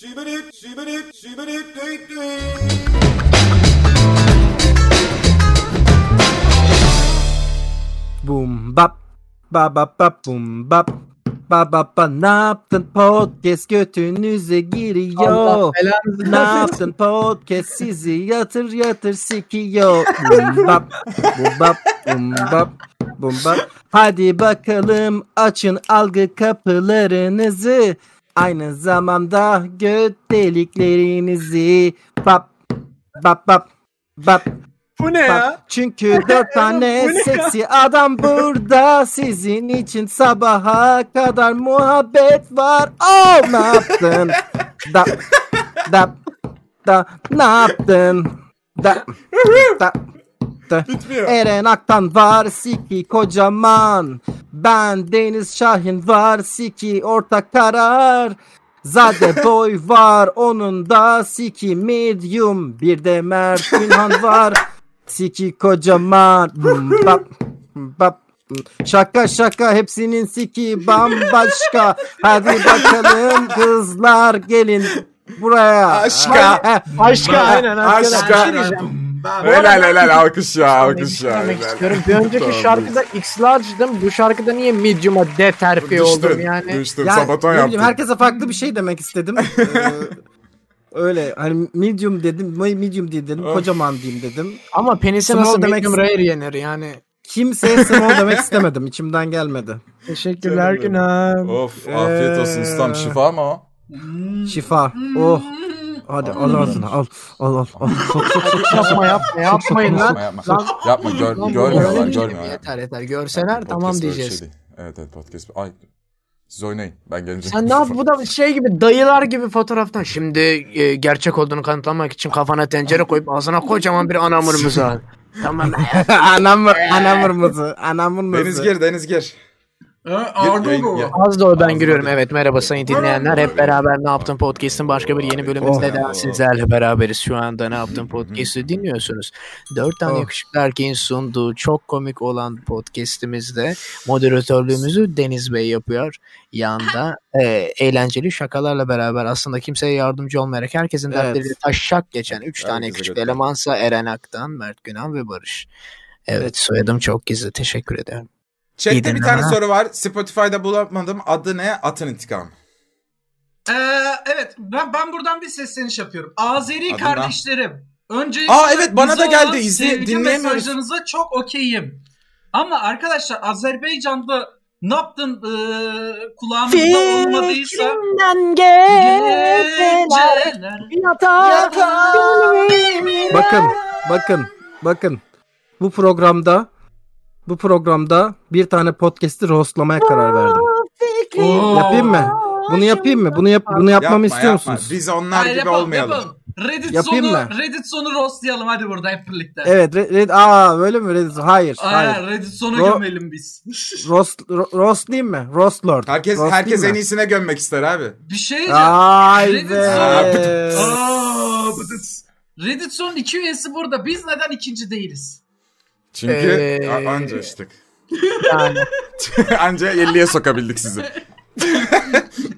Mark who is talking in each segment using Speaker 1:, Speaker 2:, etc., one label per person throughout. Speaker 1: Sübülüp, sübülüp, sübülüp, düt düt.
Speaker 2: Boom bap. Ba ba ba boom bap. Ba ba ba ne yaptın podcast götünüze
Speaker 3: Allah
Speaker 2: giriyor.
Speaker 3: belanızı
Speaker 2: Ne yaptın podcast sizi yatır yatır sikiyor. Boom bap. Boom bap. Boom bap. Boom bap. Hadi bakalım açın algı kapılarınızı. Aynı zamanda göt deliklerinizi. Bap. Bap bap. Bap.
Speaker 3: Bu ne
Speaker 2: Bak,
Speaker 3: ya?
Speaker 2: çünkü dört tane seksi adam burada sizin için sabaha kadar muhabbet var. Oh ne yaptın? Da da da ne yaptın? Da da da.
Speaker 1: Bitmiyor.
Speaker 2: Eren Aktan var siki kocaman. Ben Deniz Şahin var siki ortak karar. Zade Boy var onun da siki medium. Bir de Mert Günhan var siki kocaman. Hmm, Bap, bap. Şaka şaka hepsinin siki bambaşka. Hadi bakalım kızlar gelin buraya.
Speaker 1: Aşka.
Speaker 2: Ha, ha.
Speaker 3: Aşka aynen
Speaker 1: Aşka.
Speaker 3: arkadaşlar. Bir şey diyeceğim.
Speaker 1: Helal helal alkış ya alkış
Speaker 3: Bir şey
Speaker 1: ya.
Speaker 3: demek
Speaker 1: helal.
Speaker 3: istiyorum. Bir önceki
Speaker 1: Tamam,
Speaker 3: şarkıda X-Large'dım. Bu şarkıda niye medium'a D terfi oldum
Speaker 1: Düştün,
Speaker 3: yani?
Speaker 1: Düştün
Speaker 2: Ya,
Speaker 1: sabaton
Speaker 2: ne bileyim,
Speaker 1: yaptın.
Speaker 2: herkese farklı bir şey demek istedim. Ee, öyle hani medium dedim, medium diye dedim,
Speaker 1: Of.
Speaker 2: kocaman diyeyim dedim.
Speaker 3: Ama penise
Speaker 2: Small
Speaker 3: nasıl
Speaker 2: demek
Speaker 3: medium
Speaker 2: istedim.
Speaker 3: rare yenir yani?
Speaker 2: Kimseye small demek istemedim, içimden gelmedi.
Speaker 3: Teşekkürler
Speaker 1: Canım benim.
Speaker 3: Günan.
Speaker 1: Of afiyet olsun ustam şifa mı o?
Speaker 2: Şifa. Oh. Hadi al ağzına al. Al al al. Sok sok sok.
Speaker 3: Yapma yapma yapmayın
Speaker 1: Yapma
Speaker 3: lan.
Speaker 1: yapma.
Speaker 3: Lan-
Speaker 1: Yapma gör,
Speaker 3: Lan bu
Speaker 1: görmüyorlar
Speaker 3: görelim
Speaker 1: görmüyorlar.
Speaker 3: Yeter yeter görseler
Speaker 1: Podcast
Speaker 3: tamam
Speaker 1: böyle bir
Speaker 3: diyeceğiz.
Speaker 1: şey değil. evet evet podcast. Ay siz oynayın ben gelince.
Speaker 3: Sen ne yap bu da şey gibi dayılar gibi fotoğraftan. Şimdi e, gerçek olduğunu kanıtlamak için kafana tencere koyup ağzına kocaman bir anamurumuzu al. Tamam.
Speaker 2: anam anam vurması. Anam vurması.
Speaker 1: Deniz gir Deniz gir.
Speaker 4: Ha,
Speaker 1: Gir,
Speaker 4: Arda
Speaker 1: yayın-
Speaker 4: bu.
Speaker 1: ya-
Speaker 3: Az da o ben
Speaker 1: Ağzına
Speaker 3: giriyorum.
Speaker 1: bir-
Speaker 3: Evet merhaba sayın dinleyenler. Hep beraber ne yaptın podcast'in başka bir yeni bölümünde
Speaker 1: Oh.
Speaker 3: daha sizlerle beraberiz. Şu anda ne yaptın podcast'i dinliyorsunuz. Dört tane
Speaker 2: Oh.
Speaker 3: yakışıklı erkeğin sunduğu çok komik olan podcast'imizde moderatörlüğümüzü Deniz Bey yapıyor. Yanda e, eğlenceli şakalarla beraber aslında kimseye yardımcı olmayarak herkesin
Speaker 2: Evet.
Speaker 3: dertleriyle taşşak geçen üç tane
Speaker 1: Herkese
Speaker 3: yakışıklı
Speaker 1: götüren.
Speaker 3: elemansa Eren Aktan, Mert Günan ve Barış. Evet,
Speaker 2: Evet.
Speaker 3: soyadım çok gizli. Teşekkür ederim.
Speaker 5: Chat'te
Speaker 3: İyiyim
Speaker 5: bir tane
Speaker 3: ama.
Speaker 5: soru var. Spotify'da bulamadım. Adı ne? Atın intikam.
Speaker 4: Ee, evet ben, ben buradan bir sesleniş yapıyorum. Azeri
Speaker 5: Adına.
Speaker 4: kardeşlerim. Önce
Speaker 5: Aa evet bana
Speaker 4: bize
Speaker 5: da geldi.
Speaker 4: olan
Speaker 5: İzle,
Speaker 4: sevgi
Speaker 5: dinleyemiyoruz.
Speaker 4: mesajlarınıza çok okeyim. Ama arkadaşlar Azerbaycan'da ne yaptın ee, kulağımızda olmadıysa geceler.
Speaker 2: Bakın, bakın, bakın. Bu programda bu programda bir tane podcast'i rostlamaya karar verdim.
Speaker 4: Oo.
Speaker 2: Yapayım mı? Bunu yapayım mı? Bunu yap bunu yapmamı
Speaker 5: Yapma,
Speaker 2: istiyor
Speaker 5: yapma.
Speaker 2: musunuz?
Speaker 5: Biz onlar
Speaker 4: Hayır,
Speaker 5: gibi
Speaker 4: yapalım,
Speaker 5: olmayalım.
Speaker 4: yapalım. Reddit
Speaker 2: Yapayım
Speaker 4: sonu,
Speaker 2: mı?
Speaker 4: Reddit sonu rostlayalım hadi burada hep birlikte.
Speaker 2: Evet, Red, Red- aa öyle mi Red? Hayır,
Speaker 4: Aynen,
Speaker 2: hayır.
Speaker 4: Reddit sonu
Speaker 2: Ro-
Speaker 4: gömelim biz.
Speaker 2: Rost, ro- rost diyeyim mi? Rost Lord.
Speaker 5: Herkes
Speaker 2: Rost
Speaker 5: herkes en
Speaker 2: diyeyim mi?
Speaker 5: iyisine gömmek ister abi.
Speaker 4: bir şey diyeceğim.
Speaker 2: Ay be.
Speaker 4: Reddit Aa, bu da- Reddit son iki üyesi burada. Biz neden ikinci değiliz?
Speaker 1: Çünkü
Speaker 3: Ee,
Speaker 5: A- Anca açtık.
Speaker 3: Yani.
Speaker 5: Anca 50'ye sokabildik sizi.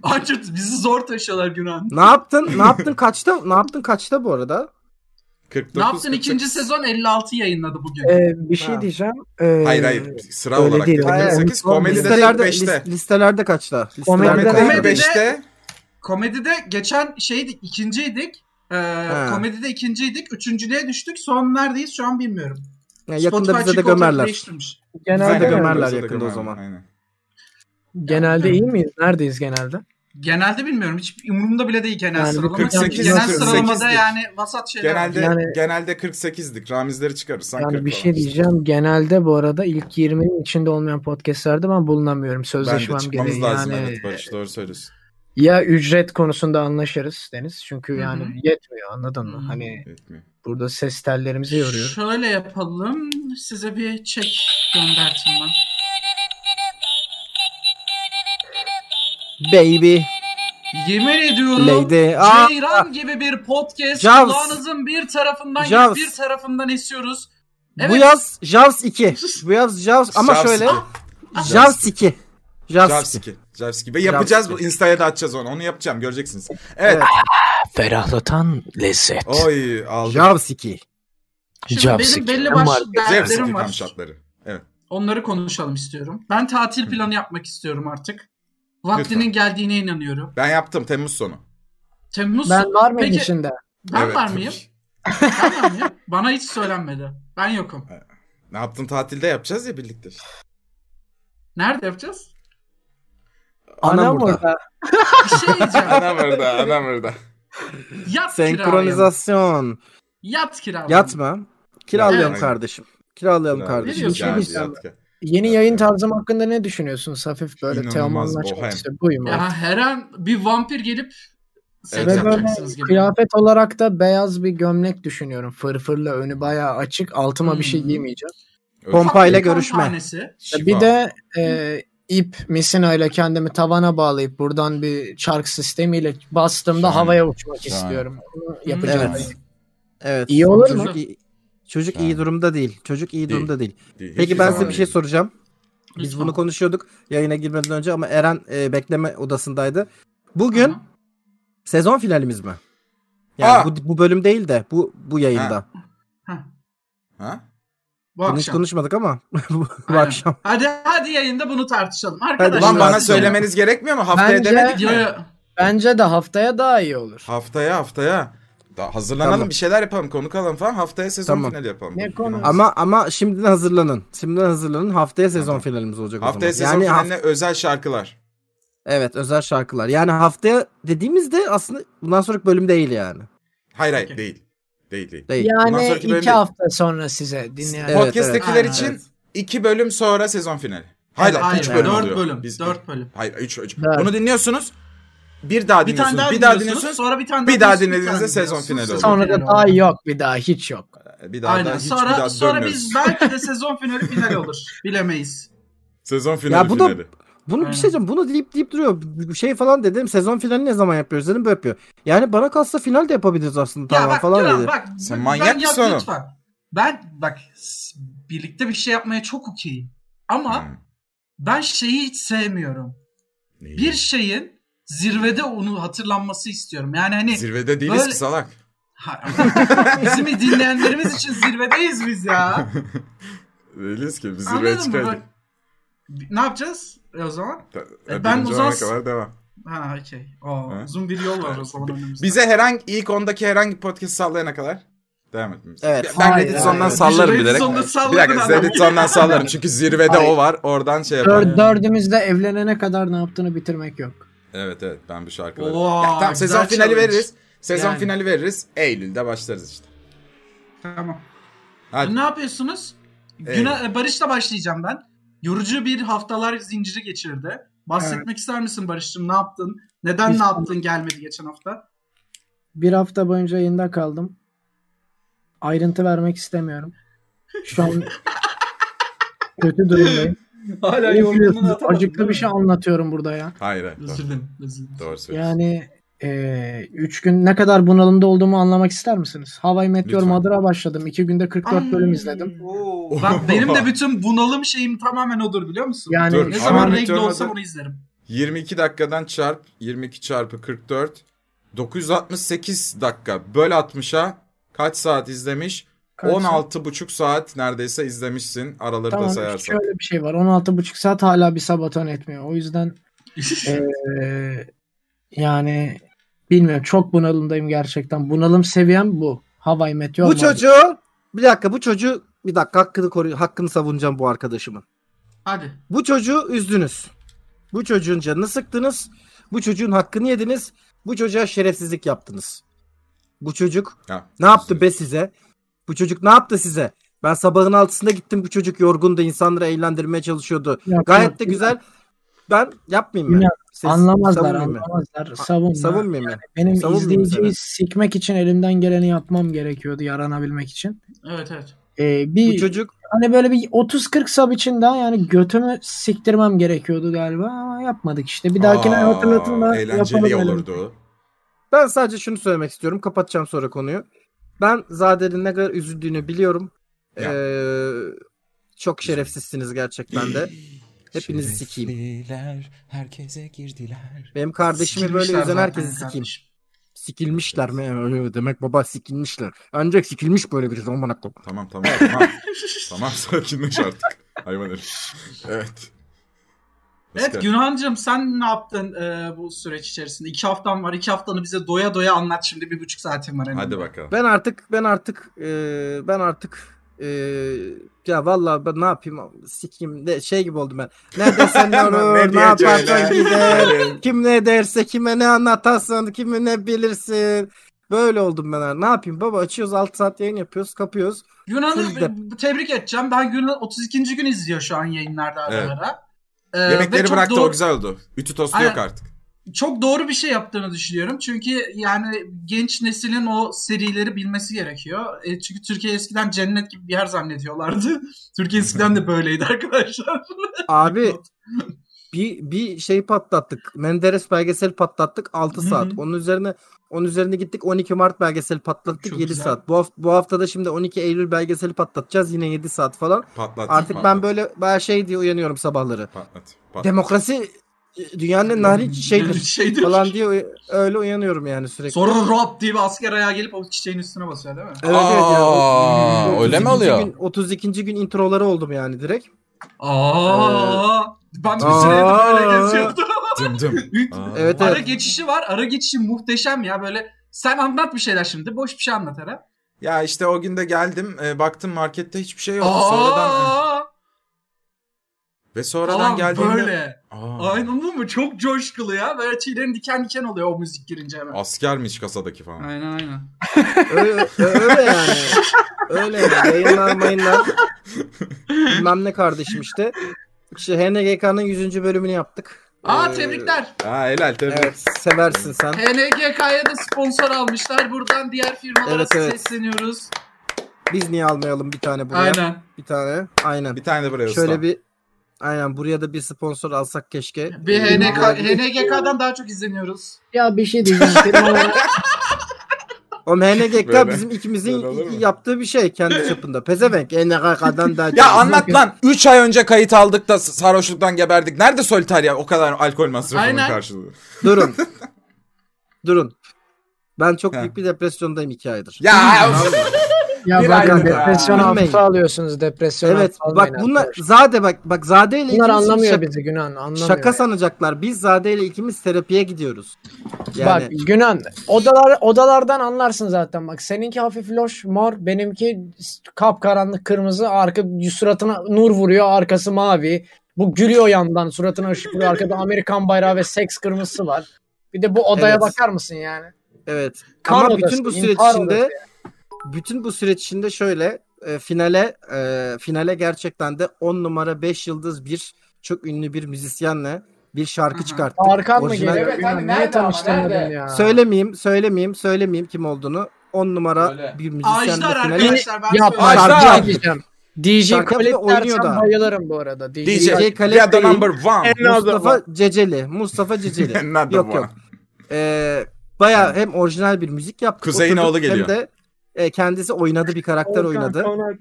Speaker 4: Ancak bizi zor taşıyorlar Günan.
Speaker 2: Ne yaptın? Ne yaptın kaçta? Ne yaptın kaçta bu arada?
Speaker 5: 49,
Speaker 4: Ne yaptın
Speaker 5: 48.
Speaker 4: ikinci sezon 56 yayınladı bugün.
Speaker 3: Ee, bir
Speaker 2: Ha.
Speaker 3: şey diyeceğim. Ee,
Speaker 5: Hayır hayır sıra
Speaker 3: Öyle
Speaker 5: olarak
Speaker 3: değil,
Speaker 5: değil.
Speaker 3: hayır.
Speaker 5: 48 komedide de
Speaker 2: listelerde, lis-
Speaker 5: 5'te.
Speaker 2: listelerde kaçta?
Speaker 3: Komedide
Speaker 2: Listelerde
Speaker 3: de-
Speaker 2: kaçta?
Speaker 5: Komedide
Speaker 4: Komedide-
Speaker 5: 5'te.
Speaker 4: Komedide geçen şeydik ikinciydik. Ee, komedide ikinciydik. Üçüncülüğe düştük. Son neredeyiz şu an bilmiyorum.
Speaker 2: Yani yakında
Speaker 4: Spotify
Speaker 2: bize de
Speaker 4: çikolataları
Speaker 2: gömerler.
Speaker 4: değiştirmiş.
Speaker 3: genelde,
Speaker 2: Bize de gömerler.
Speaker 5: Bize de
Speaker 2: yakında o
Speaker 5: gömerler,
Speaker 2: zaman.
Speaker 5: aynen.
Speaker 3: genelde iyi miyiz? Neredeyiz genelde?
Speaker 4: Genelde bilmiyorum. Hiç umurumda bile değil genel
Speaker 3: Yani bir
Speaker 4: sıralama.
Speaker 3: 48
Speaker 4: genel
Speaker 3: atıyorum,
Speaker 4: sıralamada
Speaker 5: 8'dik.
Speaker 4: yani vasat şeyler. var.
Speaker 5: Genelde
Speaker 3: Yani-
Speaker 5: genelde 48'dik. Ramizleri çıkarırsan 40
Speaker 3: Yani bir
Speaker 5: falan.
Speaker 3: şey diyeceğim. Genelde bu arada ilk 20'nin içinde olmayan podcastlerde ben bulunamıyorum.
Speaker 5: Ben de
Speaker 3: Sözleşmem
Speaker 5: çıkmamız
Speaker 3: gereği.
Speaker 5: lazım
Speaker 3: yani
Speaker 5: evet Barış doğru söylüyorsun.
Speaker 3: ya ücret konusunda anlaşırız Deniz. Çünkü
Speaker 4: Hı
Speaker 3: yani
Speaker 4: hı.
Speaker 3: yetmiyor anladın mı?
Speaker 4: Hı.
Speaker 3: Hani
Speaker 5: Yetmiyor.
Speaker 3: burada ses tellerimizi
Speaker 2: Şey
Speaker 3: yoruyor.
Speaker 4: Şöyle yapalım. Size bir çek gönderteyim ben.
Speaker 2: Baby,
Speaker 4: Yemin ediyorum.
Speaker 2: lady. Aa,
Speaker 4: Ceyran gibi bir podcast
Speaker 2: Jaws.
Speaker 4: kulağınızın bir tarafından
Speaker 2: Jaws.
Speaker 4: bir tarafından esiyoruz.
Speaker 2: bu
Speaker 4: Evet.
Speaker 2: yaz Jaws 2. Bu yaz Jaws ama
Speaker 5: Jaws
Speaker 2: şöyle.
Speaker 5: iki.
Speaker 2: Jaws 2. Jaws
Speaker 5: Javs
Speaker 2: 2.
Speaker 5: 2. Jarski Bey. Yapacağız. bu.
Speaker 2: Jarski.
Speaker 5: Insta'ya da atacağız onu. Onu yapacağım. Göreceksiniz. Evet.
Speaker 3: Ferahlatan lezzet.
Speaker 5: Oy aldım.
Speaker 2: Javsiki.
Speaker 4: Şimdi
Speaker 3: Cevsik.
Speaker 4: benim belli
Speaker 3: Ama
Speaker 4: başlı
Speaker 5: Jarski
Speaker 4: dertlerim
Speaker 5: tam
Speaker 4: var.
Speaker 5: şartları. Evet.
Speaker 4: Onları konuşalım istiyorum. Ben tatil planı yapmak istiyorum artık. Vaktinin
Speaker 5: Lütfen.
Speaker 4: geldiğine inanıyorum.
Speaker 5: Ben yaptım Temmuz sonu.
Speaker 4: Temmuz
Speaker 3: Ben var mıyım
Speaker 4: Peki-
Speaker 3: içinde?
Speaker 4: ben
Speaker 5: Evet,
Speaker 4: var
Speaker 5: tabii
Speaker 4: mıyım?
Speaker 5: ki.
Speaker 4: ben var mıyım? Bana hiç söylenmedi. Ben yokum.
Speaker 5: Ne yaptın tatilde yapacağız ya birlikte.
Speaker 4: Nerede yapacağız?
Speaker 2: Anam
Speaker 3: Anam
Speaker 2: burada.
Speaker 3: orada.
Speaker 4: Bir şey diyeceğim.
Speaker 5: Anam orada. Anam orada.
Speaker 4: Yat kiralayalım.
Speaker 2: Senkronizasyon.
Speaker 4: Yat kiralayalım.
Speaker 2: Yatma. Kiralayalım
Speaker 5: Evet.
Speaker 2: kardeşim. Kiralayalım
Speaker 5: Biraz-
Speaker 2: kardeşim.
Speaker 4: Ne diyorsun?
Speaker 5: Biraz-
Speaker 3: Şey
Speaker 5: biraz-
Speaker 3: Yeni yayın tarzım hakkında ne düşünüyorsunuz? Hafif böyle
Speaker 5: İnanılmaz bohem.
Speaker 3: teomanlaşmak istiyorum. Buyum.
Speaker 4: Ya her an bir vampir gelip seks
Speaker 5: Evet.
Speaker 3: Ve böyle
Speaker 4: yapacaksınız gibi.
Speaker 3: kıyafet olarak da beyaz bir gömlek düşünüyorum. Fırfırla önü bayağı açık. Altıma bir şey
Speaker 4: Hmm.
Speaker 3: giymeyeceğim.
Speaker 2: Pompa-
Speaker 4: Ufak bir
Speaker 2: ile
Speaker 4: kan
Speaker 2: görüşme.
Speaker 4: Tanesi.
Speaker 5: Şifa.
Speaker 3: Bir de e, ip misina ile kendimi tavana bağlayıp buradan bir çark sistemiyle bastığımda
Speaker 1: Şahane.
Speaker 3: havaya uçmak
Speaker 1: Şahane.
Speaker 3: istiyorum. Onu yapacağım.
Speaker 2: Evet. Evet.
Speaker 3: İyi olur
Speaker 2: çocuk
Speaker 4: mu?
Speaker 2: iyi- çocuk
Speaker 1: Ha.
Speaker 2: iyi durumda değil. Çocuk iyi
Speaker 5: Değil.
Speaker 2: durumda değil.
Speaker 5: Hiçbir
Speaker 2: Peki ben size
Speaker 5: zaman
Speaker 2: bir şey
Speaker 5: değil.
Speaker 2: soracağım. Biz
Speaker 4: Lütfen.
Speaker 2: bunu konuşuyorduk yayına girmeden önce ama Eren e, bekleme odasındaydı. Bugün
Speaker 4: Aha.
Speaker 2: sezon finalimiz mi? Yani
Speaker 5: Aa!
Speaker 2: bu, bu bölüm değil de bu bu yayında.
Speaker 5: Ha,
Speaker 4: Heh,
Speaker 5: Ha?
Speaker 4: bu
Speaker 2: Bunu hiç
Speaker 4: akşam.
Speaker 2: konuşmadık ama bu, bu
Speaker 4: Aynen.
Speaker 2: akşam.
Speaker 4: Hadi hadi yayında bunu tartışalım arkadaşlar.
Speaker 5: Lan bana
Speaker 2: Biraz-
Speaker 5: söylemeniz gerekmiyor mu? Haftaya
Speaker 3: Bence-
Speaker 5: demedik
Speaker 4: Yo,
Speaker 5: mi?
Speaker 4: yo.
Speaker 3: Bence de haftaya daha iyi olur.
Speaker 5: Haftaya haftaya. Daha hazırlanalım
Speaker 2: Tamam.
Speaker 5: bir şeyler yapalım konuk alalım falan. Haftaya sezon
Speaker 2: Tamam.
Speaker 5: finali yapalım.
Speaker 3: Ne konu?
Speaker 5: İnanılmaz.
Speaker 2: Ama ama şimdiden hazırlanın. Şimdiden hazırlanın. Haftaya sezon finalimiz olacak
Speaker 5: Haftaya
Speaker 2: o
Speaker 5: sezon
Speaker 2: zaman. yani haft-
Speaker 5: finaline özel şarkılar.
Speaker 2: evet özel şarkılar. Yani haftaya dediğimizde aslında bundan sonraki bölüm değil yani.
Speaker 5: Hayır hayır
Speaker 4: Okey.
Speaker 5: değil. Değil değil.
Speaker 2: Değil.
Speaker 5: Bundan
Speaker 3: Yani
Speaker 5: sonraki
Speaker 3: iki
Speaker 5: bölümde-
Speaker 3: hafta sonra size dinleyen.
Speaker 2: Evet,
Speaker 5: Podcast'tekiler
Speaker 4: evet.
Speaker 5: için
Speaker 4: Aynen,
Speaker 5: iki bölüm sonra sezon finali. Hayır
Speaker 4: Hayır,
Speaker 5: hayır, üç bölüm
Speaker 4: dört
Speaker 5: oluyor.
Speaker 4: bölüm.
Speaker 5: Biz-
Speaker 4: dört bölüm.
Speaker 5: Hayır üç, üç.
Speaker 3: Dört.
Speaker 5: Bunu dinliyorsunuz. Bir daha
Speaker 4: Bir tane
Speaker 5: dinliyorsunuz.
Speaker 4: daha
Speaker 5: bir daha
Speaker 4: dinliyorsunuz.
Speaker 5: dinliyorsunuz.
Speaker 4: Sonra bir tane
Speaker 5: Bir daha
Speaker 4: dinliyorsunuz, bir
Speaker 5: dinlediğinizde sezon
Speaker 4: tane dinliyorsunuz,
Speaker 5: finali
Speaker 4: sezon
Speaker 3: Sonra
Speaker 4: finali
Speaker 3: da daha
Speaker 4: oluyor.
Speaker 3: yok bir daha hiç yok.
Speaker 5: Bir daha,
Speaker 4: Aynen.
Speaker 5: daha hiç bir
Speaker 4: sonra
Speaker 5: daha
Speaker 4: sonra
Speaker 5: dönmüyoruz.
Speaker 4: biz belki de sezon finali final olur. Bilemeyiz.
Speaker 5: Sezon finali
Speaker 2: bu da-
Speaker 5: finali.
Speaker 2: Bunu
Speaker 4: Aynen.
Speaker 2: bir şey diyeceğim. Bunu deyip deyip duruyor. Bir Şey falan dedim. Sezon finali ne zaman yapıyoruz dedim. Böyle yapıyor. Yani bana kalsa final de yapabiliriz aslında
Speaker 4: ya
Speaker 2: tamam
Speaker 4: bak
Speaker 2: falan
Speaker 4: Kenan,
Speaker 2: dedi.
Speaker 4: bak.
Speaker 5: Sen
Speaker 4: ben
Speaker 5: manyak
Speaker 4: yap
Speaker 5: mısın oğlum?
Speaker 4: lütfen. Ben bak s- birlikte bir şey yapmaya çok okeyim. Ama
Speaker 5: Hmm.
Speaker 4: ben şeyi hiç sevmiyorum.
Speaker 5: Neyi?
Speaker 4: Bir şey- şeyin zirvede onu hatırlanması istiyorum. Yani hani
Speaker 5: Zirvede değiliz
Speaker 4: Böyle-
Speaker 5: ki salak.
Speaker 4: Ha, bizim dinleyenlerimiz için zirvedeyiz biz ya.
Speaker 5: Değiliz ki. Biz zirveye
Speaker 4: Anladın mı?
Speaker 5: çıkardık.
Speaker 4: Bak, ne yapacağız e, o zaman?
Speaker 5: Ta-
Speaker 4: E, ben
Speaker 5: birinci
Speaker 4: o zaman-
Speaker 5: olana kadar devam.
Speaker 4: Ha okey. Oo,
Speaker 5: Ha?
Speaker 4: Uzun bir yol var o zaman önümüzde.
Speaker 5: Bize herhangi ilk ondaki herhangi bir podcast sallayana kadar devam etmemiz.
Speaker 2: Evet.
Speaker 5: Ben
Speaker 3: Hayır,
Speaker 5: Reddit
Speaker 3: hayır.
Speaker 5: sondan
Speaker 3: Reddit
Speaker 5: sallarım
Speaker 4: sondan
Speaker 5: bilerek.
Speaker 4: sallarım
Speaker 5: Bir dakika
Speaker 4: adam.
Speaker 5: Reddit sondan sallarım çünkü zirvede
Speaker 3: Hayır.
Speaker 5: o var. Oradan şey yaparım.
Speaker 3: Dör, dördümüz de evlenene kadar ne yaptığını bitirmek yok.
Speaker 5: Evet evet ben bu şarkıları. Ya
Speaker 4: Oo,
Speaker 5: tamam
Speaker 4: güzel
Speaker 5: sezon finali
Speaker 4: challenge.
Speaker 5: veririz. Sezon
Speaker 4: Yani.
Speaker 5: finali veririz. Eylül'de başlarız işte.
Speaker 4: Tamam.
Speaker 5: Hadi. Ee,
Speaker 4: Ne yapıyorsunuz? Güne, e, Barış'la başlayacağım ben. Yorucu bir haftalar zinciri geçirdi. Bahsetmek ister misin Barış'cığım? Ne yaptın? Neden
Speaker 3: Biz-
Speaker 4: ne yaptın gelmedi geçen hafta?
Speaker 3: Bir hafta boyunca yayında kaldım. Ayrıntı vermek istemiyorum. Şu an kötü durumdayım.
Speaker 4: Hala
Speaker 3: Ne biliyorsunuz? Acıklı bir şey anlatıyorum burada ya.
Speaker 5: Hayır hayır.
Speaker 4: Özür
Speaker 5: Doğru,
Speaker 4: dilerim. özür dilerim.
Speaker 5: doğru söylüyorsun.
Speaker 3: Yani eee üç gün ne kadar bunalımda olduğumu anlamak ister misiniz? Hawaii Meteor
Speaker 5: Lütfen.
Speaker 3: Mother'a başladım. İiki günde 44
Speaker 4: Ay,
Speaker 3: bölüm izledim.
Speaker 4: oo. Bak benim de bütün bunalım şeyim tamamen odur biliyor musun?
Speaker 3: Yani
Speaker 5: Dur,
Speaker 4: ne
Speaker 3: şu
Speaker 5: Hawaii
Speaker 4: zaman
Speaker 3: an
Speaker 5: Meteor
Speaker 4: renkli olsa
Speaker 5: Mother-
Speaker 4: bunu izlerim.
Speaker 5: 22 dakikadan çarp 22 çarpı 44 968 dakika böl 60'a kaç saat izlemiş?
Speaker 3: Kaç
Speaker 5: 16 buçuk saat neredeyse izlemişsin araları da
Speaker 3: Tamam,
Speaker 5: sayarsak.
Speaker 3: şöyle bir şey var. 16,5 saat hala bir sabaton etmiyor. O yüzden eee, yani bilmiyorum. Çok bunalımdayım gerçekten. Bunalım seviyem bu. Hawaii Meteor
Speaker 2: Bu
Speaker 3: Mother.
Speaker 2: çocuğu bir dakika bu çocuğu bir dakika hakkını koru hakkını savunacağım bu arkadaşımın.
Speaker 4: Hadi.
Speaker 2: Bu çocuğu üzdünüz. Bu çocuğun canını sıktınız. Bu çocuğun hakkını yediniz. Bu çocuğa şerefsizlik yaptınız. Bu çocuk
Speaker 5: Ha,
Speaker 2: ne yaptı be size? Bu çocuk ne yaptı size? Ben sabahın altısında gittim. Bu çocuk yorgundu. insanları eğlendirmeye çalışıyordu.
Speaker 3: Yok,
Speaker 2: Gayet
Speaker 3: yok,
Speaker 2: de güzel. Ben yapmayayım ben.
Speaker 3: Bilmiyorum,
Speaker 2: Siz
Speaker 3: anlamazlar
Speaker 2: savunmayın beni.
Speaker 3: anlamazlar. Savunma.
Speaker 2: Savunmayayım ben.
Speaker 3: Benim
Speaker 2: savunmayın seni.
Speaker 3: izleyiciyi sikmek için elimden geleni yapmam gerekiyordu yaranabilmek için.
Speaker 4: Evet evet.
Speaker 3: Ee,
Speaker 2: Bu
Speaker 3: bir
Speaker 2: çocuk
Speaker 3: hani böyle bir 30-40 sub için daha yani götümü siktirmem gerekiyordu galiba ama yapmadık işte. Bir dahakine
Speaker 5: Aa,
Speaker 3: hatırlatın da
Speaker 5: Eğlenceli
Speaker 3: yapalım.
Speaker 5: olurdu.
Speaker 2: Ben sadece şunu söylemek istiyorum. Kapatacağım sonra konuyu. Ben Zade'nin ne kadar üzüldüğünü biliyorum.
Speaker 5: Ya.
Speaker 2: Ee, çok şerefsizsiniz gerçekten de. Hepinizi sikeyim.
Speaker 1: Şerefliler herkese girdiler.
Speaker 2: Benim kardeşimi böyle
Speaker 4: Sikilmişler
Speaker 2: üzen
Speaker 4: zaten
Speaker 2: herkesi sikeyim.
Speaker 4: kardeşim.
Speaker 2: Sikilmişler mi? Öyle Demek baba sikilmişler. Ancak sikilmiş böyle şey, birisi aman aklı.
Speaker 5: Tamam tamam tamam. tamam sakinleş artık. Hayvan herif. Evet.
Speaker 4: Evet Günhan'cığım sen ne yaptın e, bu süreç içerisinde? İki haftan var. iki haftanı bize doya doya anlat. Şimdi bir buçuk saatin var. en
Speaker 5: Hadi
Speaker 4: azından.
Speaker 5: bakalım.
Speaker 2: Ben artık ben artık eee, ben artık eee, ya vallahi ben ne yapayım sikeyim de şey gibi oldum ben. Nerede sen ne
Speaker 5: Aman
Speaker 2: olur, Ee, ne
Speaker 5: diyeceksin
Speaker 2: yaparsan
Speaker 5: lan?
Speaker 4: Ee,
Speaker 2: gider. Kim ne derse kime ne anlatasın kimi ne bilirsin. Böyle oldum ben. artık. Ne yapayım baba açıyoruz 6 saat yayın yapıyoruz kapıyoruz. Full
Speaker 4: Yunan'ı
Speaker 2: dep-
Speaker 4: b- tebrik edeceğim. Ben Yunan 32. gün izliyor şu an yayınlarda ara
Speaker 5: Evet.
Speaker 4: ara. E, ve
Speaker 5: Yemekleri
Speaker 4: çok
Speaker 5: bıraktı
Speaker 4: doğru-
Speaker 5: o güzel oldu. Ütü tostu
Speaker 4: Aynen.
Speaker 5: yok artık.
Speaker 4: Çok doğru bir şey yaptığını düşünüyorum. Çünkü yani genç neslin o serileri bilmesi gerekiyor. E, çünkü Türkiye eskiden cennet gibi bir yer zannediyorlardı. Türkiye eskiden de böyleydi arkadaşlar.
Speaker 2: Abi bir bir şey patlattık. Menderes belgeseli patlattık 6
Speaker 4: Hı hı.
Speaker 2: saat. Onun üzerine onun üzerine gittik 12 Mart belgeseli patlattık
Speaker 4: Çok
Speaker 2: 7
Speaker 4: güzel.
Speaker 2: saat. Bu hafta, bu haftada şimdi 12 Eylül belgeseli patlatacağız yine 7 saat falan.
Speaker 5: Patlat.
Speaker 2: Artık
Speaker 5: patlat,
Speaker 2: ben böyle ben şey diye uyanıyorum sabahları.
Speaker 5: Patlat. patlat.
Speaker 2: Demokrasi e, dünyanın en narin şeydir
Speaker 4: Şeydir.
Speaker 2: falan diye uy- öyle uyanıyorum yani sürekli.
Speaker 4: şey Sonra rap diye bir asker ayağa gelip o çiçeğin üstüne basıyor değil mi?
Speaker 2: Evet, evet yani.
Speaker 1: Aa,
Speaker 2: O-
Speaker 1: öyle mi
Speaker 2: 32.
Speaker 1: oluyor?
Speaker 2: Gün, 32. gün introları oldum yani direkt.
Speaker 4: Aa, ben bir
Speaker 2: Aa.
Speaker 4: süredir böyle geziyordum.
Speaker 5: Dım dım. Aa.
Speaker 2: Evet
Speaker 4: Ara
Speaker 2: evet.
Speaker 4: geçişi var. Ara geçişi muhteşem ya böyle. Sen anlat bir şeyler şimdi. Boş bir şey anlat ara.
Speaker 5: Ya işte o gün de geldim. e, baktım markette hiçbir şey yok. Sonradan
Speaker 4: Aa,
Speaker 5: ve sonradan
Speaker 4: falan
Speaker 5: geldiğimde
Speaker 4: böyle.
Speaker 5: Aa,
Speaker 4: Aynen mı? Çok coşkulu ya. Böyle tüylerin diken diken oluyor o müzik girince hemen.
Speaker 5: askermiş kasadaki falan.
Speaker 4: Aynen aynen.
Speaker 2: Öyle, ö- öyle yani. Öyle yani. Yayınlar mayınlar. Bilmem ne kardeşim işte. İşte HNGK'nın 100. bölümünü yaptık.
Speaker 4: Aa
Speaker 2: Ee,
Speaker 4: tebrikler.
Speaker 5: Aa helal tebrik.
Speaker 2: Evet seversin sen.
Speaker 4: HNGK'ya da sponsor almışlar. Buradan diğer firmalara
Speaker 2: Evet, evet.
Speaker 4: sesleniyoruz.
Speaker 2: Biz niye almayalım bir tane buraya?
Speaker 4: Aynen.
Speaker 2: Bir tane. Aynen.
Speaker 5: Bir tane de buraya usta.
Speaker 2: Şöyle bir aynen buraya da bir sponsor alsak keşke.
Speaker 4: Bir
Speaker 2: Ee,
Speaker 4: HNK,
Speaker 2: buraya bir-
Speaker 4: HNGK'dan daha çok izleniyoruz.
Speaker 3: Ya bir şey diyeceğim. Senin olarak-
Speaker 2: Oğlum HNGK
Speaker 5: Böyle.
Speaker 2: bizim ikimizin
Speaker 5: Böyle olur mu?
Speaker 2: yaptığı bir şey kendi çapında. Pezevenk HNGK'dan daha
Speaker 5: Ya anlat lan. 3 ay önce kayıt aldık da sarhoşluktan geberdik. Nerede soliter ya o kadar alkol masrafının
Speaker 4: Aynen.
Speaker 5: karşılığı.
Speaker 2: Durun. Durun. Ben çok
Speaker 5: He.
Speaker 2: büyük bir depresyondayım iki aydır.
Speaker 5: Ya
Speaker 3: ya
Speaker 5: Bir
Speaker 3: bakın
Speaker 5: aydır ya.
Speaker 3: depresyon
Speaker 2: Bilmeyin.
Speaker 3: hafife alıyorsunuz. Depresyon
Speaker 2: Evet
Speaker 3: hafife
Speaker 2: bak
Speaker 3: almayın
Speaker 2: bunlar
Speaker 3: arkadaşlar.
Speaker 2: Zade bak bak Zade ile
Speaker 3: Bunlar
Speaker 2: ikimiz şimdi
Speaker 3: anlamıyor
Speaker 2: şak-
Speaker 3: bizi Günan. Anlamıyor.
Speaker 2: şaka sanacaklar. Biz Zade ile ikimiz terapiye gidiyoruz. Yani
Speaker 3: Bak Günan odalar odalardan anlarsın zaten bak seninki hafif loş mor benimki kap karanlık kırmızı arka suratına nur vuruyor arkası mavi bu gülüyor yandan suratına ışık vuruyor arkada Amerikan bayrağı ve seks kırmızısı var bir de bu odaya
Speaker 2: Evet.
Speaker 3: bakar mısın yani
Speaker 2: evet.
Speaker 3: Kar
Speaker 2: Ama
Speaker 3: odası,
Speaker 2: bütün bu süreç
Speaker 3: intihar
Speaker 2: içinde
Speaker 3: odası
Speaker 2: bütün bu süreç içinde şöyle e, finale e, finale gerçekten de 10 numara 5 yıldız bir çok ünlü bir müzisyenle bir şarkı
Speaker 4: Aha.
Speaker 2: çıkarttık.
Speaker 3: Arkan mı
Speaker 2: Orijinal-
Speaker 3: geliyor
Speaker 6: Evet,
Speaker 3: Günan?
Speaker 6: hani
Speaker 3: niye
Speaker 6: nerede ama,
Speaker 3: tanıştırmadın
Speaker 6: nerede?
Speaker 3: ya
Speaker 2: Söylemeyeyim, söylemeyeyim, söylemeyeyim kim olduğunu. 10 numara
Speaker 1: Söyle.
Speaker 2: bir müzisyenle
Speaker 4: Ağaçlar
Speaker 2: finale
Speaker 4: arkadaşlar ben
Speaker 3: ya
Speaker 4: söylüyorum.
Speaker 5: Başla.
Speaker 3: şarkı diyeceğim DJ
Speaker 2: Şarkı
Speaker 3: Khaled
Speaker 2: bile oynuyor
Speaker 3: dersen
Speaker 2: da.
Speaker 3: bayılırım bu arada DJ,
Speaker 5: DJ,
Speaker 2: DJ Khaled
Speaker 5: we are the
Speaker 2: değil.
Speaker 5: number one.
Speaker 2: Mustafa Ceceli, Mustafa Ceceli.
Speaker 5: Another
Speaker 2: Yok,
Speaker 5: one.
Speaker 2: yok. Ee, bayağı hem orijinal bir müzik yaptık.
Speaker 5: Kuzey'in
Speaker 2: oturduk,
Speaker 5: oğlu geliyor.
Speaker 2: Hem de e, kendisi oynadı bir karakter
Speaker 3: Orkan
Speaker 2: oynadı.
Speaker 3: Konak.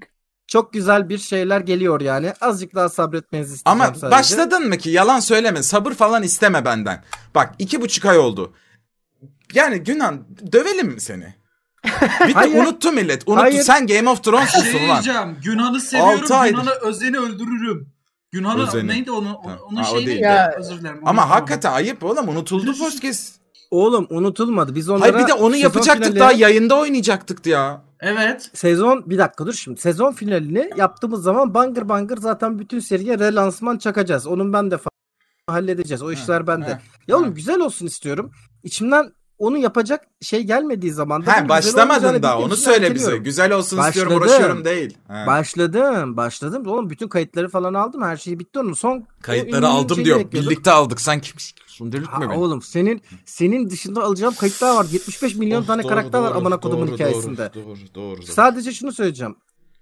Speaker 2: Çok güzel bir şeyler geliyor yani. Azıcık daha sabretmenizi isteyeceğim
Speaker 5: Ama
Speaker 2: sadece.
Speaker 5: başladın mı ki yalan söyleme sabır falan isteme benden. Bak iki buçuk ay oldu. Yani Günan dövelim mi seni? Bir de
Speaker 2: Hayır.
Speaker 5: unuttu millet. Unuttu.
Speaker 2: Hayır.
Speaker 5: Sen Game of Thrones'sun
Speaker 4: Şey
Speaker 5: lan.
Speaker 4: diyeceğim. Günhan'ı seviyorum.
Speaker 5: Altı aydır.
Speaker 4: Günhan'ı özeni öldürürüm. Günhan'ı
Speaker 5: Özeni.
Speaker 4: neydi onu?
Speaker 5: Tamam.
Speaker 4: Onun
Speaker 5: Ha, o
Speaker 4: şeyi
Speaker 5: değil.
Speaker 4: neydi?
Speaker 3: Ya.
Speaker 4: Özür dilerim. onu
Speaker 5: Ama
Speaker 4: unuttum.
Speaker 5: hakikaten ayıp oğlum unutuldu podcast.
Speaker 2: Oğlum unutulmadı. Biz onlara
Speaker 5: Hayır bir de onu
Speaker 2: sezon
Speaker 5: yapacaktık
Speaker 2: finali-
Speaker 5: daha yayında oynayacaktık ya.
Speaker 4: Evet.
Speaker 2: Sezon bir dakika dur şimdi. Sezon finalini yaptığımız zaman bangır bangır zaten bütün seriye relansman çakacağız. Onun ben de fa- halledeceğiz. O işler bende.
Speaker 5: ha,
Speaker 2: ya oğlum
Speaker 5: ha.
Speaker 2: güzel olsun istiyorum. İçimden onu yapacak şey gelmediği zaman da bunun
Speaker 5: Ha
Speaker 2: güzel olmayacağını
Speaker 5: başlamadın daha
Speaker 2: bildiğim
Speaker 5: onu
Speaker 2: için
Speaker 5: söyle bize.
Speaker 2: erteliyorum.
Speaker 5: Güzel olsun istiyorum
Speaker 2: Başladım.
Speaker 5: uğraşıyorum değil. Ha.
Speaker 2: Başladım, başladım. Oğlum bütün kayıtları falan aldım. Her şey bitti onun. Son o ünlünün
Speaker 5: Kayıtları aldım
Speaker 2: şeyini
Speaker 5: diyor.
Speaker 2: bekliyordum.
Speaker 5: Birlikte aldık sanki. Sundelük
Speaker 2: Ha,
Speaker 5: mü beni?
Speaker 2: oğlum senin senin dışında alacağım kayıtlar var. 75 milyon
Speaker 5: Of,
Speaker 2: tane
Speaker 5: doğru,
Speaker 2: karakter var
Speaker 5: doğru,
Speaker 2: amına kodumun
Speaker 5: doğru,
Speaker 2: hikayesinde.
Speaker 5: Doğru doğru doğru.
Speaker 2: Sadece şunu söyleyeceğim.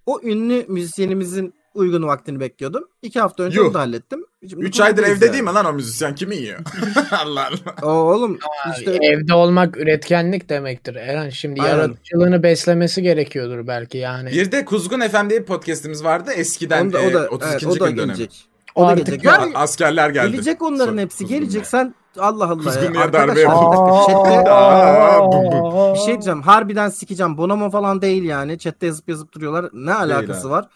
Speaker 2: O ünlü müzisyenimizin uygun vaktini bekliyordum. İki hafta önce
Speaker 5: Yuh.
Speaker 2: onu da hallettim. Şimdi
Speaker 5: 3 aydır
Speaker 2: kurtuluruz
Speaker 5: evde
Speaker 2: yani.
Speaker 5: değil mi lan o müzisyen kimi yiyor? Allah Allah.
Speaker 2: Aa, oğlum işte
Speaker 3: Evde olmak üretkenlik demektir. Eren şimdi
Speaker 2: Aynen.
Speaker 3: yaratıcılığını beslemesi gerekiyordur belki yani.
Speaker 5: Bir de Kuzgun FM diye bir podcastimiz vardı eskiden
Speaker 2: onu da, o
Speaker 5: e,
Speaker 2: da, evet,
Speaker 5: 32.
Speaker 2: o da
Speaker 5: gün dönemi.
Speaker 2: gelecek. O da
Speaker 3: Artık
Speaker 2: gelecek.
Speaker 3: ya.
Speaker 2: Ya,
Speaker 5: Askerler geldi.
Speaker 2: gelecek onların
Speaker 5: Sonra
Speaker 2: hepsi.
Speaker 5: kuzgunluğa.
Speaker 2: Gelecek sen Allah Allah ya.
Speaker 5: Kuzgunluğa darbe
Speaker 2: Arkadaşlar
Speaker 5: yapıldı.
Speaker 2: chatte
Speaker 5: Aa, bum bum.
Speaker 2: bir şey diyeceğim. Harbiden sikeceğim. Bonomo falan değil yani. Chatte yazıp yazıp duruyorlar. Ne alakası
Speaker 5: abi.
Speaker 2: var?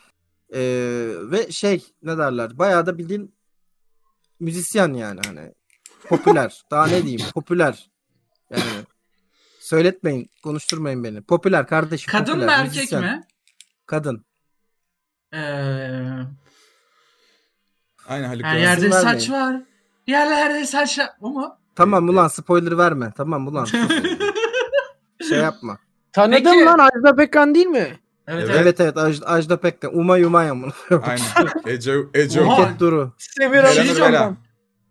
Speaker 2: Ee, ve şey ne derler? Bayağı da bildiğin müzisyen yani hani. Popüler. Daha ne diyeyim? Popüler. Yani. Söyletmeyin. Konuşturmayın beni. Popüler kardeşim.
Speaker 4: Kadın
Speaker 2: popüler,
Speaker 4: mı erkek
Speaker 2: müzisyen.
Speaker 4: mi?
Speaker 2: Kadın.
Speaker 4: Ee,
Speaker 5: Aynen Haluk
Speaker 4: her
Speaker 5: Levent.
Speaker 4: yerde
Speaker 2: vermeyin.
Speaker 4: saç var. Yerlerde saç var. O mu?
Speaker 2: Tamam ulan spoiler verme. Tamam ulan. şey yapma.
Speaker 3: Tanıdım
Speaker 4: Peki.
Speaker 3: lan Ajda Pekkan değil mi?
Speaker 4: Evet,
Speaker 5: Evet.
Speaker 4: evet.
Speaker 2: Evet evet Aj- Ajda Pekkan. Umay umay amına.
Speaker 5: Aynen. Ece, Ece.
Speaker 4: Oha.
Speaker 2: Eket Duru.
Speaker 3: Seviyorum.
Speaker 4: Şey
Speaker 5: Belanır
Speaker 4: diyeceğim
Speaker 5: bela.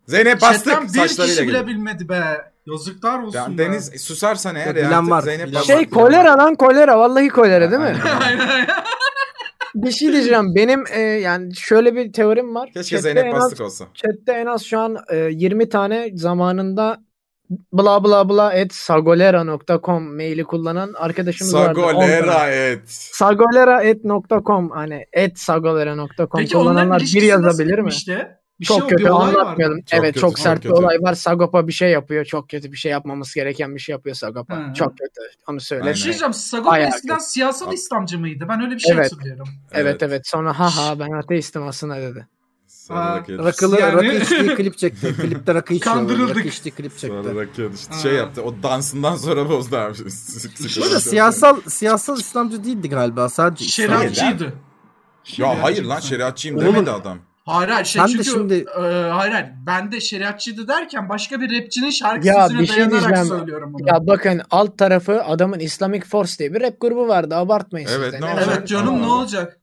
Speaker 5: Zeynep
Speaker 4: Chatten
Speaker 5: bastık
Speaker 4: bir kişi
Speaker 5: saçlarıyla
Speaker 4: bile
Speaker 5: geliyor.
Speaker 4: bilmedi be. Yazıklar olsun
Speaker 5: Ya
Speaker 4: be.
Speaker 5: Deniz susarsan eğer
Speaker 2: bilen
Speaker 5: ya artık
Speaker 2: var,
Speaker 5: Zeynep
Speaker 2: bilen
Speaker 5: bastık.
Speaker 3: Şey kolera lan kolera. Vallahi kolera değil mi?
Speaker 4: Aynen.
Speaker 3: bir şey diyeceğim. Benim e, yani şöyle bir teorim var. Chatte
Speaker 5: Keşke
Speaker 3: en
Speaker 5: Zeynep
Speaker 3: az-
Speaker 5: bastık olsa.
Speaker 3: Chat'te en az şu an e, 20 tane zamanında bla bla bla at sagolera.com maili kullanan arkadaşımız vardı. On tane.
Speaker 5: Sagolera et.
Speaker 3: sagolera.com hani et sagolera.com
Speaker 4: Peki onların
Speaker 3: kullananlar bir
Speaker 4: ilişkisi nasıl
Speaker 3: yazabilir mi?
Speaker 4: bitmişti? Bir
Speaker 3: çok
Speaker 4: şey,
Speaker 3: kötü
Speaker 4: bir olay vardı.
Speaker 3: anlatmayalım.
Speaker 5: Çok
Speaker 3: evet
Speaker 5: kötü,
Speaker 3: çok
Speaker 5: çok
Speaker 3: sert bir
Speaker 5: kötü.
Speaker 3: olay var. Sagopa bir şey yapıyor. Çok kötü bir şey yapmaması gereken bir şey yapıyor Sagopa.
Speaker 4: Hı.
Speaker 3: Çok kötü. Onu söyle.
Speaker 4: Bir şey
Speaker 5: Aynen.
Speaker 4: diyeceğim. Sagopa
Speaker 3: Bayağı
Speaker 4: eskiden siyasal İslamcı mıydı? Ben öyle bir şey
Speaker 3: Evet.
Speaker 4: hatırlıyorum.
Speaker 3: Evet evet. Sonra ha ha ben ateistim aslında dedi.
Speaker 5: Sarı rakı yarıştı.
Speaker 2: Rakılı
Speaker 4: Yani-
Speaker 2: rakı içtiği klip çekti. Klipte rakı içiyor.
Speaker 4: Kandırıldık.
Speaker 2: Rakı içtiği klip
Speaker 5: Sarı
Speaker 2: çekti.
Speaker 5: rakı yarıştı. Şey
Speaker 4: Aa.
Speaker 5: yaptı. O dansından sonra bozdu abi. Sık- sık-
Speaker 2: Bu da
Speaker 5: sık-
Speaker 2: siyasal siyasal İslamcı değildi galiba sadece. İslam.
Speaker 4: Şeriatçıydı.
Speaker 5: Ya hayır lan şeriatçıyım
Speaker 2: Oğlum.
Speaker 5: demedi adam.
Speaker 4: Hayır hayır şey
Speaker 2: Ben de
Speaker 4: çünkü
Speaker 2: şimdi-
Speaker 4: e, hayır hayır ben de şeriatçıydı derken başka bir rapçinin şarkı
Speaker 3: Ya,
Speaker 4: sözüne
Speaker 3: bir şey
Speaker 4: dayanarak
Speaker 3: diyeceğim.
Speaker 4: söylüyorum bunu.
Speaker 3: Ya bakın alt tarafı adamın Islamic Force diye bir rap grubu vardı. Abartmayın
Speaker 5: Evet,
Speaker 3: siz de.
Speaker 5: ne
Speaker 3: Ne-
Speaker 5: olacak?
Speaker 4: evet canım
Speaker 5: Allah
Speaker 4: ne
Speaker 5: Allah.
Speaker 4: olacak?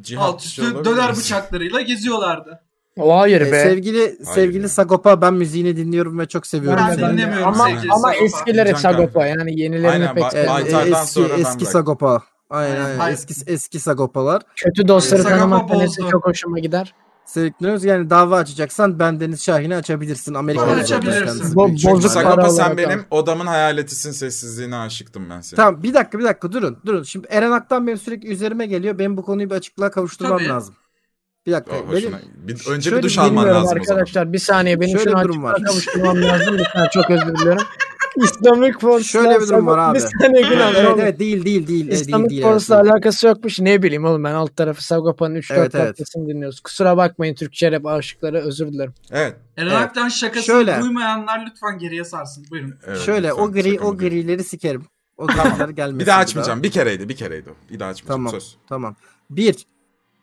Speaker 5: Cihat
Speaker 4: Alt
Speaker 5: bir şey
Speaker 4: üstü
Speaker 5: olabilir.
Speaker 4: döner bıçaklarıyla geziyorlardı.
Speaker 3: O hayır
Speaker 2: Ee,
Speaker 3: be.
Speaker 2: sevgili sevgili
Speaker 5: ya.
Speaker 2: Sagopa ben müziğini dinliyorum ve çok seviyorum.
Speaker 4: Ben de
Speaker 2: seni.
Speaker 4: dinlemiyorum
Speaker 3: Ama,
Speaker 4: sevgili
Speaker 3: ama
Speaker 4: Sagopa.
Speaker 3: eskiler hep
Speaker 5: Can
Speaker 3: Sagopa
Speaker 5: kanka.
Speaker 3: yani yenilerini
Speaker 5: Aynen,
Speaker 3: pek
Speaker 5: ba-
Speaker 2: Ee,
Speaker 5: ba-
Speaker 3: sevmiyorum.
Speaker 5: Baytar'dan
Speaker 2: e, eski
Speaker 5: sonra ben
Speaker 2: eski
Speaker 5: bırak.
Speaker 2: Sagopa. Aynen, aynen.
Speaker 4: Hayır.
Speaker 2: eski eski Sagopalar.
Speaker 3: kötü dostları
Speaker 4: Sagopa
Speaker 3: tanımak
Speaker 4: bozdu.
Speaker 3: çok hoşuma gider.
Speaker 2: Sevgiliyoruz yani dava açacaksan ben Deniz Şahin'i açabilirsin. Amerika'da
Speaker 5: Doğru.
Speaker 2: zaten
Speaker 4: Açabilirsin.
Speaker 2: kendisi
Speaker 3: Bo-
Speaker 2: büyük ihtimalle.
Speaker 3: bozuk para
Speaker 5: Sagopa
Speaker 3: olarak
Speaker 5: sen benim
Speaker 3: al.
Speaker 5: odamın hayaletisin sessizliğine aşıktım ben senin.
Speaker 2: Tamam bir dakika bir dakika durun durun. Şimdi Eren Aktan benim sürekli üzerime geliyor. Benim bu konuyu bir açıklığa kavuşturmam
Speaker 4: Tabii.
Speaker 2: lazım. Bir dakika.
Speaker 5: Aa,
Speaker 2: benim
Speaker 5: hoşuna- Bir, önce
Speaker 2: Şöyle
Speaker 5: bir duş alman
Speaker 2: bilmiyorum
Speaker 5: lazım o zaman.
Speaker 3: Arkadaşlar bir saniye benim
Speaker 2: Şöyle
Speaker 3: şunu
Speaker 2: bir durum
Speaker 3: açıklığa
Speaker 2: var.
Speaker 3: kavuşturmam lazım. Lütfen çok özür diliyorum. İslamic Force.
Speaker 2: Şöyle bir durum var abi.
Speaker 3: Bir saniye Gülen.
Speaker 2: evet evet değil değil değil. e, değil,
Speaker 3: İslamic
Speaker 2: değil,
Speaker 3: Force'la
Speaker 2: evet, değil.
Speaker 3: alakası yokmuş. Ne bileyim oğlum ben alt tarafı Sagopa'nın 3-4
Speaker 2: Evet, evet.
Speaker 3: parçasını dinliyoruz. Kusura bakmayın Türkçe rap aşıkları özür dilerim.
Speaker 5: Evet.
Speaker 4: Eren
Speaker 2: Evet.
Speaker 4: Aktan şakasını
Speaker 2: Şöyle.
Speaker 4: duymayanlar lütfen geriye sarsın. Buyurun.
Speaker 5: evet,
Speaker 2: Şöyle
Speaker 5: lütfen,
Speaker 2: o gri
Speaker 5: sakın
Speaker 2: o
Speaker 5: bir-
Speaker 2: grileri sikerim. O griler gelmesin.
Speaker 5: Bir daha açmayacağım. Bir kereydi, bir kereydi. o. Bir daha açmayacağım.
Speaker 2: Tamam.
Speaker 5: Söz.
Speaker 2: Tamam. Bir.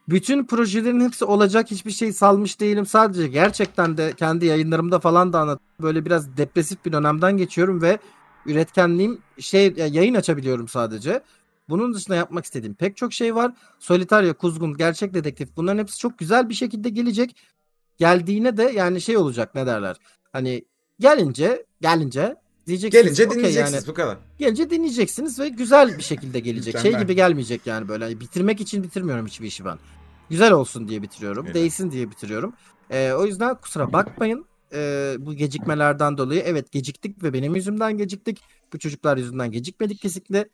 Speaker 2: Bütün projelerin hepsi olacak hiçbir şey salmış değilim. Sadece gerçekten de kendi yayınlarımda falan da anlat. Böyle biraz depresif bir dönemden geçiyorum ve üretkenliğim şey ya yayın açabiliyorum sadece. Bunun dışında yapmak istediğim pek çok şey var. Solitario, Kuzgun, Gerçek Dedektif bunların hepsi çok güzel bir şekilde gelecek. Geldiğine de yani şey olacak ne derler. Hani gelince gelince diyeceksiniz.
Speaker 5: Gelince
Speaker 2: okey şey
Speaker 5: dinleyeceksiniz bu kadar.
Speaker 2: gelince dinleyeceksiniz ve güzel bir şekilde gelecek. şey
Speaker 5: Mükemmel.
Speaker 2: gibi gelmeyecek yani böyle. Hani Bitirmek için bitirmiyorum hiçbir işi ben. Güzel olsun diye bitiriyorum.
Speaker 5: Öyle.
Speaker 2: Değsin diye bitiriyorum. Ee, o yüzden kusura bakmayın. Ee, bu gecikmelerden dolayı evet geciktik ve benim yüzümden geciktik. Bu çocuklar yüzünden gecikmedik kesinlikle.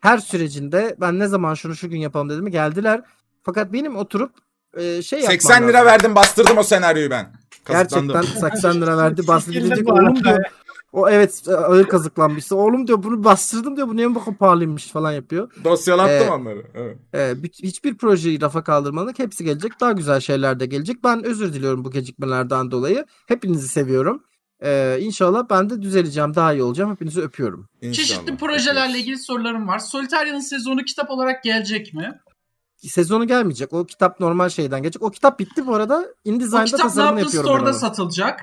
Speaker 2: Her sürecinde ben ne zaman şunu şu gün yapalım dedim geldiler. Fakat benim oturup e, şey yapmam
Speaker 5: 80 lira
Speaker 2: lazım.
Speaker 5: verdim bastırdım o senaryoyu ben. Kazıklandım.
Speaker 2: Gerçekten 80 lira verdi. Bastırdı
Speaker 3: Fikirli
Speaker 2: diyecek
Speaker 3: bu
Speaker 2: oğlum
Speaker 3: arada
Speaker 2: diyor. O evet ağır kazıklanmıştı. Oğlum diyor bunu bastırdım diyor. Bu niye bu kadar pahalıymış falan yapıyor.
Speaker 5: Dosyalattım
Speaker 2: Ee,
Speaker 5: onları. Evet.
Speaker 2: Ee, bi- hiçbir projeyi rafa kaldırmadık. Hepsi gelecek. Daha güzel şeyler de gelecek. Ben özür diliyorum bu gecikmelerden dolayı. Hepinizi seviyorum. Ee, inşallah ben de düzeleceğim. Daha iyi olacağım. Hepinizi öpüyorum.
Speaker 5: İnşallah.
Speaker 4: Çeşitli projelerle ilgili sorularım var. Solitario'nun sezonu kitap olarak gelecek mi?
Speaker 2: Sezonu gelmeyecek. O kitap normal şeyden gelecek. O kitap bitti bu arada.
Speaker 4: O
Speaker 2: InDesign'da
Speaker 4: kitap ne
Speaker 2: tasarımını
Speaker 4: yaptın
Speaker 2: yapıyorum ben
Speaker 4: store'da
Speaker 2: onu.
Speaker 4: satılacak.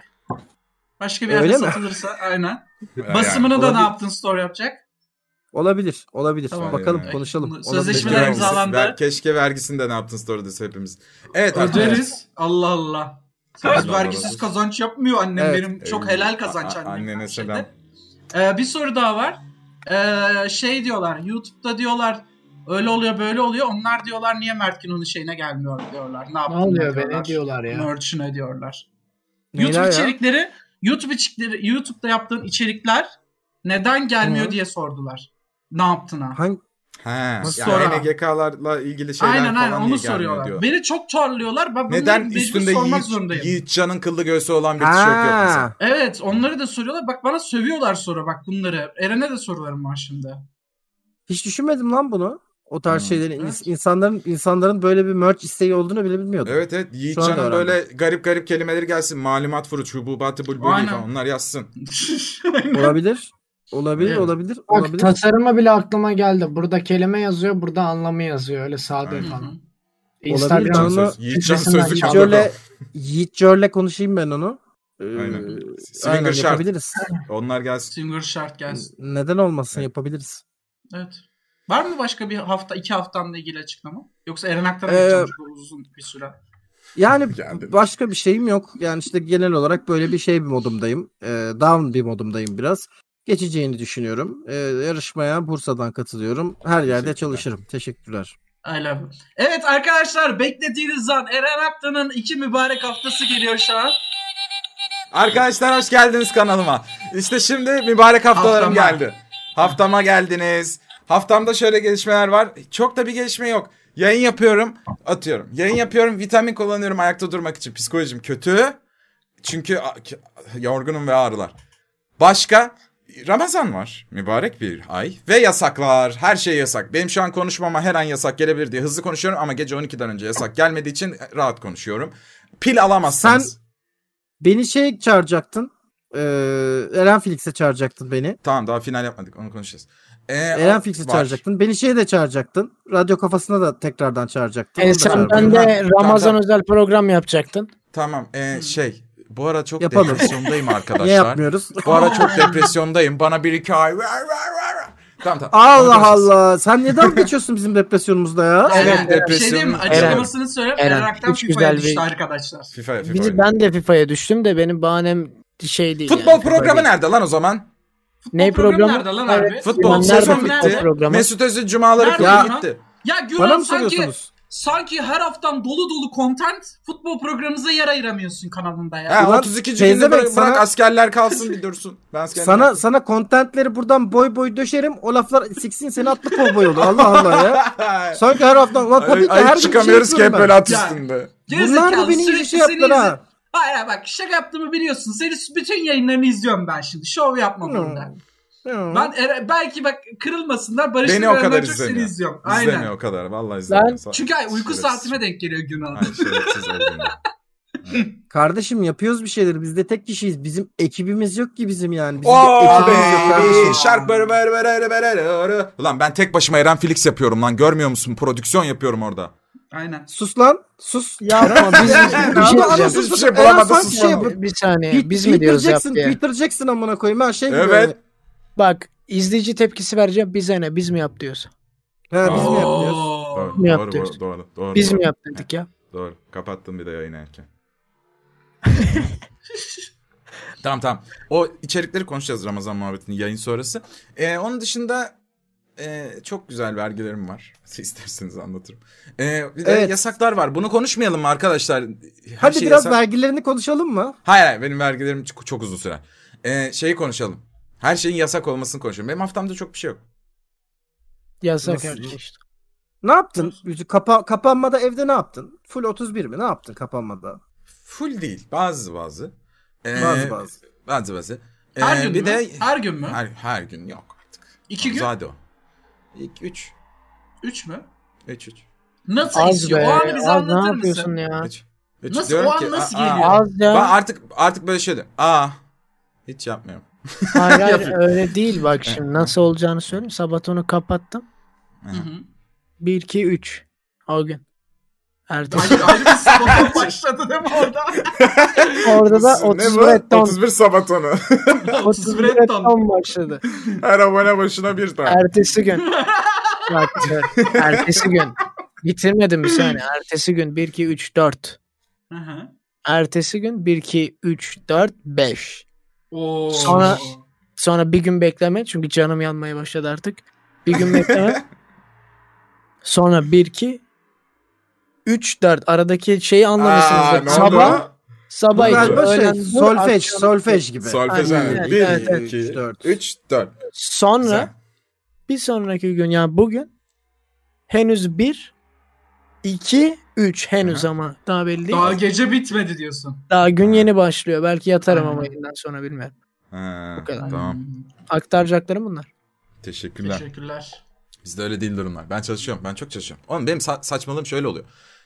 Speaker 4: Başka bir
Speaker 2: Öyle
Speaker 4: yerde
Speaker 2: mi?
Speaker 4: satılırsa aynen.
Speaker 5: Yani,
Speaker 4: Basımını da ne
Speaker 2: olabilir.
Speaker 4: yaptın store yapacak?
Speaker 2: Olabilir. Olabilir.
Speaker 4: Tamam.
Speaker 2: Bakalım
Speaker 5: Yani.
Speaker 2: konuşalım.
Speaker 4: Bunu-
Speaker 2: Olabilir.
Speaker 4: sözleşmeler
Speaker 5: vergisi-
Speaker 4: imzalandı.
Speaker 5: ver- keşke vergisini de ne yaptın story'de hepimiz. Evet arkadaşlar.
Speaker 4: Öderiz. Allah Allah.
Speaker 5: Allah
Speaker 4: Biz
Speaker 5: Allah.
Speaker 4: vergisiz kazanç yapmıyor annem
Speaker 2: Evet.
Speaker 4: benim. Çok
Speaker 5: Eyvallah.
Speaker 4: helal kazanç
Speaker 5: Ee, A- a-
Speaker 4: annem.
Speaker 5: Annene
Speaker 4: Şeyde.
Speaker 5: selam.
Speaker 4: Ee, bir soru daha var. Ee, şey diyorlar YouTube'da diyorlar öyle oluyor böyle oluyor. Onlar diyorlar niye Mert Günon'un şeyine gelmiyor diyorlar. Ne
Speaker 3: Ne
Speaker 4: yaptın
Speaker 3: oluyor be
Speaker 4: diyorlar.
Speaker 3: ne diyorlar ya.
Speaker 4: Merch'üne diyorlar.
Speaker 2: Neyler
Speaker 4: YouTube
Speaker 2: ya?
Speaker 4: içerikleri YouTube içerikleri YouTube'da yaptığın içerikler neden gelmiyor
Speaker 2: Hı.
Speaker 4: diye sordular. Ne yaptın ha?
Speaker 2: Hangi,
Speaker 5: He.
Speaker 4: Nasıl
Speaker 5: Yani
Speaker 4: sonra?
Speaker 5: NGK'larla ilgili Hani şeyler
Speaker 4: Aynen
Speaker 5: falan
Speaker 4: aynen
Speaker 5: niye
Speaker 4: onu
Speaker 5: gelmiyor
Speaker 4: soruyorlar.
Speaker 5: diyor.
Speaker 4: Beni çok torluyorlar. Ben
Speaker 5: Neden
Speaker 4: Neden
Speaker 5: üstünde
Speaker 4: sormak
Speaker 5: Yiğit,
Speaker 4: zorundayım.
Speaker 5: Yiğitcan'ın kıllı göğsü olan bir tişört yok mesela?
Speaker 2: Ha.
Speaker 4: Evet onları da soruyorlar. Bak bana sövüyorlar sonra bak bunları. Eren'e de sorularım var şimdi.
Speaker 2: Hiç düşünmedim lan bunu. O tarz
Speaker 5: Hmm.
Speaker 2: şeylerin
Speaker 4: Evet.
Speaker 2: ins- insanların insanların böyle bir merch isteği olduğunu bile bilmiyordum.
Speaker 5: Evet evet
Speaker 2: Şu
Speaker 5: Yiğitcan'ın
Speaker 2: anda
Speaker 5: böyle garip garip kelimeleri gelsin. Malumat furuç, hububatı bulbuli
Speaker 4: Aynen.
Speaker 5: falan onlar yazsın.
Speaker 2: Olabilir. Olabilir,
Speaker 4: Evet.
Speaker 2: olabilir,
Speaker 3: Bak
Speaker 2: olabilir.
Speaker 3: tasarıma bile aklıma geldi. Burada kelime yazıyor, burada anlamı yazıyor. Öyle sade
Speaker 5: Aynen.
Speaker 3: falan.
Speaker 2: Olabilir
Speaker 3: Instagram
Speaker 2: canım.
Speaker 5: Yiğitcan
Speaker 2: Onu-
Speaker 5: sözü. Yiğitcan
Speaker 3: Yiğitcan'ın
Speaker 5: sözü
Speaker 3: Yiğitcan'ın-
Speaker 5: kaldı.
Speaker 2: Yiğitcör'le Yiğitcör'le konuşayım ben onu. Ee,
Speaker 5: Aynen. Swinger
Speaker 2: aynen
Speaker 5: şart.
Speaker 2: yapabiliriz.
Speaker 5: Onlar gelsin.
Speaker 4: Singer şart gelsin.
Speaker 2: Neden olmasın
Speaker 5: Evet.
Speaker 2: yapabiliriz.
Speaker 4: Evet. Var mı başka bir hafta, iki haftanla ilgili açıklama? Yoksa Eren Aktan'a
Speaker 2: Ee,
Speaker 4: gideceğim çünkü uzun bir süre.
Speaker 2: Yani
Speaker 5: Yani-
Speaker 2: başka bir şeyim yok. Yani işte genel olarak böyle bir şey bir modumdayım. Ee, down bir modumdayım biraz. Geçeceğini düşünüyorum. Ee, yarışmaya Bursa'dan katılıyorum. Her yerde
Speaker 5: Teşekkürler.
Speaker 2: çalışırım. Teşekkürler.
Speaker 4: I love you. Evet arkadaşlar beklediğiniz an Eren Aktan'ın iki mübarek haftası geliyor şu an.
Speaker 5: Arkadaşlar hoş geldiniz kanalıma. İşte şimdi mübarek haftalarım
Speaker 4: Haftama.
Speaker 5: geldi. Haftama geldiniz. Haftamda şöyle gelişmeler var. Çok da bir gelişme yok. Yayın yapıyorum, atıyorum. Yayın yapıyorum, vitamin kullanıyorum ayakta durmak için. Psikolojim kötü. Çünkü a- k- yorgunum ve ağrılar. Başka Ramazan var. Mübarek bir ay. Ve yasaklar. Her şey yasak. Benim şu an konuşmama her an yasak gelebilir diye hızlı konuşuyorum ama gece 12'den önce yasak gelmediği için rahat konuşuyorum. Pil alamazsınız.
Speaker 2: Beni şey çağıracaktın. Ee, Eren Felix'e çağıracaktın beni.
Speaker 5: Tamam daha final yapmadık onu konuşacağız. Ee,
Speaker 2: Eren
Speaker 5: al-
Speaker 2: Felix'e
Speaker 5: var.
Speaker 2: çağıracaktın. Beni şeye de çağıracaktın. Radyo kafasına da tekrardan çağıracaktın. Onu da
Speaker 3: E, sen
Speaker 2: çağırmıyorum.
Speaker 3: ben de
Speaker 5: Tamam,
Speaker 3: Ramazan
Speaker 5: tamam.
Speaker 3: özel program yapacaktın.
Speaker 5: Tamam ee,
Speaker 4: Hmm.
Speaker 5: şey bu ara çok
Speaker 2: Yapalım.
Speaker 5: depresyondayım arkadaşlar.
Speaker 2: Niye yapmıyoruz?
Speaker 5: Bu ara çok depresyondayım bana bir iki ay. ver, ver, ver, ver. Tamam tamam.
Speaker 2: Allah Allah. Sen neden geçiyorsun bizim depresyonumuzda ya?
Speaker 5: Evet,
Speaker 4: Eren, bir şey
Speaker 5: depresyonun-
Speaker 4: diyeyim mi? Açıklamasını söyleyeyim.
Speaker 3: Eren,
Speaker 4: Eren Aktan
Speaker 3: üç güzel
Speaker 4: FIFA'ya
Speaker 3: bir-
Speaker 4: düştü arkadaşlar.
Speaker 5: FIFA, FIFA
Speaker 3: Bizi,
Speaker 5: oynadım.
Speaker 3: ben de FIFA'ya düştüm de benim bahanem şey değil.
Speaker 5: Futbol
Speaker 3: yani, FIFA
Speaker 5: programı
Speaker 3: değil.
Speaker 5: nerede lan o zaman?
Speaker 3: Ne
Speaker 4: Futbol programı
Speaker 3: programı?
Speaker 4: nerede lan abi?
Speaker 3: Evet,
Speaker 5: Futbol
Speaker 3: Ulan nerede
Speaker 5: sezon
Speaker 3: futbol
Speaker 5: bitti.
Speaker 3: programı?
Speaker 5: Mesut Özil cumaları
Speaker 4: Nerede
Speaker 5: kurdu
Speaker 4: lan?
Speaker 5: gitti.
Speaker 4: Ya
Speaker 2: Bana
Speaker 4: Güran
Speaker 2: mı
Speaker 4: sanki,
Speaker 2: soruyorsunuz?
Speaker 4: sanki her haftan dolu dolu content futbol programımıza yer ayıramıyorsun kanalında ya.
Speaker 5: Ha,
Speaker 2: Ulan
Speaker 5: 32.
Speaker 2: teyze bek
Speaker 5: günde bırak,
Speaker 2: sana-
Speaker 5: bırak askerler kalsın bir dursun. Ben askerler
Speaker 2: Sana sana kontentleri buradan boy boy döşerim. O laflar siksin seni atlı kovboy olur. Allah Allah ya. Sanki her hafta lan tabii
Speaker 5: Ay,
Speaker 2: ki her gün
Speaker 5: ay
Speaker 2: bir
Speaker 5: çıkamıyoruz
Speaker 2: şey
Speaker 5: ki hep
Speaker 2: yapıyorum
Speaker 5: böyle at
Speaker 4: Ya.
Speaker 5: üstünde.
Speaker 2: ben.
Speaker 4: Gerizekalı,
Speaker 2: Bunlar da beni
Speaker 4: sürekli
Speaker 2: iyi şey
Speaker 4: seni
Speaker 2: yaptılar
Speaker 4: izle-
Speaker 2: ha.
Speaker 4: Hayır hayır, bak şaka yaptığımı biliyorsun. Senin bütün yayınlarını izliyorum ben şimdi. Şov yapma burada.
Speaker 2: Hı.
Speaker 4: Ben Eren- belki bak kırılmasınlar. Barış'ın
Speaker 5: Beni o kadar
Speaker 4: beraber çok seni
Speaker 5: izlemiyor.
Speaker 4: izliyorum.
Speaker 5: İzlemiyor
Speaker 4: Aynen.
Speaker 5: o kadar vallahi izlemiyor.
Speaker 4: Çünkü ay, uyku
Speaker 5: Şerefsiz.
Speaker 4: saatime denk geliyor Günan.
Speaker 5: Ay, şerefsiz olduğunu.
Speaker 2: Kardeşim yapıyoruz bir şeyleri. Biz de tek kişiyiz. Bizim ekibimiz yok ki bizim yani. Bizim de
Speaker 5: Oh
Speaker 2: ekibimiz yok kardeşim.
Speaker 5: baby shark bar bar bar bar bar bar. Ulan ben tek başıma Eren Felix yapıyorum lan görmüyor musun? Prodüksiyon yapıyorum orada.
Speaker 4: Aynen.
Speaker 2: Sus lan. Sus.
Speaker 3: Yapma biz
Speaker 2: Eren,
Speaker 3: bir şey
Speaker 2: adam
Speaker 3: diyeceğim.
Speaker 5: Anasız bir şey
Speaker 2: Eren
Speaker 5: bulamadı
Speaker 2: sanki
Speaker 5: sus.
Speaker 2: şey-
Speaker 3: Bir- bir saniye
Speaker 2: Bit-
Speaker 3: Ee, biz mi diyoruz yap
Speaker 2: bitireceksin,
Speaker 3: diye.
Speaker 2: bitireceksin amına koyayım ha şey gibi
Speaker 5: Evet.
Speaker 3: Bak izleyici tepkisi vereceğim bize ne biz mi yap diyoruz.
Speaker 2: yani. Ha, biz mi
Speaker 5: Oo.
Speaker 2: yapıyoruz?
Speaker 5: Doğru,
Speaker 3: Ne
Speaker 5: doğru,
Speaker 3: yapıyoruz?
Speaker 5: doğru, doğru, doğru,
Speaker 3: Biz
Speaker 5: doğru.
Speaker 3: mi yap dedik ya?
Speaker 5: Doğru. Kapattım bir de yayını erken. tamam tamam. O içerikleri konuşacağız Ramazan muhabbetini yayın sonrası. Ee, onun dışında e, çok güzel vergilerim var. Siz İsterseniz anlatırım. Ee, bir de
Speaker 2: Evet.
Speaker 5: yasaklar var. Bunu konuşmayalım mı arkadaşlar? Her
Speaker 2: Hadi
Speaker 5: şey
Speaker 2: biraz
Speaker 5: yasak.
Speaker 2: vergilerini konuşalım mı?
Speaker 5: Hayır hayır benim vergilerim çok, çok uzun sürer. Ee, şeyi konuşalım. Her şeyin yasak olmasını konuşalım. Benim haftamda çok bir şey yok.
Speaker 3: Yasak
Speaker 2: Nasıl?
Speaker 3: erkek işte.
Speaker 2: Ne yaptın? Kapa kapanmada evde ne yaptın? Full 31 mi? Ne yaptın kapanmada?
Speaker 5: Full değil. Bazı bazı. Ee,
Speaker 2: Bazı bazı.
Speaker 5: Bazı bazı. Ee,
Speaker 4: Her gün
Speaker 5: bir
Speaker 4: mü?
Speaker 5: de
Speaker 4: Her gün mü?
Speaker 5: her, her gün yok artık.
Speaker 4: İki gün?
Speaker 5: Zade o. İlk 3.
Speaker 4: Üç mü?
Speaker 5: 3 3.
Speaker 4: Nasıl
Speaker 3: Az
Speaker 4: istiyor?
Speaker 3: be.
Speaker 4: o anı bize
Speaker 3: Az ne
Speaker 4: anlatır mısın?
Speaker 3: yapıyorsun ya?
Speaker 5: 3. 3.
Speaker 4: Nasıl- o an nasıl geliyor?
Speaker 3: Az
Speaker 5: ben
Speaker 3: ya.
Speaker 5: artık artık böyle şey diyorum. Aa. Hiç yapmıyorum.
Speaker 3: Hayır hayır öyle değil bak şimdi nasıl olacağını söyleyeyim. Sabatonu kapattım.
Speaker 4: Hı hı.
Speaker 3: 1 2 3 o gün. Ertesi.
Speaker 4: Hayır ayrı bir sabah başladı değil mi orada?
Speaker 3: Orada da 30 ton.
Speaker 5: sabatonu.
Speaker 3: 30
Speaker 4: 31 et ton.
Speaker 3: ton başladı.
Speaker 5: her abone başına bir tane.
Speaker 3: Ertesi gün. Bak dur. Ertesi gün. Bitirmedim bir saniye. Ertesi gün 1 2 3 4.
Speaker 4: Hı hı.
Speaker 3: Ertesi gün 1 2 3 4 5.
Speaker 4: Oo.
Speaker 3: Sonra- Sonra bir gün bekleme çünkü canım yanmaya başladı artık. Bir gün bekleme. Sonra 1 2 3 4 aradaki şeyi anlamışsınız. Sabah sabah
Speaker 5: Bu
Speaker 3: iki,
Speaker 5: galiba
Speaker 2: Galiba
Speaker 3: öğlen
Speaker 2: şey
Speaker 3: dur,
Speaker 2: solfej,
Speaker 3: akşam-
Speaker 2: solfej gibi.
Speaker 3: Aynen, evet, evet,
Speaker 5: 1
Speaker 2: evet.
Speaker 5: 2 3 4.
Speaker 3: Sonra bir sonraki gün yani bugün Henüz bir, iki, üç henüz ama daha belli değil.
Speaker 4: Daha
Speaker 3: Daha,
Speaker 4: gece bitmedi diyorsun.
Speaker 3: gün yeni başlıyor. Belki yatarım
Speaker 4: Aynen.
Speaker 3: ama yayından sonra bilmiyorum.
Speaker 5: Ha,
Speaker 3: Bu kadar.
Speaker 5: Tamam.
Speaker 3: Aktaracaklarım bunlar.
Speaker 5: Teşekkürler.
Speaker 4: Teşekkürler.
Speaker 5: Bizde öyle değil durumlar. Ben çalışıyorum. Ben çok çalışıyorum. Oğlum benim sa- saçmalığım şöyle oluyor.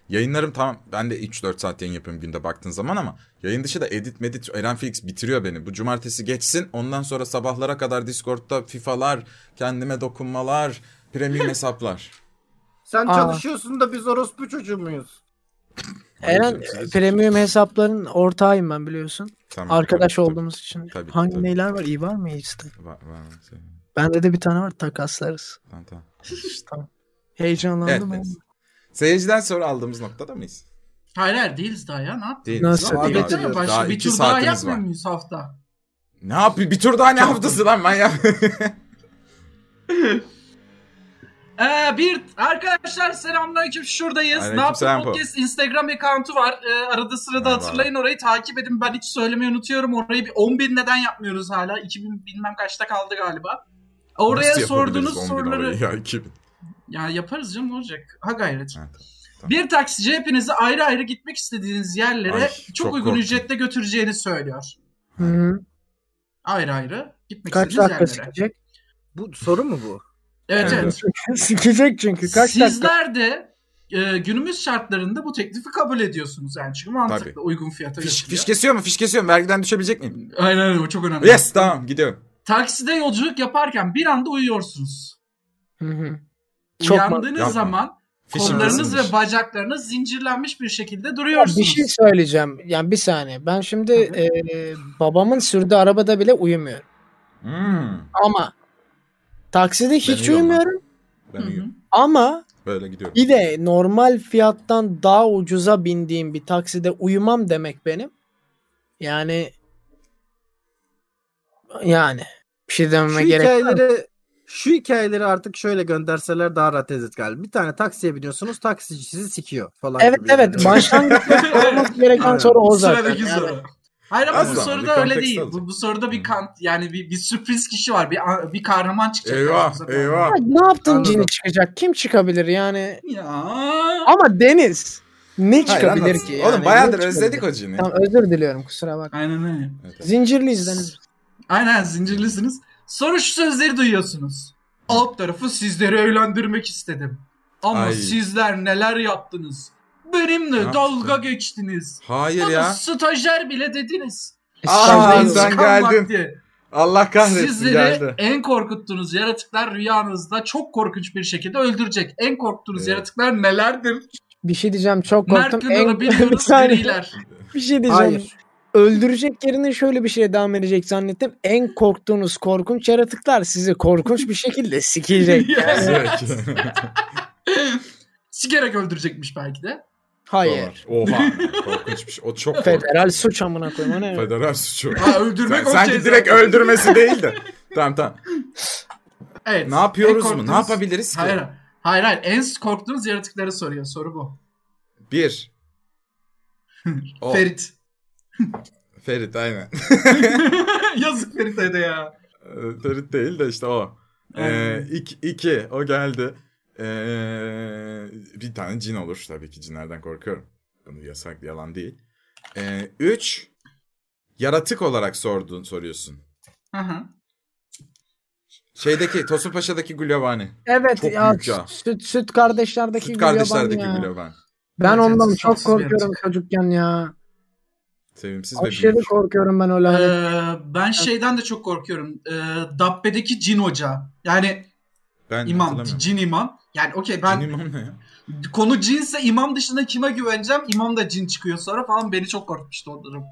Speaker 5: Yayınlarım tamam ben de 3-4 saat yayın yapıyorum günde baktığın zaman ama yayın dışı da edit medit Eren Felix bitiriyor beni. Bu cumartesi geçsin ondan sonra sabahlara kadar Discord'da FIFA'lar, kendime dokunmalar, premium hesaplar.
Speaker 2: Sen
Speaker 3: Aa.
Speaker 2: çalışıyorsun da biz orospu çocuğu muyuz?
Speaker 3: Eren premium hesapların ortağıyım ben biliyorsun.
Speaker 5: Tamam,
Speaker 3: Arkadaş
Speaker 5: tabii, tabii.
Speaker 3: olduğumuz için.
Speaker 5: Tabii,
Speaker 3: Hangi
Speaker 5: tabii.
Speaker 3: neyler var? İyi var mı? İyisi de.
Speaker 5: Var- var- var.
Speaker 3: Bende de bir tane var. Takaslarız.
Speaker 5: Tamam, tamam.
Speaker 3: tamam.
Speaker 5: Evet,
Speaker 3: Heyecanlandım. ama.
Speaker 5: neyse. Seyirciden sonra aldığımız noktada mıyız?
Speaker 4: Hayır hayır değiliz daha ya ne yaptık?
Speaker 5: Değil.
Speaker 3: Nasıl
Speaker 5: Daha-
Speaker 3: değil?
Speaker 5: daha-
Speaker 4: Bitti mi başka?
Speaker 5: daha
Speaker 4: bir
Speaker 5: iki
Speaker 4: tur daha
Speaker 5: saatimiz
Speaker 4: yapmıyor
Speaker 5: var.
Speaker 4: muyuz hafta?
Speaker 5: Ne yapıyor? Bir tur daha ne haftası lan manyak.
Speaker 4: Ee, bir arkadaşlar selamünaleyküm şuradayız.
Speaker 5: Aleyküm
Speaker 4: ne yaptık
Speaker 5: selam.
Speaker 4: podcast Instagram account'u var. Ee, arada sırada
Speaker 5: Merhaba.
Speaker 4: hatırlayın orayı takip edin. Ben hiç söylemeyi unutuyorum. Orayı bir 10 bin neden yapmıyoruz hala? 2000 bilmem kaçta kaldı galiba. Oraya
Speaker 5: Nasıl yapabiliriz
Speaker 4: sorduğunuz
Speaker 5: 10 bin
Speaker 4: soruları
Speaker 5: orayı ya, 2000?
Speaker 4: Ya yaparız canım ne olacak? Ha gayret.
Speaker 5: Evet, tamam.
Speaker 4: Bir taksici hepinizi ayrı ayrı gitmek istediğiniz yerlere
Speaker 5: Ay,
Speaker 4: çok,
Speaker 5: çok
Speaker 4: uygun
Speaker 5: korktum.
Speaker 4: ücretle götüreceğini söylüyor.
Speaker 3: Hı -hı.
Speaker 4: Ayrı ayrı gitmek
Speaker 3: Kaç
Speaker 4: istediğiniz
Speaker 3: dakika
Speaker 4: yerlere.
Speaker 3: sikecek?
Speaker 2: Bu soru mu bu?
Speaker 4: Evet
Speaker 5: Evet.
Speaker 4: evet.
Speaker 3: sikecek çünkü. Kaç dakika?
Speaker 4: Sizler de e, günümüz şartlarında bu teklifi kabul ediyorsunuz yani çünkü mantıklı
Speaker 5: Tabii.
Speaker 4: uygun fiyata
Speaker 5: Fiş,
Speaker 4: götürüyor.
Speaker 5: fiş kesiyor mu? Fiş kesiyor mu? Vergiden düşebilecek miyim?
Speaker 4: Aynen öyle o çok önemli.
Speaker 5: Yes tamam gidiyorum.
Speaker 4: Takside yolculuk yaparken bir anda uyuyorsunuz.
Speaker 3: Hı -hı.
Speaker 4: Uyandığınız
Speaker 5: Yapma.
Speaker 4: zaman
Speaker 5: Fişim
Speaker 4: kollarınız
Speaker 5: kesilmiş.
Speaker 4: ve bacaklarınız zincirlenmiş bir şekilde
Speaker 3: Ya
Speaker 4: duruyorsunuz.
Speaker 3: Bir şey söyleyeceğim. Yani bir saniye. Ben şimdi e, babamın sürdüğü arabada bile uyumuyorum.
Speaker 5: Hmm,
Speaker 3: Ama takside hiç
Speaker 5: uyuyorum.
Speaker 3: uyumuyorum.
Speaker 5: ben
Speaker 4: Hı hı.
Speaker 5: uyuyorum.
Speaker 3: Ama
Speaker 5: Böyle gidiyorum.
Speaker 3: bir de normal fiyattan daha ucuza bindiğim bir takside uyumam demek benim. Yani yani bir şey
Speaker 2: Şu
Speaker 3: dememe gerek yok.
Speaker 2: hikayeleri şu hikayeleri artık şöyle gönderseler daha rahat ederiz galiba. Bir tane taksiye biniyorsunuz taksici sizi sikiyor falan
Speaker 3: Evet
Speaker 2: gibi.
Speaker 3: evet
Speaker 5: şey
Speaker 3: başlangıçta olması gereken
Speaker 2: Aynen.
Speaker 3: soru o zaten.
Speaker 4: Sıradaki
Speaker 3: Yani
Speaker 4: soru. Hayır ama
Speaker 5: Az
Speaker 4: bu
Speaker 5: zaman,
Speaker 4: soruda
Speaker 5: bir
Speaker 4: öyle
Speaker 5: kontekst
Speaker 4: değil.
Speaker 5: alacak. Hmm.
Speaker 4: Bu, bu soruda
Speaker 5: Hı.
Speaker 4: bir kant yani bir, bir sürpriz kişi var. Bir bir kahraman çıkacak.
Speaker 5: Eyvah
Speaker 4: karşımıza.
Speaker 5: eyvah.
Speaker 3: Ne yaptın
Speaker 2: Anladım.
Speaker 3: cini çıkacak? Kim çıkabilir yani?
Speaker 4: Ya.
Speaker 3: Ama Deniz ne
Speaker 5: Hayır,
Speaker 3: çıkabilir
Speaker 5: anlatsın.
Speaker 3: ki?
Speaker 5: Oğlum
Speaker 3: yani?
Speaker 5: bayağıdır
Speaker 3: Ne
Speaker 5: özledik
Speaker 3: çıkabilir?
Speaker 5: o cini.
Speaker 3: Tamam özür diliyorum kusura bakma.
Speaker 4: Aynen öyle.
Speaker 3: Zincirliyiz Deniz.
Speaker 4: Aynen zincirlisiniz. Soru şu sözleri duyuyorsunuz. Alt tarafı sizleri eğlendirmek istedim. Ama
Speaker 5: Ay.
Speaker 4: sizler neler yaptınız? Benimle
Speaker 5: Ne
Speaker 4: dalga
Speaker 5: yaptın?
Speaker 4: geçtiniz.
Speaker 5: Hayır
Speaker 4: Bana
Speaker 5: ya.
Speaker 4: stajyer bile dediniz.
Speaker 5: Aa,
Speaker 4: Stajyerin
Speaker 5: sen
Speaker 4: çıkan
Speaker 5: geldin.
Speaker 4: vakti.
Speaker 5: Allah kahretsin
Speaker 4: Sizleri
Speaker 5: geldi.
Speaker 4: en korkuttuğunuz yaratıklar rüyanızda çok korkunç bir şekilde öldürecek. En korktuğunuz
Speaker 5: Evet.
Speaker 4: yaratıklar nelerdir?
Speaker 3: Bir şey diyeceğim çok
Speaker 4: Mert
Speaker 3: korktum.
Speaker 4: Pınar'ı
Speaker 3: bir,
Speaker 4: bilmiyoruz
Speaker 3: saniye,
Speaker 4: griler.
Speaker 3: bir şey diyeceğim.
Speaker 2: Hayır.
Speaker 3: Öldürecek yerine şöyle bir şeye devam edecek zannettim. En korktuğunuz korkunç yaratıklar sizi korkunç bir şekilde sikecek.
Speaker 4: Sikerek öldürecekmiş belki de.
Speaker 3: Hayır.
Speaker 5: Oha korkunç bir şey. O çok korkunç.
Speaker 3: Federal suç amına koyma ne?
Speaker 5: Federal suçu.
Speaker 4: Ha, öldürmek
Speaker 5: Sen-
Speaker 4: okey
Speaker 5: Sanki
Speaker 4: zaten.
Speaker 5: direkt öldürmesi değil de. Tamam tamam.
Speaker 4: Evet.
Speaker 5: Ne yapıyoruz
Speaker 4: En
Speaker 5: mu? Ne
Speaker 4: korktuğunuz-
Speaker 5: yapabiliriz ki?
Speaker 4: Hayır. Hayır hayır. En korktuğunuz yaratıkları soruyor. Soru bu.
Speaker 5: Bir. O.
Speaker 4: Ferit.
Speaker 5: Ferit aynen.
Speaker 4: Yazık Ferit'e de ya.
Speaker 5: Ee, Ferit değil de işte o. Ee,
Speaker 4: Aynen.
Speaker 5: iki, iki o geldi. Ee, bir tane cin olur tabii ki cinlerden korkuyorum. Bunu yasak yalan değil. Ee, üç yaratık olarak sorduğun soruyorsun.
Speaker 4: Hı hı.
Speaker 5: Şeydeki Tosun Paşa'daki Gulyabani.
Speaker 3: Evet
Speaker 5: Çok
Speaker 3: ya
Speaker 5: büyük ya.
Speaker 3: süt, süt kardeşlerdeki
Speaker 5: Süt
Speaker 3: Gülyaban
Speaker 5: kardeşlerdeki
Speaker 3: ya.
Speaker 5: Gulyabani.
Speaker 3: Ben
Speaker 4: Evet,
Speaker 3: ondan
Speaker 4: evet,
Speaker 3: çok
Speaker 4: tatsız bir
Speaker 3: korkuyorum
Speaker 4: yaratık.
Speaker 3: çocukken ya.
Speaker 5: Sevimsiz ve
Speaker 3: Aşırı
Speaker 5: büyük.
Speaker 3: korkuyorum ben o lanet.
Speaker 4: Ee, ben şeyden de çok korkuyorum. Ee, Dabbe'deki cin hoca. Yani
Speaker 5: Ben
Speaker 4: imam.
Speaker 5: hatırlamıyorum.
Speaker 4: Cin imam. Yani okey
Speaker 5: Cin
Speaker 4: ben
Speaker 5: imam ne ya?
Speaker 4: konu cinse imam dışında kime güveneceğim? İmam da cin çıkıyor sonra falan. Beni çok korkmuştu o durum.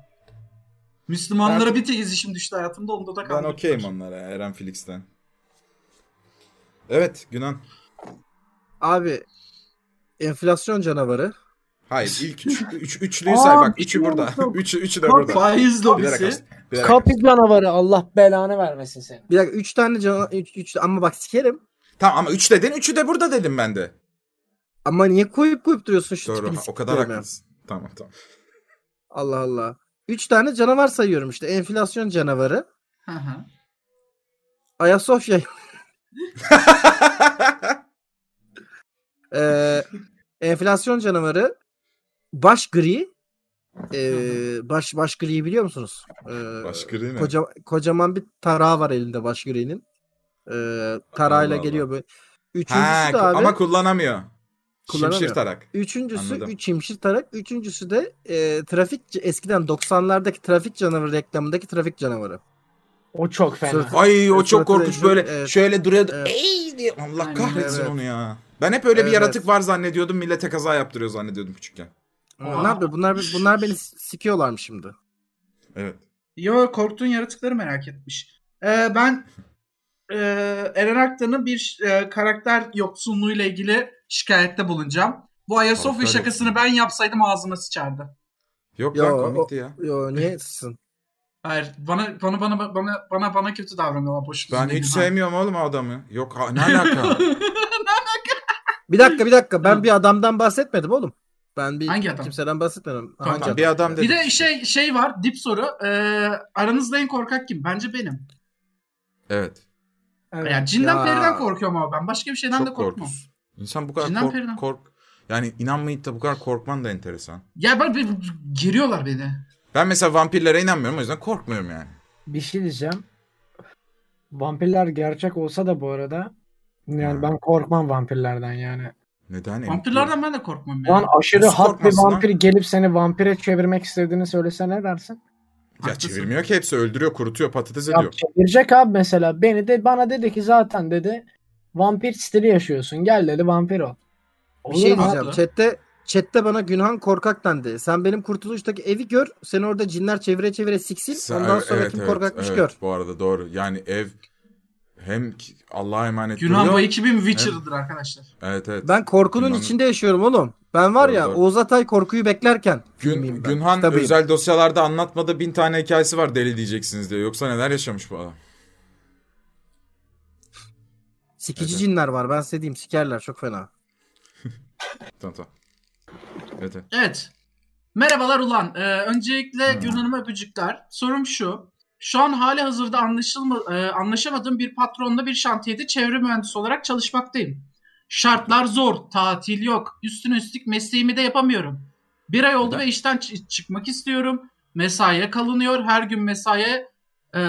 Speaker 4: Müslümanlara bir tek izişim düştü hayatımda. Onda da
Speaker 5: Ben
Speaker 4: kaldım.
Speaker 5: okeyim onlara Eren Felix'ten. Evet Günan.
Speaker 2: Abi enflasyon canavarı.
Speaker 5: Hayır ilk üç, üç, üçlüyü
Speaker 3: Aa, şey
Speaker 5: say bak. Üçü
Speaker 3: biliyor
Speaker 5: burada.
Speaker 3: musun?
Speaker 5: Üçü, üçü de burada.
Speaker 4: Faiz
Speaker 5: Bilerek
Speaker 4: lobisi.
Speaker 5: açtım. Bilerek açtım.
Speaker 3: Kapı canavarı Allah belanı vermesin seni.
Speaker 2: Bir dakika 3 tane canavar üç, üç- ama bak sikerim.
Speaker 5: Tamam ama 3 dedin 3'ü de burada dedim ben de.
Speaker 2: Ama niye koyup koyup duruyorsun şu
Speaker 5: Doğru
Speaker 2: tipini
Speaker 5: ha, o kadar
Speaker 2: siktiğimi?
Speaker 5: haklısın. Tamam tamam.
Speaker 2: Allah Allah. 3 tane canavar sayıyorum işte. Enflasyon canavarı.
Speaker 4: Hı hı.
Speaker 2: Ayasofya. Ee, enflasyon canavarı baş gri ee, baş baş griyi biliyor musunuz? Ee,
Speaker 1: Başkırı ne?
Speaker 2: koca, kocaman bir tarağı var elinde baş gri'nin. Ee, tarağıyla
Speaker 1: Allah.
Speaker 2: geliyor böyle. Üçüncüsü
Speaker 5: Ha,
Speaker 2: de abi.
Speaker 5: ama kullanamıyor.
Speaker 2: Kullanamıyor.
Speaker 5: Şimşir tarak.
Speaker 2: Üçüncüsü
Speaker 5: Anladım.
Speaker 2: üç hemşir tarak. Üçüncüsü de e, trafik c- eskiden 90'lardaki trafik canavarı reklamındaki trafik canavarı.
Speaker 6: O çok fena.
Speaker 2: Sırf-
Speaker 5: Ay o çok
Speaker 2: Sırtı
Speaker 5: korkunç
Speaker 2: değişiyor.
Speaker 5: böyle
Speaker 2: Evet.
Speaker 5: şöyle duruyordu.
Speaker 2: Evet.
Speaker 5: Ey diye. Allah
Speaker 4: Aynen,
Speaker 5: kahretsin
Speaker 2: evet.
Speaker 5: onu ya. Ben hep öyle bir
Speaker 2: Evet.
Speaker 5: yaratık var zannediyordum. Millete kaza yaptırıyor zannediyordum küçükken.
Speaker 2: Ama Ne yapıyor? Bunlar bunlar beni s- sikiyorlar mı şimdi?
Speaker 5: Evet.
Speaker 4: Yo korktuğun yaratıkları merak etmiş. Ee, ben e, Eren Aktan'ın bir e, karakter yoksunluğuyla ilgili şikayette bulunacağım. Bu Ayasofya
Speaker 5: Karakter
Speaker 4: şakasını
Speaker 5: yoksunluğu.
Speaker 4: ben yapsaydım ağzıma sıçardı.
Speaker 5: Yok
Speaker 2: Ya,
Speaker 5: lan komikti ya.
Speaker 2: Yo niye sıçsın?
Speaker 4: Hayır bana bana bana bana bana, bana kötü davranıyorlar boş
Speaker 5: Ben
Speaker 4: düzgün
Speaker 5: hiç
Speaker 4: değil.
Speaker 5: sevmiyorum oğlum o adamı. Yok ha, ne alaka?
Speaker 2: Bir dakika bir dakika. Ben
Speaker 4: Hı.
Speaker 2: bir adamdan bahsetmedim oğlum. Ben bir
Speaker 4: Hangi adam?
Speaker 2: kimseden bahsetmedim.
Speaker 4: Tamam,
Speaker 2: Hangi
Speaker 5: Lan
Speaker 2: adam?
Speaker 5: bir adam
Speaker 4: Bir
Speaker 5: dedi.
Speaker 4: de şey şey var dip soru. Ee, aranızda en korkak kim? Bence benim.
Speaker 5: Evet.
Speaker 6: Evet.
Speaker 4: Yani cinden
Speaker 2: Ya.
Speaker 4: periden korkuyorum ama ben başka bir şeyden de
Speaker 5: Çok
Speaker 4: korkmam.
Speaker 5: korkusuz. İnsan bu kadar
Speaker 4: Cinden periden.
Speaker 5: kork, kork- Yani inanmayıp da bu kadar korkman da enteresan.
Speaker 4: Ya ben, ben- geriyorlar beni.
Speaker 5: Ben mesela vampirlere inanmıyorum o yüzden korkmuyorum yani.
Speaker 6: Bir şey diyeceğim. Vampirler gerçek olsa da bu arada yani
Speaker 5: Hı.
Speaker 6: ben korkmam vampirlerden yani.
Speaker 5: Neden?
Speaker 4: Vampirlerden ben de korkmam ya.
Speaker 6: Lan aşırı
Speaker 5: Nasıl
Speaker 6: hot bir
Speaker 5: korkmazsın lan?
Speaker 6: vampir gelip seni vampire çevirmek istediğini söylese ne dersin?
Speaker 5: Ya
Speaker 4: Haklısın.
Speaker 5: çevirmiyor ki hepsi öldürüyor, kurutuyor, patates
Speaker 6: Ya
Speaker 5: ediyor.
Speaker 6: çevirecek abi mesela beni de bana dedi ki zaten dedi vampir stili yaşıyorsun gel dedi vampir ol.
Speaker 2: Bir şey
Speaker 6: Olur mu?
Speaker 2: diyeceğim.
Speaker 4: Haklı.
Speaker 2: Chat'te Chat'te bana Günhan korkak dendi. Sen benim kurtuluştaki evi gör. Seni orada cinler çevire çevire siksin.
Speaker 5: Sen-
Speaker 2: ondan
Speaker 5: evet,
Speaker 2: sonra
Speaker 5: evet,
Speaker 2: kim
Speaker 5: evet,
Speaker 2: korkakmış
Speaker 5: evet,
Speaker 2: gör.
Speaker 5: Bu arada doğru. Yani ev hem ki- Allah'a emanet
Speaker 4: Günhan
Speaker 5: duruyor.
Speaker 4: Bay 2000 Witcher'dır arkadaşlar.
Speaker 5: Evet evet.
Speaker 2: Ben korkunun
Speaker 5: Günhan'ın-
Speaker 2: içinde yaşıyorum oğlum. Ben var
Speaker 5: Doğru,
Speaker 2: ya
Speaker 5: doğru.
Speaker 2: Oğuz Atay korkuyu beklerken. filmiyim
Speaker 5: Gün,
Speaker 2: ben.
Speaker 5: Günhan
Speaker 2: Kitabıyım.
Speaker 5: özel dosyalarda anlatmadığı bin tane hikayesi var deli diyeceksiniz diye. Yoksa neler yaşamış bu adam?
Speaker 2: Sikici
Speaker 5: Evet.
Speaker 2: cinler var. Ben size diyeyim sikerler çok fena.
Speaker 5: Tamam tamam. Evet, evet.
Speaker 4: Evet. Merhabalar ulan. Ee, öncelikle Günhan'ıma öpücükler. Sorum şu. Şu an hali hazırda anlaşılma, e, anlaşamadığım bir patronla bir şantiyede çevre mühendisi olarak çalışmaktayım. Şartlar zor, tatil yok. Üstüne üstlük mesleğimi de yapamıyorum. Bir ay oldu
Speaker 5: Neden?
Speaker 4: ve işten çı- çıkmak istiyorum. Mesaiye kalınıyor. Her gün mesaiye e,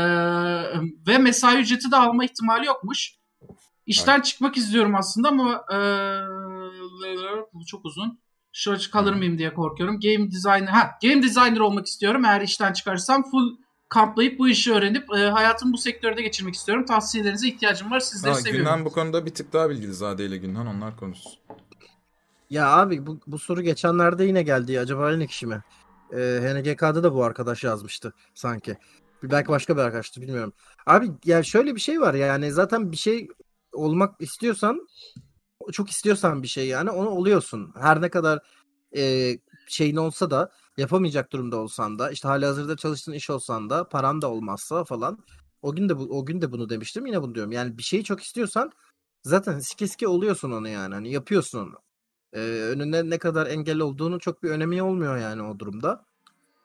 Speaker 4: ve mesai ücreti de alma ihtimali yokmuş. İşten çıkmak istiyorum aslında ama e, bu çok uzun. Şu açık kalır mıyım diye korkuyorum. Game designer, ha, game designer olmak istiyorum. Eğer işten çıkarsam full kamplayıp bu işi öğrenip e, hayatımı bu sektörde geçirmek istiyorum. Tavsiyelerinize ihtiyacım var. Sizleri
Speaker 5: Ha,
Speaker 4: seviyorum.
Speaker 5: Günhan bu konuda bir tık daha bilgili Zade ile Günhan onlar konuşsun.
Speaker 2: Ya abi bu, bu soru geçenlerde yine geldi. ya. Acaba ne kişi mi? Ee, HNGK'da da bu arkadaş yazmıştı sanki. Bir- Belki başka bir arkadaştı bilmiyorum. Abi yani şöyle bir şey var yani zaten bir şey olmak istiyorsan çok istiyorsan bir şey yani onu oluyorsun. Her ne kadar e, şeyin olsa da yapamayacak durumda olsan da işte halihazırda çalıştığın iş olsan da paran da olmazsa falan. O gün de bu, o gün de bunu demiştim yine bunu diyorum. Yani bir şeyi çok istiyorsan zaten sike sike oluyorsun onu yani. Hani yapıyorsun onu. Ee, önüne ne kadar engel olduğunu çok bir önemi olmuyor yani o durumda.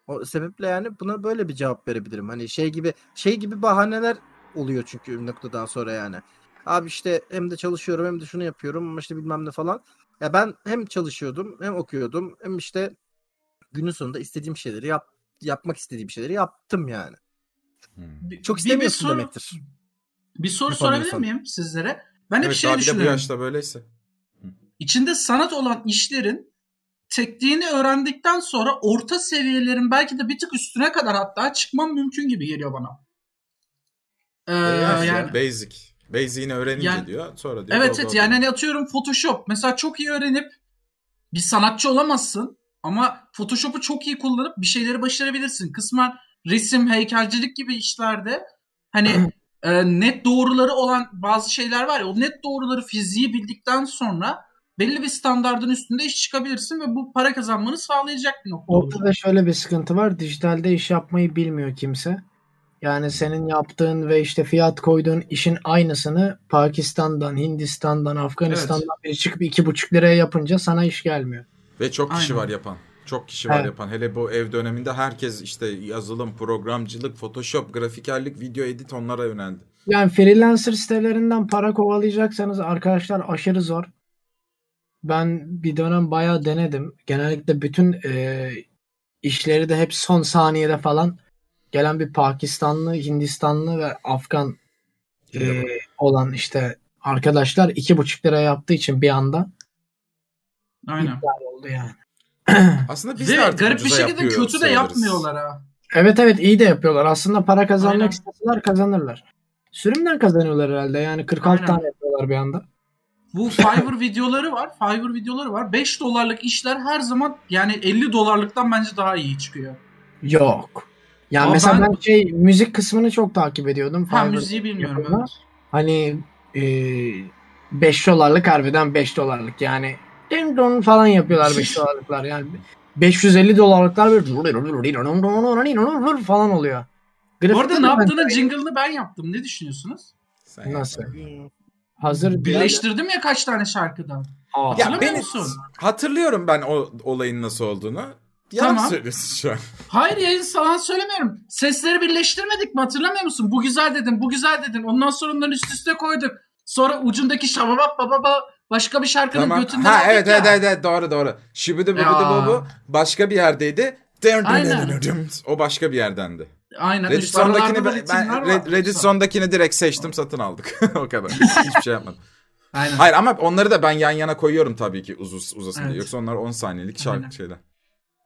Speaker 2: O sebeple yani buna böyle bir cevap verebilirim. Hani şey gibi şey gibi bahaneler oluyor çünkü bir noktadan sonra yani. Abi işte hem de çalışıyorum hem de şunu yapıyorum ama işte bilmem ne falan. Ya ben hem çalışıyordum hem okuyordum hem işte günün sonunda istediğim şeyleri yap yapmak istediğim şeyleri yaptım yani.
Speaker 5: Hmm.
Speaker 4: Bir-
Speaker 2: Çok
Speaker 4: bir-
Speaker 2: istemiyorsun
Speaker 4: bir soru,
Speaker 2: demektir.
Speaker 4: Bir soru
Speaker 2: Yapamıyorsan.
Speaker 4: sorabilir miyim sizlere? Ben hep
Speaker 5: evet,
Speaker 4: şey
Speaker 5: daha bir de bu
Speaker 4: düşünüyorum.
Speaker 5: yaşta böyleyse.
Speaker 4: İçinde sanat olan işlerin tekniğini öğrendikten sonra orta seviyelerin belki de bir tık üstüne kadar hatta çıkmam mümkün gibi geliyor bana. Ee,
Speaker 5: Öğrenmez ya,
Speaker 4: yani
Speaker 5: Basic. Basic'ini öğrenince
Speaker 4: Yani-
Speaker 5: diyor. Sonra diyor.
Speaker 4: Evet
Speaker 5: "Oldu,
Speaker 4: evet
Speaker 5: oldu."
Speaker 4: yani hani atıyorum Photoshop. Mesela çok iyi öğrenip bir sanatçı olamazsın ama Photoshop'u çok iyi kullanıp bir şeyleri başarabilirsin. Kısmen resim, heykelcilik gibi işlerde hani e, net doğruları olan bazı şeyler var ya o net doğruları fiziği bildikten sonra belli bir standardın üstünde iş çıkabilirsin ve bu para kazanmanı sağlayacak bir nokta olur.
Speaker 6: Ortada şöyle bir sıkıntı var. Dijitalde iş yapmayı bilmiyor kimse. Yani senin yaptığın ve işte fiyat koyduğun işin aynısını Pakistan'dan, Hindistan'dan, Afganistan'dan biri çıkıp iki buçuk liraya yapınca sana iş gelmiyor.
Speaker 5: Ve çok kişi
Speaker 4: Aynen.
Speaker 5: var yapan. Çok kişi var
Speaker 6: Evet.
Speaker 5: yapan. Hele bu ev döneminde herkes işte yazılım, programcılık, Photoshop, grafikerlik, video edit onlara yöneldi.
Speaker 6: Yani freelancer sitelerinden para kovalayacaksanız arkadaşlar aşırı zor.
Speaker 3: ben bir dönem bayağı denedim. Genellikle bütün e, işleri de hep son saniyede falan gelen bir Pakistanlı, Hindistanlı ve Afgan e, olan işte arkadaşlar iki buçuk lira yaptığı için bir anda
Speaker 4: Aynen.
Speaker 3: oldu yani.
Speaker 5: Aslında
Speaker 4: Bir
Speaker 5: biz
Speaker 4: de
Speaker 5: de artık
Speaker 4: garip bir
Speaker 5: ucuza
Speaker 4: şekilde
Speaker 5: yapıyor
Speaker 4: kötü de
Speaker 5: sayılırız.
Speaker 4: yapmıyorlar ha.
Speaker 3: Evet evet iyi de yapıyorlar. Aslında para kazanmak
Speaker 4: Aynen.
Speaker 3: isteseler kazanırlar. Sürümden kazanıyorlar herhalde. Yani 46
Speaker 4: Aynen.
Speaker 3: tane yapıyorlar bir anda.
Speaker 4: Bu Fiverr videoları var. Fiverr videoları var. 5 dolarlık işler her zaman yani 50 dolarlıktan bence daha iyi çıkıyor.
Speaker 3: Yok. Ya
Speaker 4: Ama
Speaker 3: mesela
Speaker 4: ben-
Speaker 3: ben şey müzik kısmını çok takip ediyordum.
Speaker 4: Ha
Speaker 3: Fiverr
Speaker 4: müziği bilmiyorum.
Speaker 3: yapıyorlar.
Speaker 4: Evet.
Speaker 3: Hani 5 dolarlık harbiden 5 dolarlık yani ding dong falan yapıyorlar 5 dolarlıklar yani 550 dolarlıklar böyle falan oluyor.
Speaker 4: Bu arada
Speaker 3: Grafikte de
Speaker 4: ne
Speaker 3: ben-
Speaker 4: yaptığını jingle'ını ben yaptım. Ne düşünüyorsunuz?
Speaker 5: Sen-
Speaker 3: Nasıl? Hazır
Speaker 4: Birleştirdim ya kaç tane şarkıdan.
Speaker 3: Aa,
Speaker 5: Ya
Speaker 4: Hatırlamıyor
Speaker 5: beni-
Speaker 4: musun?
Speaker 5: Hatırlıyorum ben o olayın nasıl olduğunu. Yalan
Speaker 4: Tamam.
Speaker 5: söylüyorsun şu an.
Speaker 4: Hayır yayın falan söylemiyorum. Sesleri birleştirmedik mi hatırlamıyor musun? Bu güzel dedin, bu güzel dedin. Ondan sonra onları üst üste koyduk. Sonra ucundaki şababap bababa başka bir şarkının
Speaker 5: Tamam.
Speaker 4: götünden
Speaker 5: Ha
Speaker 4: aldık
Speaker 5: evet,
Speaker 4: ya.
Speaker 5: evet evet evet doğru doğru. Şibidi bubidi
Speaker 4: Ya.
Speaker 5: bubu başka bir yerdeydi. Dın dın
Speaker 4: Aynen.
Speaker 5: dın dın dın. O başka bir yerdendi.
Speaker 4: Aynen.
Speaker 5: Reddit
Speaker 4: üst aralarda
Speaker 5: sondakini ben,
Speaker 4: ritimler
Speaker 5: ben
Speaker 4: var.
Speaker 5: Red- Reddit sondakini direkt seçtim satın aldık. o kadar. Hiçbir şey yapmadım.
Speaker 4: Aynen.
Speaker 5: Hayır ama onları da ben yan yana koyuyorum tabii ki uzas uzasın
Speaker 4: Evet.
Speaker 5: diye. Yoksa onlar 10 saniyelik
Speaker 4: Aynen.
Speaker 5: şarkı şeyler.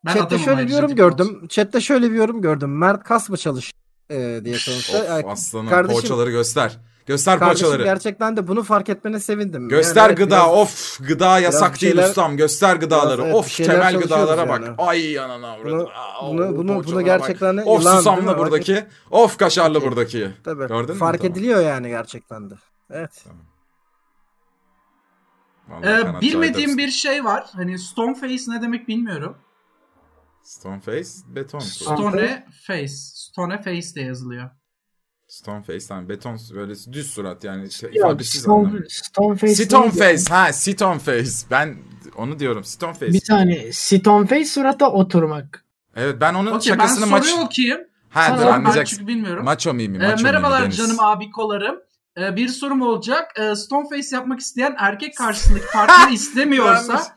Speaker 4: Ben
Speaker 2: Chat'te
Speaker 4: adamım
Speaker 2: şöyle bir
Speaker 4: ayrıca,
Speaker 2: yorum
Speaker 4: tip
Speaker 2: gördüm.
Speaker 4: olsun.
Speaker 2: Chat'te şöyle bir yorum gördüm. Mert kas mı çalış e, diye sormuşlar.
Speaker 5: Of
Speaker 2: Yani
Speaker 5: aslanım
Speaker 2: kardeşim-
Speaker 5: poğaçaları göster. Göster
Speaker 2: Kardeşim
Speaker 5: poğaçaları.
Speaker 2: gerçekten de bunu fark etmene sevindim.
Speaker 5: Göster
Speaker 2: Yani evet,
Speaker 5: gıda
Speaker 2: biraz-
Speaker 5: of gıda yasak
Speaker 2: bir şeyler-
Speaker 5: değil ustam göster gıdaları
Speaker 2: biraz evet, bir
Speaker 5: of
Speaker 2: şeyler
Speaker 5: temel
Speaker 2: çalışıyoruz
Speaker 5: gıdalara bak
Speaker 2: yani.
Speaker 5: ay anana avradına.
Speaker 2: Bunu-
Speaker 5: Aa,
Speaker 2: bunu-
Speaker 5: o
Speaker 2: bunu- bunu
Speaker 5: poğaçalara
Speaker 2: gerçekten de
Speaker 5: bak. of
Speaker 2: yılan, değil mi?
Speaker 5: susamlı buradaki of kaşarlı buradaki
Speaker 2: Tabii.
Speaker 5: gördün mü?
Speaker 2: fark
Speaker 5: Tamam.
Speaker 2: ediliyor yani gerçekten de. Evet.
Speaker 5: Vallahi
Speaker 4: Ee,
Speaker 5: kanatçı
Speaker 4: bilmediğim
Speaker 5: Aydar'sın.
Speaker 4: bir şey var. Hani Stoneface ne demek bilmiyorum.
Speaker 5: Stoneface beton su.
Speaker 3: Stone-
Speaker 4: Stone Face. Stone Face de yazılıyor.
Speaker 5: Stoneface tamam beton su, böyle düz surat yani şey,
Speaker 3: Yok,
Speaker 5: ifadesiz anlamı.
Speaker 3: Stone, Stoneface
Speaker 5: Stoneface ha Stoneface ben onu diyorum Stoneface.
Speaker 3: Bir tane Stoneface surata oturmak.
Speaker 5: Evet ben onun
Speaker 4: Okey ben
Speaker 5: şakasını
Speaker 4: soruyu
Speaker 5: maç
Speaker 4: okuyayım.
Speaker 5: ha
Speaker 4: Sonra
Speaker 5: dur
Speaker 4: ben
Speaker 5: anlayacaksın.
Speaker 4: çünkü bilmiyorum.
Speaker 5: Maço mimi
Speaker 4: Ee,
Speaker 5: maço mimi.
Speaker 4: merhabalar
Speaker 5: Deniz.
Speaker 4: canım abikolarım. Ee, bir sorum olacak. Ee, Stoneface yapmak isteyen erkek karşısındaki partneri istemiyorsa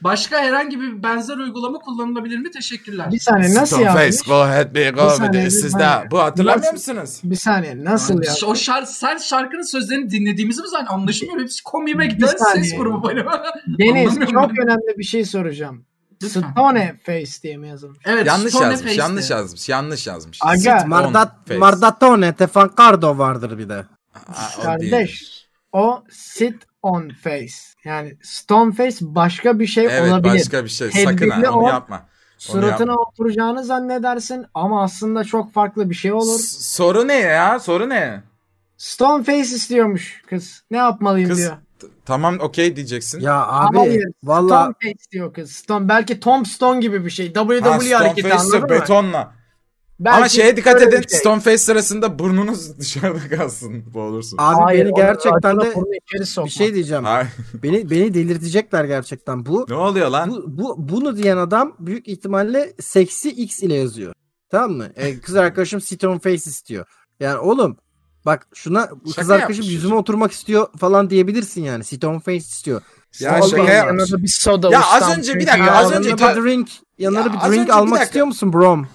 Speaker 4: başka herhangi bir benzer uygulama kullanılabilir mi? Teşekkürler.
Speaker 3: Bir saniye nasıl
Speaker 5: Stoneface
Speaker 3: yapmış?
Speaker 5: go ahead be go
Speaker 3: Bir saniye,
Speaker 5: ahead.
Speaker 3: bir
Speaker 5: Siz
Speaker 3: saniye.
Speaker 5: de bu hatırlamıyor
Speaker 3: Nasıl-
Speaker 5: musunuz?
Speaker 3: Bir saniye nasıl ya?
Speaker 4: O şar sen şarkının sözlerini dinlediğimizi mi zannediyorsun? Anlaşılmıyor. Hepsi komiğime
Speaker 3: Bir
Speaker 4: giden ses
Speaker 3: saniye.
Speaker 4: grubu bana.
Speaker 3: Deniz
Speaker 4: Anlamıyorum
Speaker 3: çok
Speaker 4: ben.
Speaker 3: önemli bir şey soracağım.
Speaker 4: Lütfen.
Speaker 3: Stoneface diye mi yazılmış?
Speaker 4: Evet,
Speaker 5: Yanlış
Speaker 4: Stone
Speaker 5: yazmış,
Speaker 4: Face'ti.
Speaker 5: yanlış yazmış, yanlış yazmış.
Speaker 3: Aga,
Speaker 5: Stoneface.
Speaker 2: Mardat, Mardatone, Tefan Cardo vardır bir de.
Speaker 5: Aa, o
Speaker 3: Kardeş.
Speaker 5: değil.
Speaker 3: O sit on face. Yani stone face başka bir şey
Speaker 5: Evet
Speaker 3: olabilir.
Speaker 5: başka bir şey. Sakın
Speaker 3: Tedbirli
Speaker 5: ha, onu
Speaker 3: ol.
Speaker 5: yapma.
Speaker 3: Suratına
Speaker 5: yapma.
Speaker 3: oturacağını zannedersin ama aslında çok farklı bir şey olur.
Speaker 5: S- soru ne ya? Soru ne?
Speaker 3: Stone face istiyormuş kız. Ne yapmalıyım
Speaker 5: Kız
Speaker 3: diyor.
Speaker 5: t- tamam okey diyeceksin.
Speaker 2: Ya abi
Speaker 3: Hayır,
Speaker 2: valla
Speaker 3: Stone face diyor kız. Stone belki Tom Stone gibi bir şey. WWE
Speaker 5: Ha,
Speaker 3: hareketi
Speaker 5: Stoneface'se
Speaker 3: anladın mı?
Speaker 5: betonla.
Speaker 3: Belki
Speaker 5: Ama şeye dikkat
Speaker 3: böyle bir
Speaker 5: edin.
Speaker 3: şey.
Speaker 5: Stoneface sırasında burnunuz dışarıda kalsın. Boğulursun.
Speaker 2: abi
Speaker 3: Hayır,
Speaker 2: beni
Speaker 3: onu
Speaker 2: gerçekten de
Speaker 3: rahatına burnu içeri sokma.
Speaker 2: bir şey diyeceğim.
Speaker 5: Ay,
Speaker 2: Beni beni delirtecekler gerçekten. Bu
Speaker 5: ne oluyor lan?
Speaker 2: bu, bu bunu diyen adam büyük ihtimalle seksi X ile yazıyor. Tamam mı? E,
Speaker 5: Hmm.
Speaker 2: kız arkadaşım Stone Face istiyor. Yani oğlum bak şuna bu kız
Speaker 5: Şaka
Speaker 2: arkadaşım
Speaker 5: yapmış
Speaker 2: yüzüme oturmak istiyor falan diyebilirsin yani. Stone Face istiyor.
Speaker 5: Ya şaka yapmış.
Speaker 3: Yanına da bir soda
Speaker 5: Ya
Speaker 3: ustam.
Speaker 5: az önce bir dakika
Speaker 2: Ya,
Speaker 5: az önce
Speaker 2: yanına
Speaker 5: ta-
Speaker 2: bir drink, yanına
Speaker 5: Ya,
Speaker 2: bir
Speaker 5: az
Speaker 2: drink
Speaker 5: önce bir
Speaker 2: almak
Speaker 5: dakika.
Speaker 2: istiyor musun brom?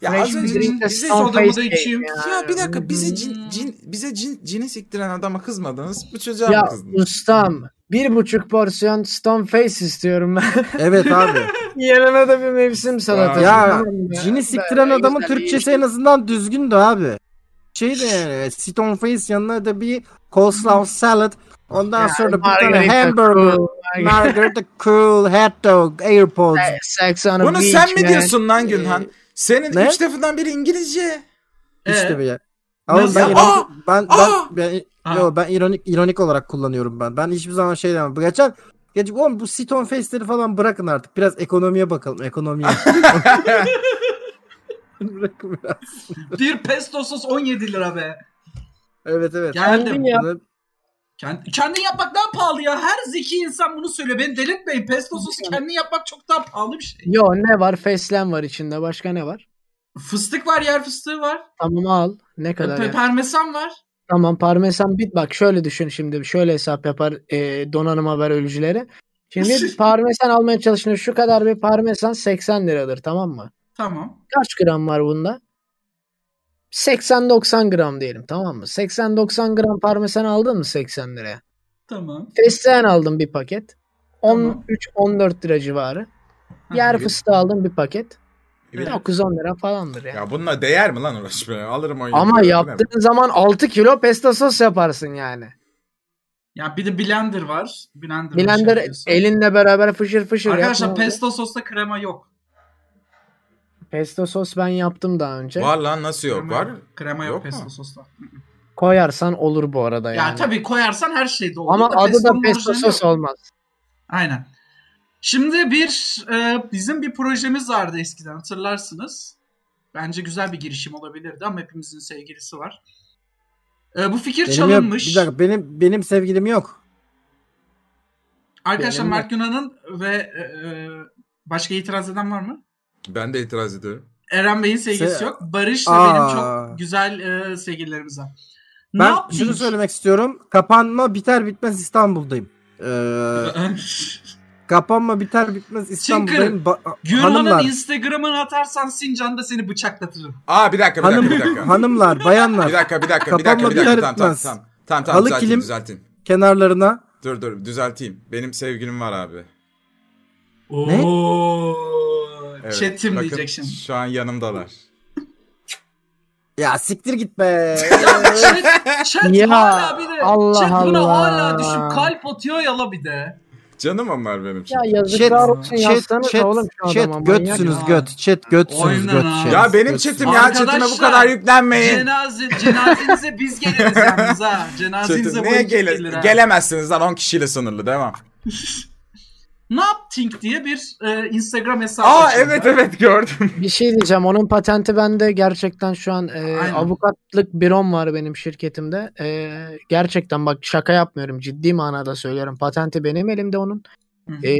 Speaker 5: ya az
Speaker 3: Fresh
Speaker 5: önce
Speaker 3: drink de
Speaker 5: bize
Speaker 3: Stone
Speaker 4: sodamı da
Speaker 3: Face
Speaker 4: içeyim.
Speaker 3: değil
Speaker 5: Ya bir dakika bize
Speaker 4: Hmm.
Speaker 5: cin, cin bize cin cini siktiren adama kızmadınız. Bu çocuğa
Speaker 3: Ya
Speaker 5: mı kızdınız?
Speaker 3: ustam bir buçuk porsiyon stone face istiyorum ben.
Speaker 2: Evet abi.
Speaker 3: Yanına da bir mevsim salatası.
Speaker 2: Ya,
Speaker 3: Tamam ya.
Speaker 2: Cini siktiren
Speaker 3: Böyle
Speaker 2: adamın
Speaker 3: güzel, iyi
Speaker 2: Türkçesi
Speaker 3: işte.
Speaker 2: en azından düzgündü abi. Şey de yani Stone Face yanına da bir
Speaker 5: Hmm.
Speaker 2: coleslaw salad. Ondan sonra
Speaker 3: şey
Speaker 2: bir tane
Speaker 3: Margarita
Speaker 2: hamburger.
Speaker 3: cool, margarita-
Speaker 2: Margarita cool hot dog airpods.
Speaker 3: Sex on a
Speaker 5: Bunu
Speaker 3: beach,
Speaker 5: sen mi
Speaker 3: man.
Speaker 5: diyorsun lan
Speaker 2: Ee,
Speaker 5: Günhan? Senin
Speaker 2: ne?
Speaker 5: üç lafından biri İngilizce.
Speaker 4: Ee,
Speaker 2: İşte bile. Ama
Speaker 4: Nasıl?
Speaker 2: ben,
Speaker 4: Aa!
Speaker 2: ironik- ben,
Speaker 5: Aa!
Speaker 2: ben, ben,
Speaker 4: Aa.
Speaker 2: yo, ben ironik, ironik olarak kullanıyorum ben. Ben hiçbir zaman şey demem. Bu Geçen Geçen oğlum bu Stone Face'leri falan bırakın artık. Biraz ekonomiye bakalım. Ekonomiye. Bırakın biraz.
Speaker 4: bir pesto sos 17 lira be.
Speaker 2: Evet evet.
Speaker 4: Geldim.
Speaker 3: Ya.
Speaker 2: Bunu-
Speaker 4: Kendi, kendin yapmak daha pahalı ya. Her zeki insan bunu söylüyor. Beni delirtmeyin. Pesto sosu kendin yapmak çok daha pahalı bir şey.
Speaker 3: Yo ne var? Feslen var içinde. Başka ne var?
Speaker 4: Fıstık var, yer fıstığı var.
Speaker 3: Tamam al. Ne kadar
Speaker 4: Pe-
Speaker 3: ya?
Speaker 4: parmesan var.
Speaker 3: Tamam parmesan bit bak şöyle düşün şimdi şöyle hesap yapar e, donanım haber ölücüleri. Şimdi parmesan almaya çalıştığında şu kadar bir parmesan 80 liradır tamam mı?
Speaker 4: Tamam.
Speaker 3: Kaç gram var bunda? 80-90 gram diyelim tamam mı? 80-90 gram parmesan aldın mı 80 liraya?
Speaker 4: Tamam.
Speaker 3: Fesleğen aldın bir paket.
Speaker 4: Tamam.
Speaker 3: 13-14 lira civarı.
Speaker 4: Ha,
Speaker 3: Yer fıstığı aldın bir paket.
Speaker 5: Evet.
Speaker 3: 9-10 lira falandır yani.
Speaker 5: Ya bununla değer mi lan uğraşmaya? Alırım 17
Speaker 3: Ama
Speaker 5: lira, bu ne?
Speaker 3: yaptığın zaman 6 kilo pesto sos yaparsın yani.
Speaker 4: Ya bir de blender var. Blender.
Speaker 3: Blender
Speaker 4: şey yapıyorsun.
Speaker 3: elinle beraber fışır fışır
Speaker 4: Arkadaşlar
Speaker 3: yapma.
Speaker 4: pesto sosta krema yok.
Speaker 3: Pesto sos ben yaptım daha önce.
Speaker 5: Var lan nasıl yok?
Speaker 4: Krema
Speaker 5: Var.
Speaker 4: Krema yok,
Speaker 5: Yok mu?
Speaker 4: pesto sosta.
Speaker 3: Koyarsan olur bu arada
Speaker 4: Ya
Speaker 3: yani.
Speaker 4: tabii koyarsan her şey de olur.
Speaker 3: Ama adı da
Speaker 4: pestonun
Speaker 3: pesto
Speaker 4: orijinali
Speaker 3: sos
Speaker 4: yok.
Speaker 3: olmaz.
Speaker 4: Aynen. Şimdi bir e, bizim bir projemiz vardı eskiden hatırlarsınız. Bence güzel bir girişim olabilirdi ama hepimizin sevgilisi var. E, bu fikir
Speaker 2: Benim yok.
Speaker 4: çalınmış.
Speaker 2: Bir dakika benim benim sevgilim yok.
Speaker 4: Arkadaşlar
Speaker 3: Benim de.
Speaker 4: Mert Yunan'ın ve e, e, başka itiraz eden var mı?
Speaker 5: Ben de itiraz ediyorum.
Speaker 4: Eren Bey'in sevgilisi
Speaker 2: Se-
Speaker 4: yok. Barış da
Speaker 2: Aa.
Speaker 4: benim çok güzel e, sevgililerimiz var. Ne
Speaker 2: Ben
Speaker 4: yaptık?
Speaker 2: şunu söylemek istiyorum. Kapanma biter bitmez İstanbul'dayım. Ee, kapanma biter bitmez İstanbul'dayım. Ba-
Speaker 4: Yunan'ın
Speaker 2: hanımlar,
Speaker 4: Instagram'ını atarsan Sincan'da seni bıçaklatırım.
Speaker 5: Aa bir dakika bir dakika
Speaker 2: hanım,
Speaker 5: bir dakika.
Speaker 2: hanımlar, bayanlar
Speaker 5: Bir dakika bir dakika bir dakika
Speaker 2: Kapanma
Speaker 5: bir dakika
Speaker 2: biter
Speaker 5: tamam tamam
Speaker 2: bitmez.
Speaker 5: tamam. Tamam tamam
Speaker 2: Halı
Speaker 5: düzelteyim
Speaker 2: kilim-
Speaker 5: düzelteyim.
Speaker 2: kenarlarına
Speaker 5: Dur dur düzelteyim. Benim sevgilim var abi.
Speaker 2: Ne?
Speaker 4: Oo.
Speaker 5: Evet,
Speaker 4: Chatim
Speaker 5: bakın,
Speaker 4: diyecek şimdi.
Speaker 5: Şu an yanımdalar.
Speaker 2: ya siktir git be.
Speaker 4: Chat, chat
Speaker 3: Ya,
Speaker 4: hala bir de.
Speaker 3: Allah
Speaker 4: chat buna
Speaker 3: Allah.
Speaker 4: hala düşüp kalp atıyor yala bir de.
Speaker 5: Canım onlar benim için.
Speaker 3: Ya
Speaker 5: Ya,
Speaker 3: yazıklar olsun yazsanız oğlum şu adama
Speaker 2: chat
Speaker 3: manyak
Speaker 2: götsünüz
Speaker 3: ya.
Speaker 2: göt. Chat götsünüz
Speaker 4: Oynan
Speaker 2: göt.
Speaker 4: ha.
Speaker 2: chat
Speaker 4: Ya
Speaker 5: benim
Speaker 2: götsünüz.
Speaker 5: chatim ya chatime bu
Speaker 4: Arkadaşlar,
Speaker 5: kadar yüklenmeyin.
Speaker 4: Cenaze, cenazenize biz geliriz yalnız ha. Cenazenize
Speaker 5: Chatim
Speaker 4: bu
Speaker 5: neye
Speaker 4: ekip
Speaker 5: gelir?
Speaker 4: ha.
Speaker 5: Gelemezsiniz lan 10 kişiyle sınırlı devam.
Speaker 4: Ne yaptink diye bir e, Instagram hesabı
Speaker 5: Aa
Speaker 4: açıldı.
Speaker 5: evet evet gördüm.
Speaker 3: Bir şey diyeceğim. Onun patenti bende gerçekten şu an e,
Speaker 4: Aynen.
Speaker 3: avukatlık bürom var benim şirketimde. E, gerçekten bak şaka yapmıyorum. Ciddi manada söylüyorum. Patenti benim elimde onun.
Speaker 4: Hı hı.
Speaker 3: E,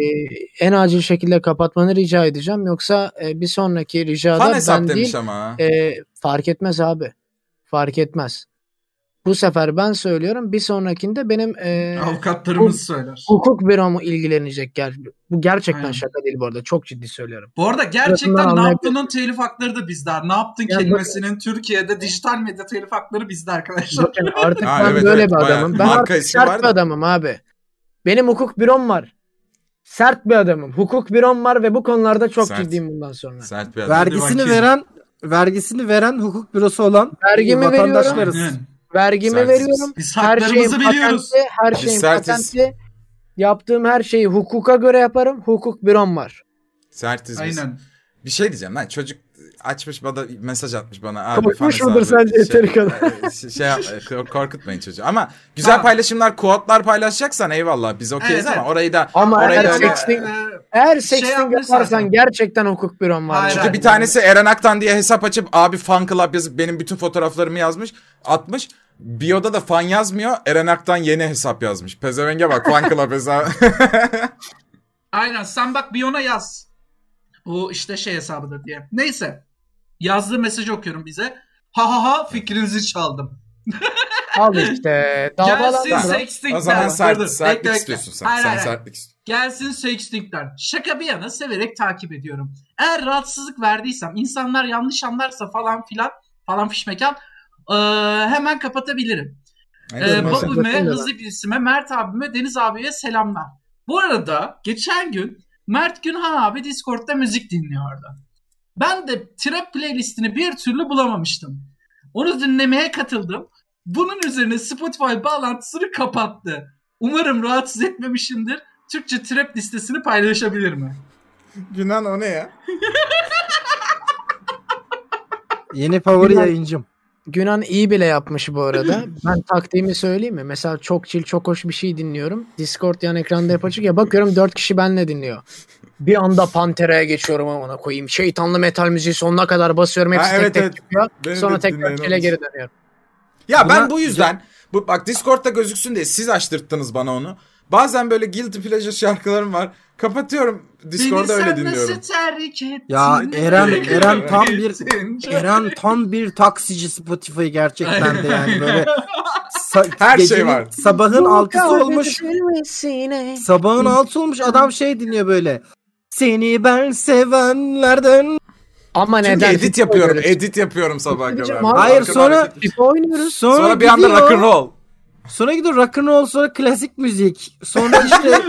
Speaker 3: en acil şekilde kapatmanı rica edeceğim. Yoksa e, bir sonraki
Speaker 5: Fan
Speaker 3: ricada
Speaker 5: hesap
Speaker 3: ben
Speaker 5: demiş
Speaker 3: değil.
Speaker 5: ama.
Speaker 3: E, fark etmez abi. Fark etmez. Bu sefer ben söylüyorum. Bir sonrakinde benim e,
Speaker 4: Avukatlarımız söyler.
Speaker 3: hukuk büromu ilgilenecek. Ger- bu gerçekten
Speaker 4: Aynen.
Speaker 3: şaka değil bu arada. Çok ciddi söylüyorum.
Speaker 4: Bu arada gerçekten
Speaker 3: Sırasından
Speaker 4: ne
Speaker 3: anlayabilir-
Speaker 4: yaptığının telif hakları da bizde. Ne yaptın
Speaker 3: Ya
Speaker 4: kelimesinin Türkiye'de dijital medya telif hakları bizde arkadaşlar.
Speaker 3: Bakın artık
Speaker 5: Ha,
Speaker 3: ben
Speaker 5: evet,
Speaker 3: böyle
Speaker 5: evet,
Speaker 3: bir
Speaker 5: bayağı.
Speaker 3: adamım. Ben
Speaker 5: Marka
Speaker 3: artık
Speaker 5: ismi var
Speaker 3: sert bir
Speaker 5: da.
Speaker 3: adamım abi. Benim hukuk bürom var. Sert bir adamım. Hukuk bürom var ve bu konularda çok
Speaker 5: Sert.
Speaker 3: ciddiyim bundan sonra.
Speaker 5: Sert bir adam.
Speaker 2: Vergisini
Speaker 4: bakayım.
Speaker 2: veren vergisini veren hukuk bürosu olan
Speaker 3: Vergimi
Speaker 2: vatandaşlarız.
Speaker 4: Aynen.
Speaker 3: Vergimi
Speaker 5: Sertiz
Speaker 3: veriyorum.
Speaker 4: Biz
Speaker 3: Her şeyin
Speaker 4: haklarımızı biliyoruz.
Speaker 3: patenti, her
Speaker 5: Biz
Speaker 3: şeyin
Speaker 5: sertiz.
Speaker 3: patenti. Yaptığım her şeyi hukuka göre yaparım. Hukuk bürom var.
Speaker 5: Sertiz biz.
Speaker 4: Aynen.
Speaker 5: Bir şey diyeceğim lan çocuk açmış bana mesaj atmış bana. Abi,
Speaker 3: Korkmuş
Speaker 5: fan
Speaker 3: mudur
Speaker 5: hesabı, Şey,
Speaker 3: sence yeteri kadar?
Speaker 5: e, Şey, yap- e, kor- korkutmayın çocuğu ama güzel
Speaker 4: Tamam.
Speaker 5: paylaşımlar kuatlar paylaşacaksan eyvallah biz okeyiz
Speaker 4: Evet,
Speaker 5: ama
Speaker 4: evet.
Speaker 5: orayı da
Speaker 3: Ama
Speaker 5: Orayı
Speaker 3: eğer
Speaker 5: da-
Speaker 3: sexting,
Speaker 4: Ee,
Speaker 3: eğer sexting
Speaker 4: yapmış
Speaker 3: yaparsan
Speaker 4: zaten.
Speaker 3: gerçekten hukuk bürom var.
Speaker 4: Hayır,
Speaker 3: Yani.
Speaker 5: Çünkü bir tanesi Eren Aktan diye hesap açıp abi fan club yazıp benim bütün fotoğraflarımı yazmış atmış. Bio'da da fan yazmıyor. Eren Aktan yeni hesap yazmış. Pezevenge bak fan club hesabı.
Speaker 4: Aynen sen bak bir ona yaz. Bu işte şey hesabıdır diye. Neyse. Yazdığı mesajı okuyorum bize. Ha ha ha fikrinizi çaldım.
Speaker 3: Al işte. Davalar
Speaker 4: Gelsin sexting'den.
Speaker 5: o zaman
Speaker 4: Dur, dur,
Speaker 5: sert,
Speaker 4: bekle,
Speaker 5: sertlik
Speaker 4: bekle.
Speaker 5: istiyorsun sen.
Speaker 4: Hayır,
Speaker 5: sen
Speaker 4: hayır, hayır.
Speaker 5: sertlik istiyorsun.
Speaker 4: Gelsin sexting'den. Şaka bir yana severek takip ediyorum. Eğer rahatsızlık verdiysem, insanlar yanlış anlarsa falan filan falan fişmekan ee, hemen kapatabilirim. Ee,
Speaker 5: Neyse,
Speaker 3: babam-
Speaker 4: Babime,
Speaker 3: Bakın da
Speaker 4: Hızlı Bilsim'e, Mert abime, Deniz abiye selamlar. Bu arada geçen gün Mert Günhan abi Discord'da müzik dinliyordu. Ben de trap playlistini bir türlü bulamamıştım. Onu dinlemeye katıldım. Bunun üzerine Spotify bağlantısını kapattı. Umarım rahatsız etmemişimdir. Türkçe trap listesini paylaşabilir mi?
Speaker 5: Günan o ne ya?
Speaker 2: Yeni favori
Speaker 3: Günaydın.
Speaker 2: yayıncım.
Speaker 3: Günan iyi bile yapmış bu arada. Ben taktiğimi söyleyeyim mi? Mesela çok chill, çok hoş bir şey dinliyorum. Discord yan ekranda hep açık ya. Bakıyorum dört kişi benle dinliyor. Bir anda Pantera'ya geçiyorum ona koyayım. Şeytanlı metal müziği sonuna kadar basıyorum. Hepsi
Speaker 5: Ha, evet,
Speaker 3: tek tek
Speaker 5: evet.
Speaker 3: çıkıyor.
Speaker 5: Benim
Speaker 3: Sonra
Speaker 5: de
Speaker 3: tekrar
Speaker 5: dinleyen
Speaker 3: çile
Speaker 5: olmuş.
Speaker 3: geri dönüyorum.
Speaker 5: Ya ben
Speaker 2: Buna-
Speaker 5: bu yüzden bu bak Discord'da gözüksün diye siz açtırttınız bana onu. Bazen böyle guilty pleasure şarkılarım var. Kapatıyorum Discord'da öyle dinliyorum.
Speaker 4: nasıl terk ettin?
Speaker 2: Ya Eren- Eren tam bir-
Speaker 4: Ettin.
Speaker 2: Eren tam bir taksici Spotify gerçekten de yani böyle sa-
Speaker 5: Her şey
Speaker 2: gecenin-
Speaker 5: var.
Speaker 2: Sabahın altısı olmuş.
Speaker 3: Sürmesine.
Speaker 2: Sabahın altı olmuş adam şey dinliyor böyle. Seni ben sevenlerden.
Speaker 3: Ama
Speaker 5: Çünkü
Speaker 3: neden?
Speaker 5: edit yapıyorum. Edit yapıyorum sabaha
Speaker 3: Abicim,
Speaker 5: kadar.
Speaker 3: hayır,
Speaker 5: Arkada
Speaker 2: sonra-
Speaker 5: hareket-
Speaker 3: FIFA oynuyoruz.
Speaker 2: Sonra,
Speaker 5: Sonra bir anda
Speaker 2: gidiyor.
Speaker 5: rock'n'roll.
Speaker 2: Sonra gidiyor rock and roll sonra klasik müzik. Sonra işte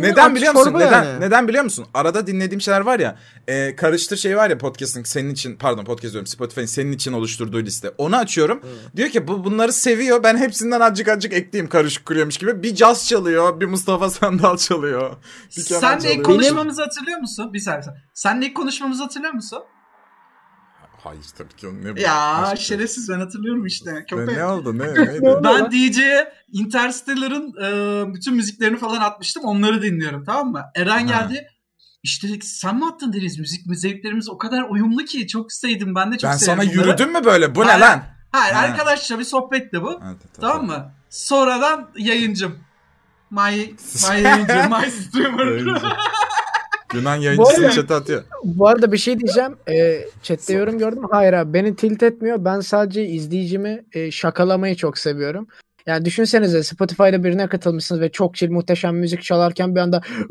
Speaker 5: Neden biliyor musun?
Speaker 2: Çorba
Speaker 5: Neden
Speaker 2: yani.
Speaker 5: neden biliyor musun? Arada dinlediğim şeyler var ya. E, karıştır şey var ya podcast'ın senin için pardon podcast diyorum Spotify'ın senin için oluşturduğu liste. Onu açıyorum. Diyor ki bu bunları seviyor. Ben hepsinden azıcık azıcık ekleyeyim karışık kuruyormuş gibi. Bir caz çalıyor, bir Mustafa Sandal çalıyor. Bir keman
Speaker 4: Sen de
Speaker 5: çalıyor.
Speaker 4: ilk konuşmamızı hatırlıyor musun? Bir saniye. Sen de ilk konuşmamızı hatırlıyor musun?
Speaker 5: Hayır tabii ki oğlum, ne bu?
Speaker 4: Ya
Speaker 5: Aşk
Speaker 4: şerefsiz ben hatırlıyorum işte.
Speaker 5: olsun.
Speaker 4: Köpek.
Speaker 5: Ne oldu? Ne neydi?
Speaker 4: Ben DJ'ye Interstellar'ın e, bütün müziklerini falan atmıştım. Onları dinliyorum tamam mı? Eren
Speaker 5: Ha.
Speaker 4: geldi. İşte sen mi attın Deniz? Müzik mi- zevklerimiz o kadar uyumlu ki çok sevdim ben de çok
Speaker 5: ben
Speaker 4: severim
Speaker 5: sana
Speaker 4: bunları.
Speaker 5: yürüdüm mü böyle? Bu ne
Speaker 4: Hayır.
Speaker 5: lan?
Speaker 4: Hayır
Speaker 5: Ha.
Speaker 4: arkadaşça bir sohbetti bu.
Speaker 5: Evet,
Speaker 4: Tamam mı? Sonradan yayıncım. My, my yayıncı, my streamer.
Speaker 5: Yayıncı. Yunan yayıncısını
Speaker 3: arada-
Speaker 5: chat'e atıyor.
Speaker 3: Bu arada bir şey diyeceğim. Ee, chatte yorum gördüm. Hayır abi beni tilt etmiyor. Ben sadece izleyicimi e, şakalamayı çok seviyorum. Yani düşünsenize Spotify'da birine katılmışsınız ve çok chill muhteşem müzik çalarken bir anda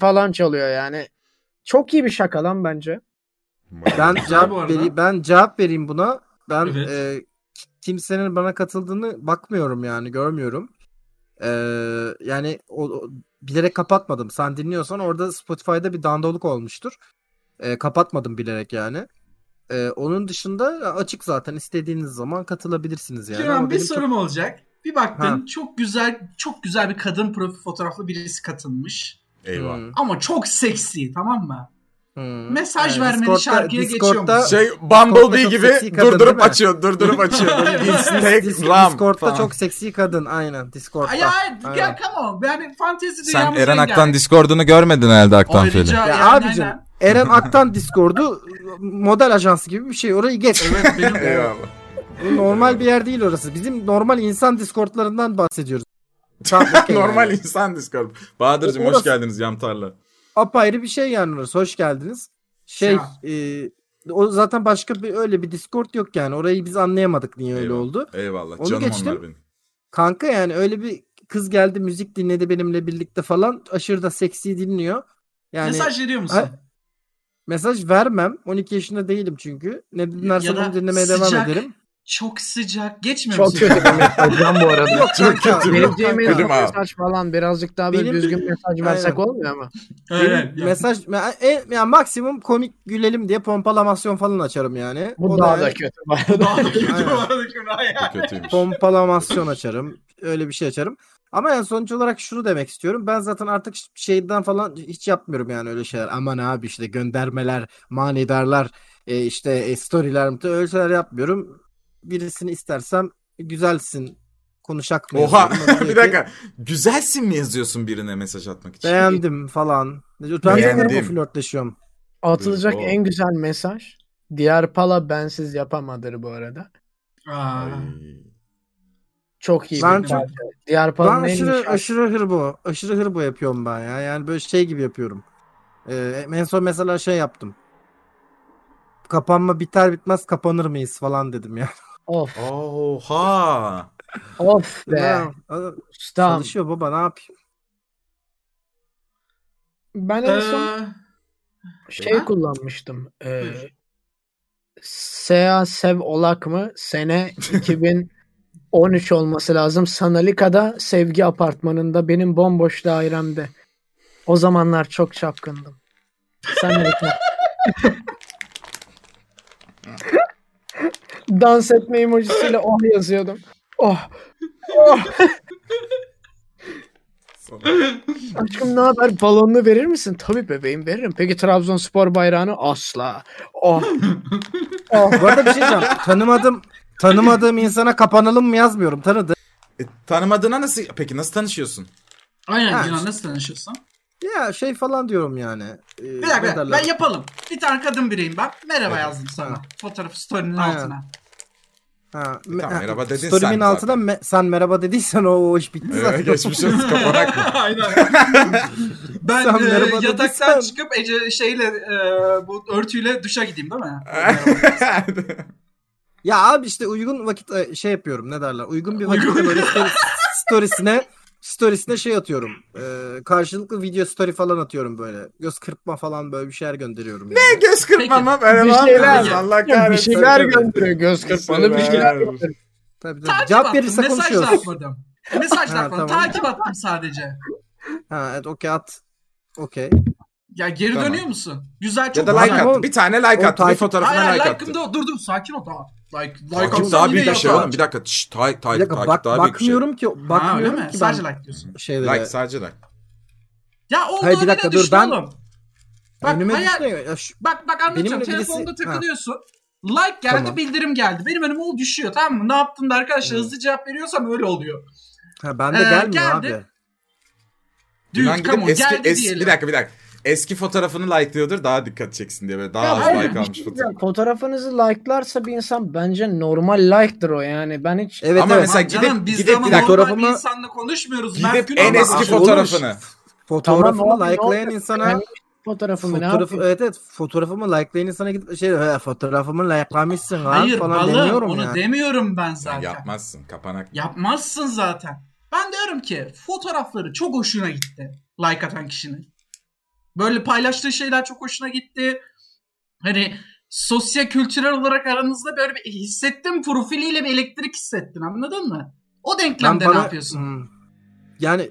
Speaker 3: falan çalıyor yani. Çok iyi bir şaka lan bence.
Speaker 2: ben
Speaker 4: Bu
Speaker 2: cevap
Speaker 4: arada.
Speaker 2: veri- ben cevap vereyim buna. Ben
Speaker 4: Evet.
Speaker 2: e, ki- kimsenin bana katıldığını bakmıyorum yani görmüyorum. E, yani o, o- bilerek kapatmadım. Sen dinliyorsan orada Spotify'da bir dandoluk olmuştur. E, kapatmadım bilerek yani. E, onun dışında açık zaten istediğiniz zaman katılabilirsiniz yani.
Speaker 4: Kenan
Speaker 2: Ama
Speaker 4: bir
Speaker 2: benim çok-
Speaker 4: sorum olacak. Bir baktın
Speaker 2: Ha.
Speaker 4: çok güzel çok güzel bir kadın profil fotoğraflı birisi katılmış.
Speaker 5: Eyvah.
Speaker 2: Hı,
Speaker 4: Ama çok seksi tamam mı?
Speaker 2: hı.
Speaker 4: Mesaj
Speaker 2: hmm. Yani
Speaker 4: vermeni
Speaker 2: Discord'da-
Speaker 4: şarkıya geçiyor
Speaker 2: Discord'da-
Speaker 4: musun?
Speaker 5: Şey
Speaker 2: Discord'da
Speaker 5: Bumblebee
Speaker 2: çok
Speaker 5: gibi
Speaker 2: seksi kadın değil
Speaker 5: durdurup
Speaker 2: mi?
Speaker 5: açıyor, durdurup açıyor. Böyle It's take
Speaker 2: Dis-
Speaker 5: rum
Speaker 2: Discord'da
Speaker 5: falan.
Speaker 2: çok seksi kadın aynen Discord'da.
Speaker 4: Ay ay
Speaker 2: Aynen.
Speaker 4: ya come on. Yani fantezi
Speaker 5: Sen
Speaker 4: dünyamıza
Speaker 5: Eren
Speaker 2: şey
Speaker 4: geldik.
Speaker 5: Aktan Discord'unu görmedin herhalde Aktan
Speaker 4: Ayrıca
Speaker 5: Feli.
Speaker 4: yani
Speaker 2: Ya abicim
Speaker 4: aynen.
Speaker 2: Eren Aktan Discord'u model ajansı gibi bir şey. Orayı geç.
Speaker 4: Evet benim
Speaker 5: Eyvallah.
Speaker 2: Bu normal bir yer değil orası. Bizim normal insan Discord'larından bahsediyoruz. Tamam, okey
Speaker 5: Normal
Speaker 2: yani.
Speaker 5: insan Discord. Bahadır'cığım
Speaker 2: Orası-
Speaker 5: hoş geldiniz Yamtar'la.
Speaker 2: Apayrı bir şey yani orası. Hoş geldiniz. Şey
Speaker 4: Ya.
Speaker 2: e, o zaten başka bir öyle bir Discord yok yani. Orayı biz anlayamadık niye öyle
Speaker 5: Eyvallah.
Speaker 2: oldu.
Speaker 5: Eyvallah.
Speaker 2: Onu
Speaker 5: Canım
Speaker 2: geçtim.
Speaker 5: onlar benim.
Speaker 2: Kanka yani öyle bir kız geldi müzik dinledi benimle birlikte falan. Aşırı da seksi dinliyor. Yani mesaj,
Speaker 4: Mesaj veriyor musun?
Speaker 2: Ha- vermem. 12 yaşında değilim çünkü. Ne dinlersen
Speaker 4: Ya da
Speaker 2: onu dinlemeye devam
Speaker 4: sıcak.
Speaker 2: ederim.
Speaker 4: Çok sıcak. Geçmiyor
Speaker 3: Çok
Speaker 4: musun?
Speaker 3: kötü bir mesajdan bu arada.
Speaker 2: Çok
Speaker 5: kötü
Speaker 2: Yok,
Speaker 3: Vereceği
Speaker 2: kanka.
Speaker 5: Kötü mü abi?
Speaker 3: mesaj falan birazcık daha böyle
Speaker 2: Benim-
Speaker 3: düzgün mesaj versek
Speaker 2: Aynen.
Speaker 3: olmuyor mu?
Speaker 4: Evet,
Speaker 2: Benim
Speaker 4: ya.
Speaker 2: mesaj ya, e- ya maksimum komik gülelim diye pompalamasyon falan açarım yani.
Speaker 3: Bu
Speaker 2: O
Speaker 3: daha
Speaker 2: yani
Speaker 3: da kötü. bu arada.
Speaker 4: Daha da kötü
Speaker 2: Aynen.
Speaker 4: bu arada Kenan ya.
Speaker 5: Çok kötüymüş.
Speaker 2: pompalamasyon açarım. Öyle bir şey açarım. Ama yani sonuç olarak şunu demek istiyorum. Ben zaten artık ş- şeyden falan hiç yapmıyorum yani öyle şeyler. Aman abi işte göndermeler, manidarlar, e, işte e, storyler öyle şeyler yapmıyorum. Birisini istersem güzelsin konuşak mı?
Speaker 5: Oha
Speaker 2: yazıyorum. O diyor
Speaker 5: bir
Speaker 2: ki,
Speaker 5: dakika. Güzelsin mi yazıyorsun birine mesaj atmak için?
Speaker 2: Beğendim falan. Ben de
Speaker 5: Beğendim.
Speaker 2: onunla flörtleşiyorum.
Speaker 3: Atılacak
Speaker 5: Oo.
Speaker 3: en güzel mesaj. Diğer pala bensiz yapamadır bu arada.
Speaker 4: Aa.
Speaker 5: Ay.
Speaker 3: Çok iyi
Speaker 2: Ben
Speaker 3: bir
Speaker 2: çok-
Speaker 3: parça. Diğer
Speaker 2: Ben
Speaker 3: palanın en iyi
Speaker 2: aşırı
Speaker 3: şarkısı.
Speaker 2: aşırı hırbo, aşırı hırbo yapıyorum ben ya. Yani böyle şey gibi yapıyorum. Ee, en son mesela şey yaptım. Kapanma biter bitmez kapanır mıyız falan dedim ya.
Speaker 3: Of
Speaker 5: Oha.
Speaker 3: of be.
Speaker 2: Ya, a-
Speaker 3: Ustam.
Speaker 2: Çalışıyor baba ne yapayım?
Speaker 3: Ben en son
Speaker 4: Ee,
Speaker 3: şey
Speaker 4: Ha?
Speaker 3: kullanmıştım. Ee,
Speaker 4: Buyur.
Speaker 3: Sea Sev Olak mı? Sene 2013 olması lazım. Sanalika'da sevgi apartmanında benim bomboş dairemde. O zamanlar çok çapkındım. Sanalika. Dans etme emojisiyle oh yazıyordum. Oh. Oh. Aşkım ne haber? Balonunu verir misin? Tabii bebeğim veririm. Peki Trabzonspor bayrağını? Asla. Oh. oh.
Speaker 2: Bu arada bir şey diyeceğim. Tanımadığım tanımadığım insana kapanalım mı yazmıyorum. Tanıdı.
Speaker 5: E, tanımadığına nasıl peki nasıl tanışıyorsun?
Speaker 4: aynen
Speaker 2: Ha.
Speaker 4: Kenan nasıl tanışıyorsun?
Speaker 2: Ya şey falan diyorum yani. Ee, ne
Speaker 4: Bir dakika, bir dakika,
Speaker 2: derler?
Speaker 4: ben yapalım. Bir tane kadın bireyim ben. Merhaba yazdım sana. Fotoğrafı story'nin
Speaker 2: Aynen.
Speaker 4: altına.
Speaker 2: Ha,
Speaker 5: tamam, merhaba dedin
Speaker 2: story'min
Speaker 5: sen
Speaker 2: altına
Speaker 5: zaten.
Speaker 2: me- sen merhaba dediysen o, o iş bitti
Speaker 5: Ee,
Speaker 2: zaten.
Speaker 5: geçmiş olsun kapanak mı?
Speaker 4: Aynen. ben
Speaker 2: Sen
Speaker 4: e,
Speaker 2: merhaba dedin sen.
Speaker 4: yataktan çıkıp Ece şeyle e, bu örtüyle duşa gideyim değil mi?
Speaker 2: Ya abi işte uygun vakit e, şey yapıyorum ne derler. Uygun bir vakit böyle story- storiesine storiesine şey atıyorum. Ee, karşılıklı video story falan atıyorum böyle. Göz kırpma falan böyle bir şeyler gönderiyorum. yani.
Speaker 5: Göz kırpma
Speaker 4: Peki.
Speaker 5: mı? Böyle
Speaker 6: Bir
Speaker 5: lan
Speaker 6: şeyler-
Speaker 5: biraz, Allah
Speaker 6: Bir
Speaker 5: kahretsin.
Speaker 6: şeyler gönderiyor göz kırpmalı bir şeyler
Speaker 5: Gönderiyor.
Speaker 6: gönderiyor.
Speaker 2: Tabii tabii.
Speaker 4: Takip
Speaker 2: Cevap
Speaker 4: attım.
Speaker 2: verirse
Speaker 4: mesaj da
Speaker 2: konuşuyoruz.
Speaker 4: atmadım. Mesaj da
Speaker 2: Ha,
Speaker 4: atmadım.
Speaker 2: tamam.
Speaker 4: Takip attım sadece.
Speaker 2: Ha evet okey at. Okey.
Speaker 4: Ya geri
Speaker 5: Tamam.
Speaker 4: dönüyor musun? Güzel
Speaker 5: Ya
Speaker 4: çok
Speaker 5: da like
Speaker 4: güzel.
Speaker 2: Oğlum,
Speaker 5: attı. Bir tane like
Speaker 2: oğlum,
Speaker 5: attı. Bir
Speaker 2: takip-
Speaker 5: fotoğrafına
Speaker 4: Hayır
Speaker 5: like
Speaker 4: like
Speaker 5: attı.
Speaker 4: like'ımda o. Dur dur sakin ol daha. Like, like
Speaker 5: Takip
Speaker 4: atsan
Speaker 5: daha
Speaker 4: yine
Speaker 5: büyük bir şey
Speaker 4: yapar.
Speaker 5: oğlum. Bir dakika. Şşş, ta-
Speaker 2: Bir
Speaker 5: takip,
Speaker 2: dakika
Speaker 5: takip
Speaker 2: bak,
Speaker 5: daha büyük bir şey.
Speaker 2: bakmıyorum ki
Speaker 4: Ha, öyle
Speaker 2: bakmıyorum
Speaker 4: mi?
Speaker 2: ki ben
Speaker 4: Sadece like diyorsun.
Speaker 2: şeylere.
Speaker 5: Like sadece like.
Speaker 4: Ya olduğu
Speaker 2: Hayır, bir
Speaker 4: bile
Speaker 2: dakika, dur,
Speaker 4: düştü
Speaker 2: ben-
Speaker 4: oğlum. Bak,
Speaker 2: Önüme
Speaker 4: hayal-
Speaker 2: düştü ya, ya şu-
Speaker 4: Bak bak anlatacağım.
Speaker 2: Benimle birisi-
Speaker 4: Telefonda
Speaker 2: Ha.
Speaker 4: takılıyorsun. Like geldi
Speaker 2: Tamam.
Speaker 4: bildirim geldi. Benim önüme o düşüyor tamam mı? Ne yaptın da arkadaşlar hızlı cevap veriyorsam öyle oluyor.
Speaker 2: Ha, bende
Speaker 4: Ee,
Speaker 2: gelmiyor
Speaker 4: geldi.
Speaker 2: abi.
Speaker 4: Dude
Speaker 5: Lan gidip
Speaker 4: come on
Speaker 5: eski,
Speaker 4: geldi
Speaker 5: eski,
Speaker 4: diyelim.
Speaker 5: bir dakika bir dakika. Eski fotoğrafını like'lıyordur daha dikkat çeksin diye böyle daha
Speaker 6: Ya
Speaker 5: az
Speaker 6: hayır,
Speaker 5: like
Speaker 6: bir
Speaker 5: almış
Speaker 6: şey
Speaker 5: fotoğraf.
Speaker 6: diyeceğim.
Speaker 3: Fotoğrafınızı like'larsa bir insan bence normal like'dır o yani. Ben
Speaker 6: E,
Speaker 3: hiç
Speaker 2: Evet
Speaker 5: Ama
Speaker 2: evet.
Speaker 5: mesela
Speaker 4: Lan
Speaker 5: gidip-
Speaker 4: canım, biz
Speaker 5: gidip
Speaker 4: de
Speaker 5: bir
Speaker 4: ama
Speaker 5: dakika,
Speaker 4: normal
Speaker 2: fotoğrafıma-
Speaker 4: bir insanla konuşmuyoruz. Mert
Speaker 5: Gidip
Speaker 4: Günok
Speaker 5: en
Speaker 4: ama-
Speaker 5: eski
Speaker 2: Abi,
Speaker 5: fotoğrafını.
Speaker 2: Fotoğrafımı
Speaker 6: Tamam abi, ne Hani
Speaker 2: likelayan
Speaker 6: olacak?
Speaker 2: insana
Speaker 6: Yani fotoğrafımı ne
Speaker 2: fotoğraf,
Speaker 6: yapayım?
Speaker 2: evet evet fotoğrafımı likelayan insana gidip şey "He, fotoğrafımı likelamışsın lan
Speaker 4: Hayır
Speaker 2: falan
Speaker 4: balım
Speaker 2: demiyorum
Speaker 4: onu
Speaker 2: ya.
Speaker 4: demiyorum
Speaker 5: Sen
Speaker 4: ben zaten.
Speaker 5: yapmazsın kapanak.
Speaker 4: Yapmazsın zaten. Ben diyorum ki fotoğrafları çok hoşuna gitti. Like atan kişinin. Böyle paylaştığı şeyler çok hoşuna gitti. Hani sosyal kültürel olarak aranızda böyle bir hissettim profiliyle bir elektrik hissettin anladın mı? O
Speaker 2: Ben
Speaker 4: denklemde
Speaker 2: bana-
Speaker 4: ne yapıyorsun?
Speaker 2: Hmm. Yani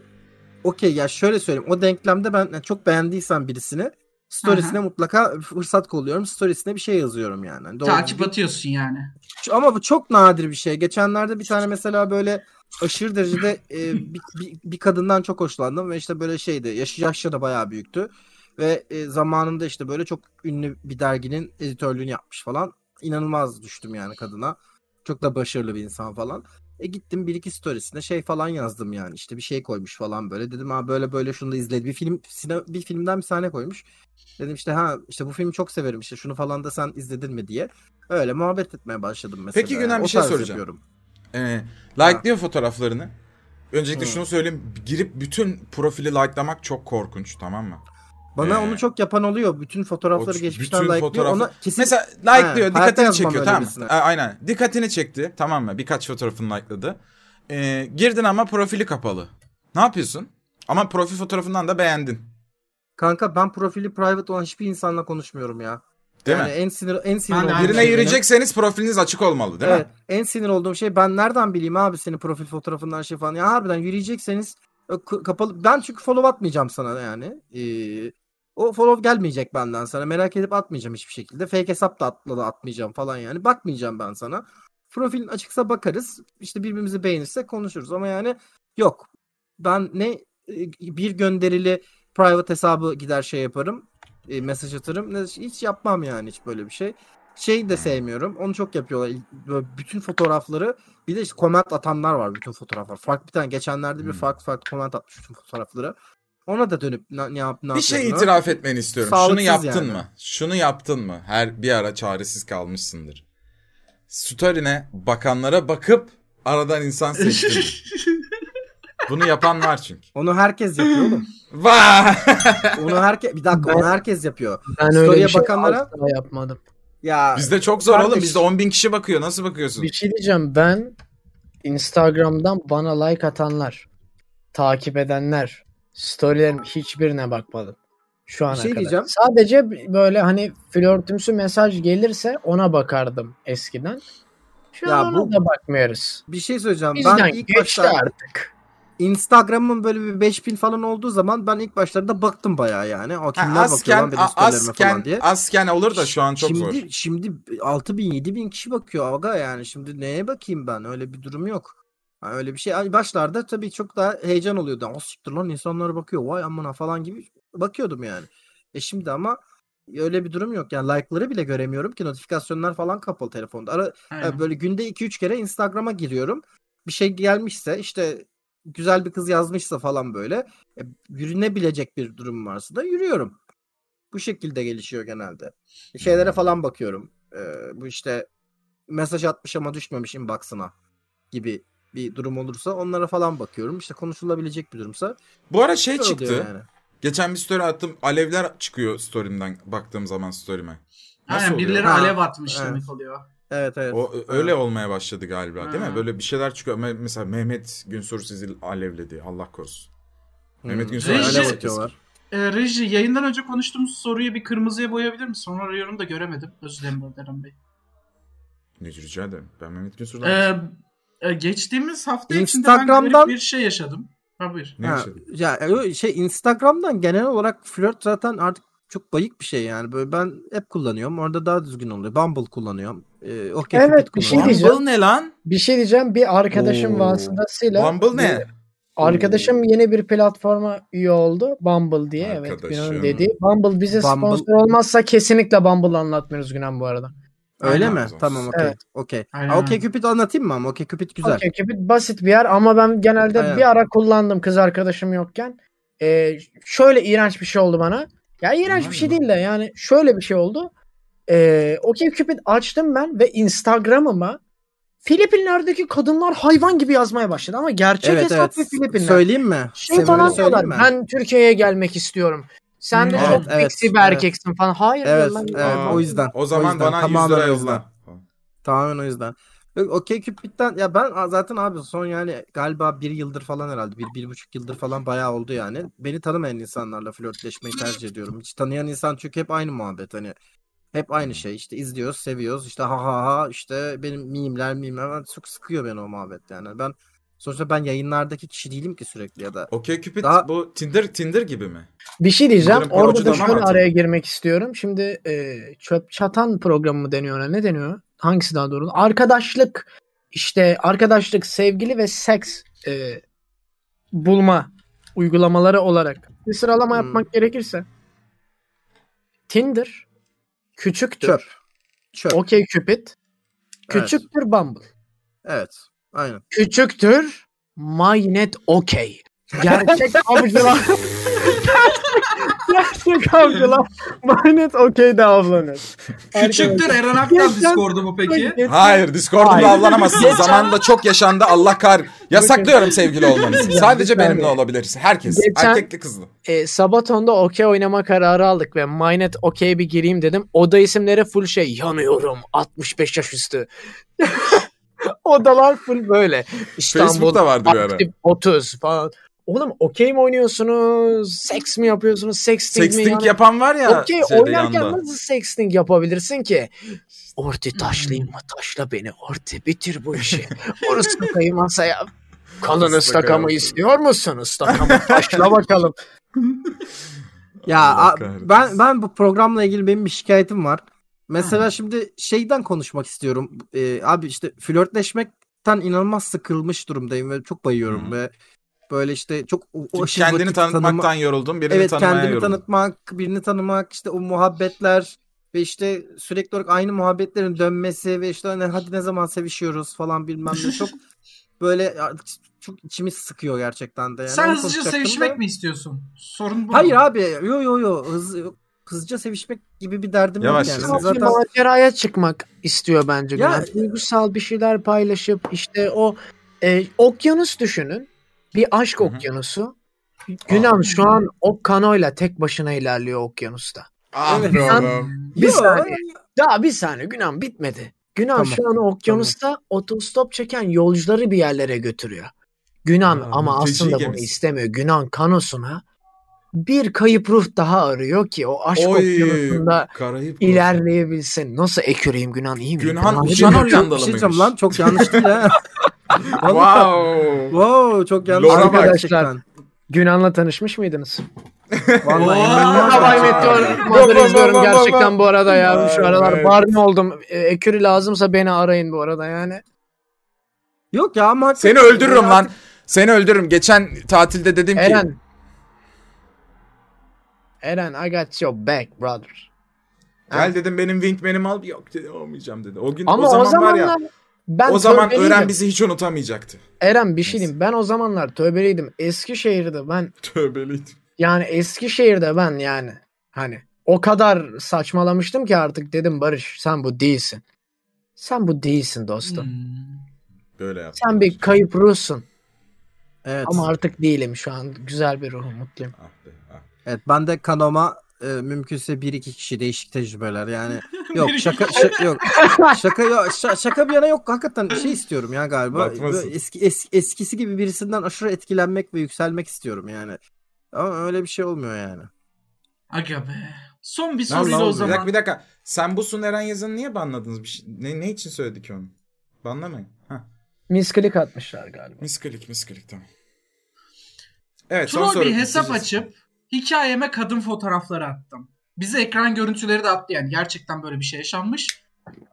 Speaker 2: okey ya şöyle söyleyeyim. O denklemde ben yani çok beğendiysem birisini storiesine mutlaka fırsat kolluyorum. Storiesine bir şey yazıyorum yani. Hani doğru
Speaker 4: Takip
Speaker 2: düzgün-
Speaker 4: atıyorsun yani.
Speaker 2: Ama bu çok nadir bir şey. Geçenlerde bir tane mesela böyle aşırı derecede e, bir, bir, bir kadından çok hoşlandım ve işte böyle şeydi. Yaşı yaşça da bayağı büyüktü. Ve e, zamanında işte böyle çok ünlü bir derginin editörlüğünü yapmış falan. İnanılmaz düştüm yani kadına. Çok da başarılı bir insan falan. E gittim bir iki storiesine şey falan yazdım yani işte bir şey koymuş falan böyle dedim ha böyle böyle şunu da izledi bir film sine- bir filmden bir sahne koymuş dedim işte ha işte bu filmi çok severim işte şunu falan da sen izledin mi diye öyle muhabbet etmeye başladım mesela
Speaker 5: Peki
Speaker 2: yani.
Speaker 5: Günan, bir
Speaker 2: O
Speaker 5: şey
Speaker 2: tarz
Speaker 5: soracağım.
Speaker 2: yapıyorum.
Speaker 5: Ee, like'lıyor fotoğraflarını. Öncelikle
Speaker 2: Hı.
Speaker 5: şunu söyleyeyim. Girip bütün profili like'lamak çok korkunç tamam mı?
Speaker 2: Bana
Speaker 5: Ee,
Speaker 2: onu çok yapan oluyor bütün
Speaker 5: o
Speaker 2: fotoğrafları
Speaker 5: ç-
Speaker 2: geçmişten
Speaker 5: bütün
Speaker 2: like'lıyor
Speaker 5: fotoğrafı-
Speaker 2: ona kesin
Speaker 5: Mesela like'lıyor,
Speaker 2: Ha, hayatta
Speaker 5: dikkatini
Speaker 2: yazmam
Speaker 5: çekiyor
Speaker 2: öyle
Speaker 5: tamam mı?
Speaker 2: birisine.
Speaker 5: A- Aynen. Dikkatini çekti tamam mı? Birkaç fotoğrafını like'ladı. Ee, girdin ama profili kapalı. Ne yapıyorsun? Ama profil fotoğrafından da beğendin.
Speaker 2: kanka ben profili private olan hiçbir insanla konuşmuyorum ya.
Speaker 5: Değil
Speaker 2: yani
Speaker 5: mi?
Speaker 2: en sinir en sinir
Speaker 4: Ben de
Speaker 2: olduğum
Speaker 4: aynı
Speaker 2: şey
Speaker 5: Birine
Speaker 2: benim-
Speaker 5: yürüyecekseniz profiliniz açık olmalı değil
Speaker 2: Evet.
Speaker 5: mi?
Speaker 2: En sinir olduğum şey ben nereden bileyim abi senin profil fotoğrafından şey falan. Ya harbiden yürüyecekseniz e, k- kapalı. Ben çünkü follow atmayacağım sana yani. Ee, o follow gelmeyecek benden sana. Merak edip atmayacağım hiçbir şekilde. Fake hesap da atla da atmayacağım falan yani. Bakmayacağım ben sana. Profilin açıksa bakarız. İşte birbirimizi beğenirsek konuşuruz ama yani yok. Ben ne e, bir gönderili private hesabı gider şey yaparım. e, mesaj atarım. Ne, hiç yapmam yani hiç böyle bir şey. Şey de sevmiyorum. Onu çok yapıyorlar. İl- Böyle bütün fotoğrafları bir de işte comment atanlar var bütün fotoğraflar. Farklı bir tane geçenlerde bir
Speaker 5: Hmm.
Speaker 2: farklı farklı comment atmış bütün fotoğrafları. Ona da dönüp ne, ne yap ne
Speaker 5: Bir şey
Speaker 2: yapıyorsun?
Speaker 5: itiraf etmeni istiyorum. Şunu
Speaker 2: Sağlıksız
Speaker 5: yaptın
Speaker 2: yani.
Speaker 5: mı? Şunu yaptın mı? Her bir ara çaresiz kalmışsındır. Story'ne bakanlara bakıp aradan insan seçtin. mi? Bunu yapan var çünkü.
Speaker 2: Onu herkes yapıyor oğlum.
Speaker 5: Vay!
Speaker 2: Onu herkes bir dakika onu herkes yapıyor.
Speaker 6: Ben
Speaker 2: Story'e
Speaker 6: öyle bir şey
Speaker 2: bakanlara-
Speaker 6: asla yapmadım.
Speaker 2: Ya
Speaker 5: Bizde çok zor oğlum.
Speaker 2: Kardeş.
Speaker 5: Bizde 10 bin kişi bakıyor. Nasıl bakıyorsun?
Speaker 6: Bir şey diyeceğim ben Instagram'dan bana like atanlar, takip edenler, storylerim hiçbirine bakmadım. Şu ana
Speaker 2: şey
Speaker 6: kadar.
Speaker 2: diyeceğim.
Speaker 6: Sadece böyle hani flörtümsü mesaj gelirse ona bakardım eskiden. Şu
Speaker 2: Ya
Speaker 6: an
Speaker 2: bu-
Speaker 6: ona da bakmıyoruz.
Speaker 2: bir şey söyleyeceğim.
Speaker 6: Bizden
Speaker 2: ben ilk
Speaker 6: geçti
Speaker 2: başta
Speaker 6: artık.
Speaker 2: Instagram'ın böyle bir 5000 falan olduğu zaman ben ilk başlarda baktım bayağı yani. O
Speaker 5: Ha,
Speaker 2: kimler bakıyor lan
Speaker 5: asken,
Speaker 2: benim
Speaker 5: a-
Speaker 2: storylerime
Speaker 5: asken,
Speaker 2: falan diye.
Speaker 5: asken olur da şu an çok
Speaker 2: şimdi,
Speaker 5: zor.
Speaker 2: Şimdi 6000 bin kişi bakıyor aga yani şimdi neye bakayım ben öyle bir durum yok. Ha, öyle bir şey hani başlarda tabii çok daha heyecan oluyordu. O siktir lan insanlara bakıyor vay amına falan gibi bakıyordum yani. E şimdi ama öyle bir durum yok yani like'ları bile göremiyorum ki notifikasyonlar falan kapalı telefonda. Ara,
Speaker 4: Aynen.
Speaker 2: yani Ee, Böyle günde 2-3 kere Instagram'a giriyorum. Bir şey gelmişse işte güzel bir kız yazmışsa falan böyle e, yürünebilecek bir durum varsa da yürüyorum. Bu şekilde gelişiyor genelde. E, Şeylere falan bakıyorum. Ee, bu işte mesaj atmış ama düşmemiş inbox'ına gibi bir durum olursa onlara falan bakıyorum. İşte konuşulabilecek bir durumsa
Speaker 5: Bu ara şey
Speaker 2: öyle oluyor
Speaker 5: çıktı.
Speaker 2: yani.
Speaker 5: Geçen bir story attım. Alevler çıkıyor story'imden baktığım zaman story'me. Nasıl
Speaker 4: Aynen
Speaker 5: oluyor?
Speaker 4: birileri
Speaker 2: Ha,
Speaker 4: alev atmış
Speaker 2: evet.
Speaker 4: demek oluyor.
Speaker 2: Evet evet.
Speaker 5: O öyle olmaya başladı galiba değil mi? Böyle bir şeyler çıkıyor. Me- Mesela Mehmet Günsur sizi alevledi. Allah korusun. Mehmet Şey Günsur
Speaker 4: Reji-
Speaker 5: alev
Speaker 2: Hmm. Öyle
Speaker 4: Reji-
Speaker 5: atıyor.
Speaker 2: bakıyorlar.
Speaker 4: Ee, reji yayından önce konuştuğumuz soruyu bir kırmızıya boyayabilir misin? Sonra arıyorum da göremedim. Özür dilerim burada Eren Bey.
Speaker 5: Ne rica ederim. Ben Mehmet Günsur'dan.
Speaker 4: Ee, e, geçtiğimiz hafta içinde ben
Speaker 2: Instagram'dan-
Speaker 4: garip bir şey yaşadım. Ha buyur.
Speaker 5: ne
Speaker 2: Ha,
Speaker 5: yaşadın?
Speaker 2: ya ö- şey Instagram'dan genel olarak flört zaten artık çok bayık bir şey yani. Böyle ben app kullanıyorum. Orada daha düzgün oluyor. Bumble kullanıyorum. Ee, okay
Speaker 3: Evet,
Speaker 2: Cupid
Speaker 3: bir şey
Speaker 2: kullanıyorum.
Speaker 3: diyeceğim.
Speaker 5: Bumble ne lan?
Speaker 3: Bir şey diyeceğim. Bir arkadaşım
Speaker 5: Oo.
Speaker 3: vasıtasıyla
Speaker 5: Bumble ne?
Speaker 2: Hmm.
Speaker 3: Arkadaşım yeni bir platforma üye oldu. Bumble diye. Evet.
Speaker 5: Arkadaşım.
Speaker 3: Günan'ın dediği. Bumble bize
Speaker 2: Bumble-
Speaker 3: sponsor olmazsa kesinlikle Bumble anlatmıyoruz Günan bu arada.
Speaker 2: Öyle
Speaker 5: Aynen.
Speaker 2: mi? Tamam okey.
Speaker 3: Evet.
Speaker 2: Okey.
Speaker 4: Aynen.
Speaker 2: Ha, Okey Cupid anlatayım mı ama? Okey Cupid güzel.
Speaker 3: Okey, Cupid basit bir yer ama ben genelde
Speaker 2: Aynen.
Speaker 3: bir ara kullandım kız arkadaşım yokken. Ee, şöyle iğrenç bir şey oldu bana. Ya iğrenç bir şey değil de yani şöyle bir şey oldu. Ee, Okey Cupid açtım ben ve Instagram'ıma Filipinler'deki kadınlar hayvan gibi yazmaya başladı ama gerçek
Speaker 2: evet
Speaker 3: hesap
Speaker 2: evet.
Speaker 3: ve Filipinler.
Speaker 2: Söyleyeyim mi?
Speaker 3: şey
Speaker 2: Sebebini
Speaker 3: falan
Speaker 2: söyleyeyim
Speaker 3: diyorlar.
Speaker 2: mi?
Speaker 3: Ben Türkiye'ye gelmek istiyorum. Sen de
Speaker 4: Hmm,
Speaker 3: çok
Speaker 2: evet, evet,
Speaker 3: seksi bir
Speaker 2: evet.
Speaker 3: erkeksin falan. Hayır
Speaker 2: Evet,
Speaker 3: diyorum ben.
Speaker 2: evet
Speaker 5: Aa,
Speaker 2: o yüzden.
Speaker 5: O zaman
Speaker 2: yüzden,
Speaker 5: bana 100
Speaker 2: tamamen
Speaker 5: lira
Speaker 2: o yüzden.
Speaker 5: yolla.
Speaker 2: Tamamen o yüzden. Okey Cupid'den ya ben a- zaten abi son yani galiba bir yıldır falan herhalde bir, bir buçuk yıldır falan bayağı oldu yani. Beni tanımayan insanlarla flörtleşmeyi tercih ediyorum. Hiç tanıyan insan çünkü hep aynı muhabbet hani. Hep aynı şey işte izliyoruz seviyoruz işte ha ha ha işte benim mimler mimler Ben- çok sıkıyor beni o muhabbet yani. Ben sonuçta ben yayınlardaki kişi değilim ki sürekli ya da.
Speaker 5: Okey Cupid
Speaker 2: Daha-
Speaker 5: bu Tinder Tinder gibi mi?
Speaker 3: Bir şey diyeceğim.
Speaker 5: Bunların
Speaker 3: Orada da
Speaker 5: programı
Speaker 3: şöyle
Speaker 5: var
Speaker 3: araya
Speaker 5: tabii.
Speaker 3: girmek istiyorum. Şimdi e, çöp çatan programı mı deniyor ona? Ne deniyor? Hangisi daha doğru? Arkadaşlık işte arkadaşlık, sevgili ve seks e, bulma uygulamaları olarak bir sıralama
Speaker 2: Hmm.
Speaker 3: yapmak gerekirse Tinder küçüktür.
Speaker 2: Çöp. Çöp.
Speaker 3: Okey Cupid.
Speaker 2: Evet.
Speaker 3: Küçüktür Bumble.
Speaker 2: Evet. Aynen.
Speaker 3: Küçüktür. Maynet okey. Gerçek avcılar. gerçek, gerçek avcılar. Maynet okeyde avlanır.
Speaker 4: Küçüktür Eren Aktan
Speaker 3: Geçen-
Speaker 4: Discord'u mu peki?
Speaker 3: Arkadaşlar,
Speaker 5: Hayır Discord'umda
Speaker 3: Hayır.
Speaker 5: avlanamazsın. Zamanında çok yaşandı Allah kar. Yasaklıyorum sevgili olmanızı. Sadece
Speaker 3: Lütfen.
Speaker 5: benimle olabiliriz. Herkes.
Speaker 3: Geçen-
Speaker 5: Erkekli kızlı.
Speaker 3: E, Sabaton'da okey oynama kararı aldık ve Maynet okey bir gireyim dedim. Oda isimleri full şey yanıyorum 65 yaş üstü. Odalar full böyle. İstanbul
Speaker 5: Facebook'ta vardı bir ara.
Speaker 3: aktif 30 falan. Oğlum okey mi oynuyorsunuz? Seks mi yapıyorsunuz? Sexting, mi?
Speaker 5: Sexting
Speaker 3: Yani-
Speaker 5: yapan var ya
Speaker 3: Okey
Speaker 5: şeyde
Speaker 3: oynarken
Speaker 5: yanda.
Speaker 3: nasıl sexting yapabilirsin ki? Orti taşlayayım mı taşla beni Orti bitir bu işi. Orası takayım masaya. Kalın
Speaker 5: Islaka
Speaker 3: ıstakamı
Speaker 5: yok.
Speaker 3: istiyor musun? Istakamı taşla bakalım.
Speaker 2: Ya
Speaker 5: Allah
Speaker 2: a-
Speaker 5: kahretsin.
Speaker 2: ben ben bu programla ilgili benim bir şikayetim var. Mesela şimdi şeyden konuşmak istiyorum. Ee, abi işte flörtleşmekten inanılmaz sıkılmış durumdayım ve çok bayıyorum
Speaker 5: Hı.
Speaker 2: ve böyle işte çok o- o
Speaker 5: Çünkü
Speaker 2: aşırı
Speaker 5: kendini
Speaker 2: vakit
Speaker 5: tanıtmaktan
Speaker 2: tanıma-
Speaker 5: yoruldum. Birini
Speaker 2: Evet
Speaker 5: tanımaya
Speaker 2: kendimi
Speaker 5: yoruldum.
Speaker 2: tanıtmak, birini tanımak, işte o muhabbetler ve işte sürekli olarak aynı muhabbetlerin dönmesi ve işte hani hadi ne zaman sevişiyoruz falan bilmem ne çok böyle artık çok içimi sıkıyor gerçekten de. Yani
Speaker 4: Sen
Speaker 2: Onu
Speaker 4: hızlıca
Speaker 2: konuşacaktım
Speaker 4: sevişmek
Speaker 2: da-
Speaker 4: mi istiyorsun? Sorun bu.
Speaker 2: Hayır
Speaker 4: mu?
Speaker 2: abi yo yo yo hız, hızlıca sevişmek gibi bir derdim
Speaker 5: Yavaş
Speaker 2: yok yani.
Speaker 5: yavaş.
Speaker 3: Zaten...
Speaker 2: Zaten
Speaker 3: Maceraya çıkmak istiyor bence.
Speaker 2: Ya-
Speaker 3: Gülen. Duygusal bir şeyler paylaşıp işte o e, okyanus düşünün. Bir aşk
Speaker 5: Hı hı.
Speaker 3: okyanusu. Günan şu an o kanoyla tek başına ilerliyor okyanusta.
Speaker 5: Ah
Speaker 2: Evet,
Speaker 5: be
Speaker 3: sen-
Speaker 5: oğlum.
Speaker 4: Hmm.
Speaker 3: Bir
Speaker 2: Yo,
Speaker 3: saniye. Daha bir saniye Günan bitmedi. Günan
Speaker 2: Tamam,
Speaker 3: şu an okyanusta otostop çeken yolcuları bir yerlere götürüyor. Günan
Speaker 5: Ha,
Speaker 3: ama
Speaker 5: mülteci
Speaker 3: aslında bunu
Speaker 5: gemisi.
Speaker 3: istemiyor. Günan kanosuna bir kayıp ruh daha arıyor ki o aşk okyanusunda
Speaker 5: Karayip.
Speaker 3: ilerleyebilsin. Nasıl eküreyim Günan iyi mi?
Speaker 5: Günhan
Speaker 3: Günan-
Speaker 5: uçan
Speaker 2: Çok-
Speaker 5: Hollandalı
Speaker 2: bir şey diyeceğim
Speaker 5: mıymış?
Speaker 2: lan çok yanlış değil ha. Vallahi.
Speaker 5: Wow.
Speaker 2: Wow çok yanlış
Speaker 5: Lora
Speaker 2: değil
Speaker 5: bak.
Speaker 2: gerçekten.
Speaker 3: Günan'la tanışmış mıydınız?
Speaker 2: Vallahi
Speaker 4: Wow.
Speaker 2: inanılmaz
Speaker 4: Hava
Speaker 3: Havai
Speaker 2: ya.
Speaker 3: Meteor
Speaker 5: Baba, baba,
Speaker 3: Mother izliyorum
Speaker 5: baba.
Speaker 3: gerçekten bu arada ya. Şu
Speaker 5: Ay,
Speaker 3: aralar
Speaker 5: evet.
Speaker 3: barney oldum. E, Ekürü lazımsa beni arayın bu arada yani.
Speaker 2: Yok ya ama
Speaker 5: Seni
Speaker 2: hakikaten-
Speaker 5: öldürürüm lan. Seni öldürürüm. Geçen tatilde dedim ki.
Speaker 3: Eren. Eren I got your back brother.
Speaker 5: Gel dedim benim wingman'imi al. Yok dedi olmayacağım dedi. O gün
Speaker 3: Ama
Speaker 5: o, zaman var ya.
Speaker 3: zamanlar ben
Speaker 5: o zaman
Speaker 3: tövbeliydim.
Speaker 5: öğren bizi hiç unutamayacaktı.
Speaker 3: Eren bir şey diyeyim. Ben o zamanlar tövbeliydim. Eskişehir'de ben
Speaker 5: Tövbeliydi.
Speaker 3: yani Eskişehir'de ben yani hani o kadar saçmalamıştım ki artık dedim Barış sen bu değilsin. Sen bu değilsin dostum.
Speaker 4: Hmm.
Speaker 5: Böyle yaptı.
Speaker 3: Sen bir kayıp ruhsun.
Speaker 2: Evet.
Speaker 3: Ama artık değilim şu an. Güzel bir ruhum, mutluyum.
Speaker 5: Ah be, ah.
Speaker 2: Evet ben de kanoma e, mümkünse bir iki kişi değişik tecrübeler yani. Yok şaka şa- yok. Şaka yok. şa- şaka bir yana yok. Hakikaten şey istiyorum ya galiba.
Speaker 5: Bakmasın.
Speaker 2: Böyle Eski, es- eskisi gibi birisinden aşırı etkilenmek ve yükselmek istiyorum yani. Ama öyle bir şey olmuyor yani.
Speaker 4: Aga be. Son bir
Speaker 5: Lan, lan
Speaker 4: soruyla o
Speaker 5: oğlum, Bir dakika,
Speaker 4: zaman.
Speaker 5: bir dakika. Sen busun Eren Yazan'ı niye banladınız? Bir şey, ne, ne için söyledik onu? Banlamayın. Hah.
Speaker 3: Misklik atmışlar galiba.
Speaker 5: Misklik misklik tamam. Evet son
Speaker 4: Troll
Speaker 5: soru.
Speaker 4: bir hesap
Speaker 5: Siz-
Speaker 4: açıp hikayeme kadın fotoğrafları attım. Bize ekran görüntüleri de attı yani gerçekten böyle bir şey yaşanmış.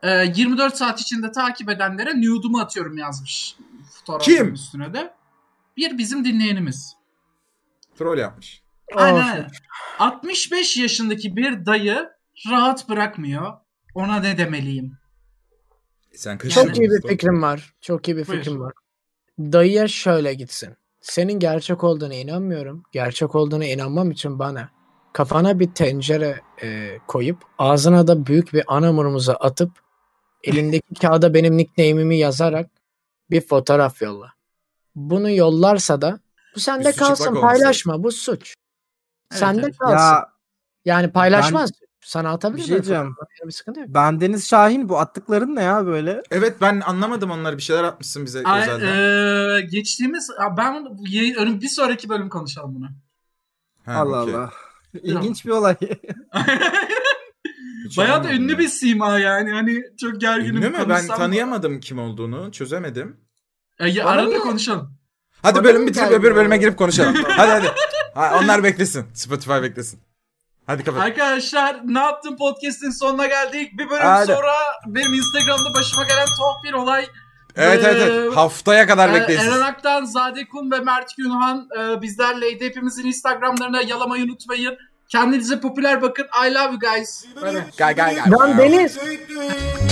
Speaker 4: Ee, 24 saat içinde takip edenlere nude'umu atıyorum yazmış. Fotoğrafın
Speaker 5: Kim?
Speaker 4: üstüne de. Bir bizim dinleyenimiz.
Speaker 5: Troll yapmış.
Speaker 4: Aynen.
Speaker 3: Of.
Speaker 4: aynen. 65 yaşındaki bir dayı rahat bırakmıyor. Ona ne demeliyim?
Speaker 5: Sen kaçırdın.
Speaker 3: Çok iyi bir fikrim var. Çok iyi bir
Speaker 4: Buyur.
Speaker 3: fikrim var. Dayıya şöyle gitsin. Senin gerçek olduğuna inanmıyorum. Gerçek olduğuna inanmam için bana kafana bir tencere e, koyup ağzına da büyük bir anamurumuza atıp elindeki kağıda benim nickname'imi yazarak bir fotoğraf yolla. Bunu yollarsa da bu sende
Speaker 5: Üstü çıplak
Speaker 3: kalsın
Speaker 5: olmuş
Speaker 3: paylaşma bu suç.
Speaker 4: Evet,
Speaker 3: sende
Speaker 4: evet.
Speaker 3: kalsın.
Speaker 2: Ya
Speaker 3: yani paylaşmaz. Sana atabilir
Speaker 2: bir şey
Speaker 3: miyim
Speaker 2: diyeceğim.
Speaker 3: fotoğrafı? Bir sıkıntı yok.
Speaker 2: Bendeniz Şahin bu attıkların ne ya böyle?
Speaker 5: Evet ben anlamadım onları bir şeyler atmışsın bize
Speaker 4: Ay, e,
Speaker 5: özelden.
Speaker 4: eee, geçtiğimiz Aa, ben bu yayın- önüm- bir sonraki bölüm konuşalım bunu.
Speaker 5: Ha,
Speaker 2: Allah
Speaker 5: okey.
Speaker 2: Allah. İlginç bir olay.
Speaker 5: Hiç
Speaker 4: Bayağı da
Speaker 5: anlamadım
Speaker 4: ünlü
Speaker 5: ya.
Speaker 4: bir sima yani. Hani çok gerginim.
Speaker 5: Ünlü mü? Ben
Speaker 4: konuşsam-
Speaker 5: tanıyamadım kim olduğunu. Çözemedim.
Speaker 4: Ya, ya
Speaker 2: Bana
Speaker 4: arada
Speaker 2: niye-
Speaker 4: konuşalım.
Speaker 5: Hadi
Speaker 2: Bana
Speaker 5: bölüm
Speaker 2: mı
Speaker 5: bitirip
Speaker 2: geldi
Speaker 5: öbür bölüme
Speaker 2: bu?
Speaker 5: girip konuşalım. hadi hadi. Ha, onlar beklesin. Spotify beklesin. Hadi kapat.
Speaker 4: Arkadaşlar ne yaptın podcast'in sonuna geldik. Bir bölüm
Speaker 5: Hadi.
Speaker 4: sonra benim Instagram'da başıma gelen tuhaf bir olay.
Speaker 5: evet evet evet.
Speaker 4: Ee,
Speaker 5: Haftaya kadar
Speaker 4: Ee,
Speaker 5: bekleyin siz.
Speaker 4: Eren Aktan, Zade Kun ve Mert Günhan e, bizlerleydi. Hepimizin Instagram'larına yalamayı unutmayın. Kendinize popüler bakın. I love you guys. Bye bye.
Speaker 5: Gel gel gel.
Speaker 3: Ben Deniz.
Speaker 7: Sweet dreams.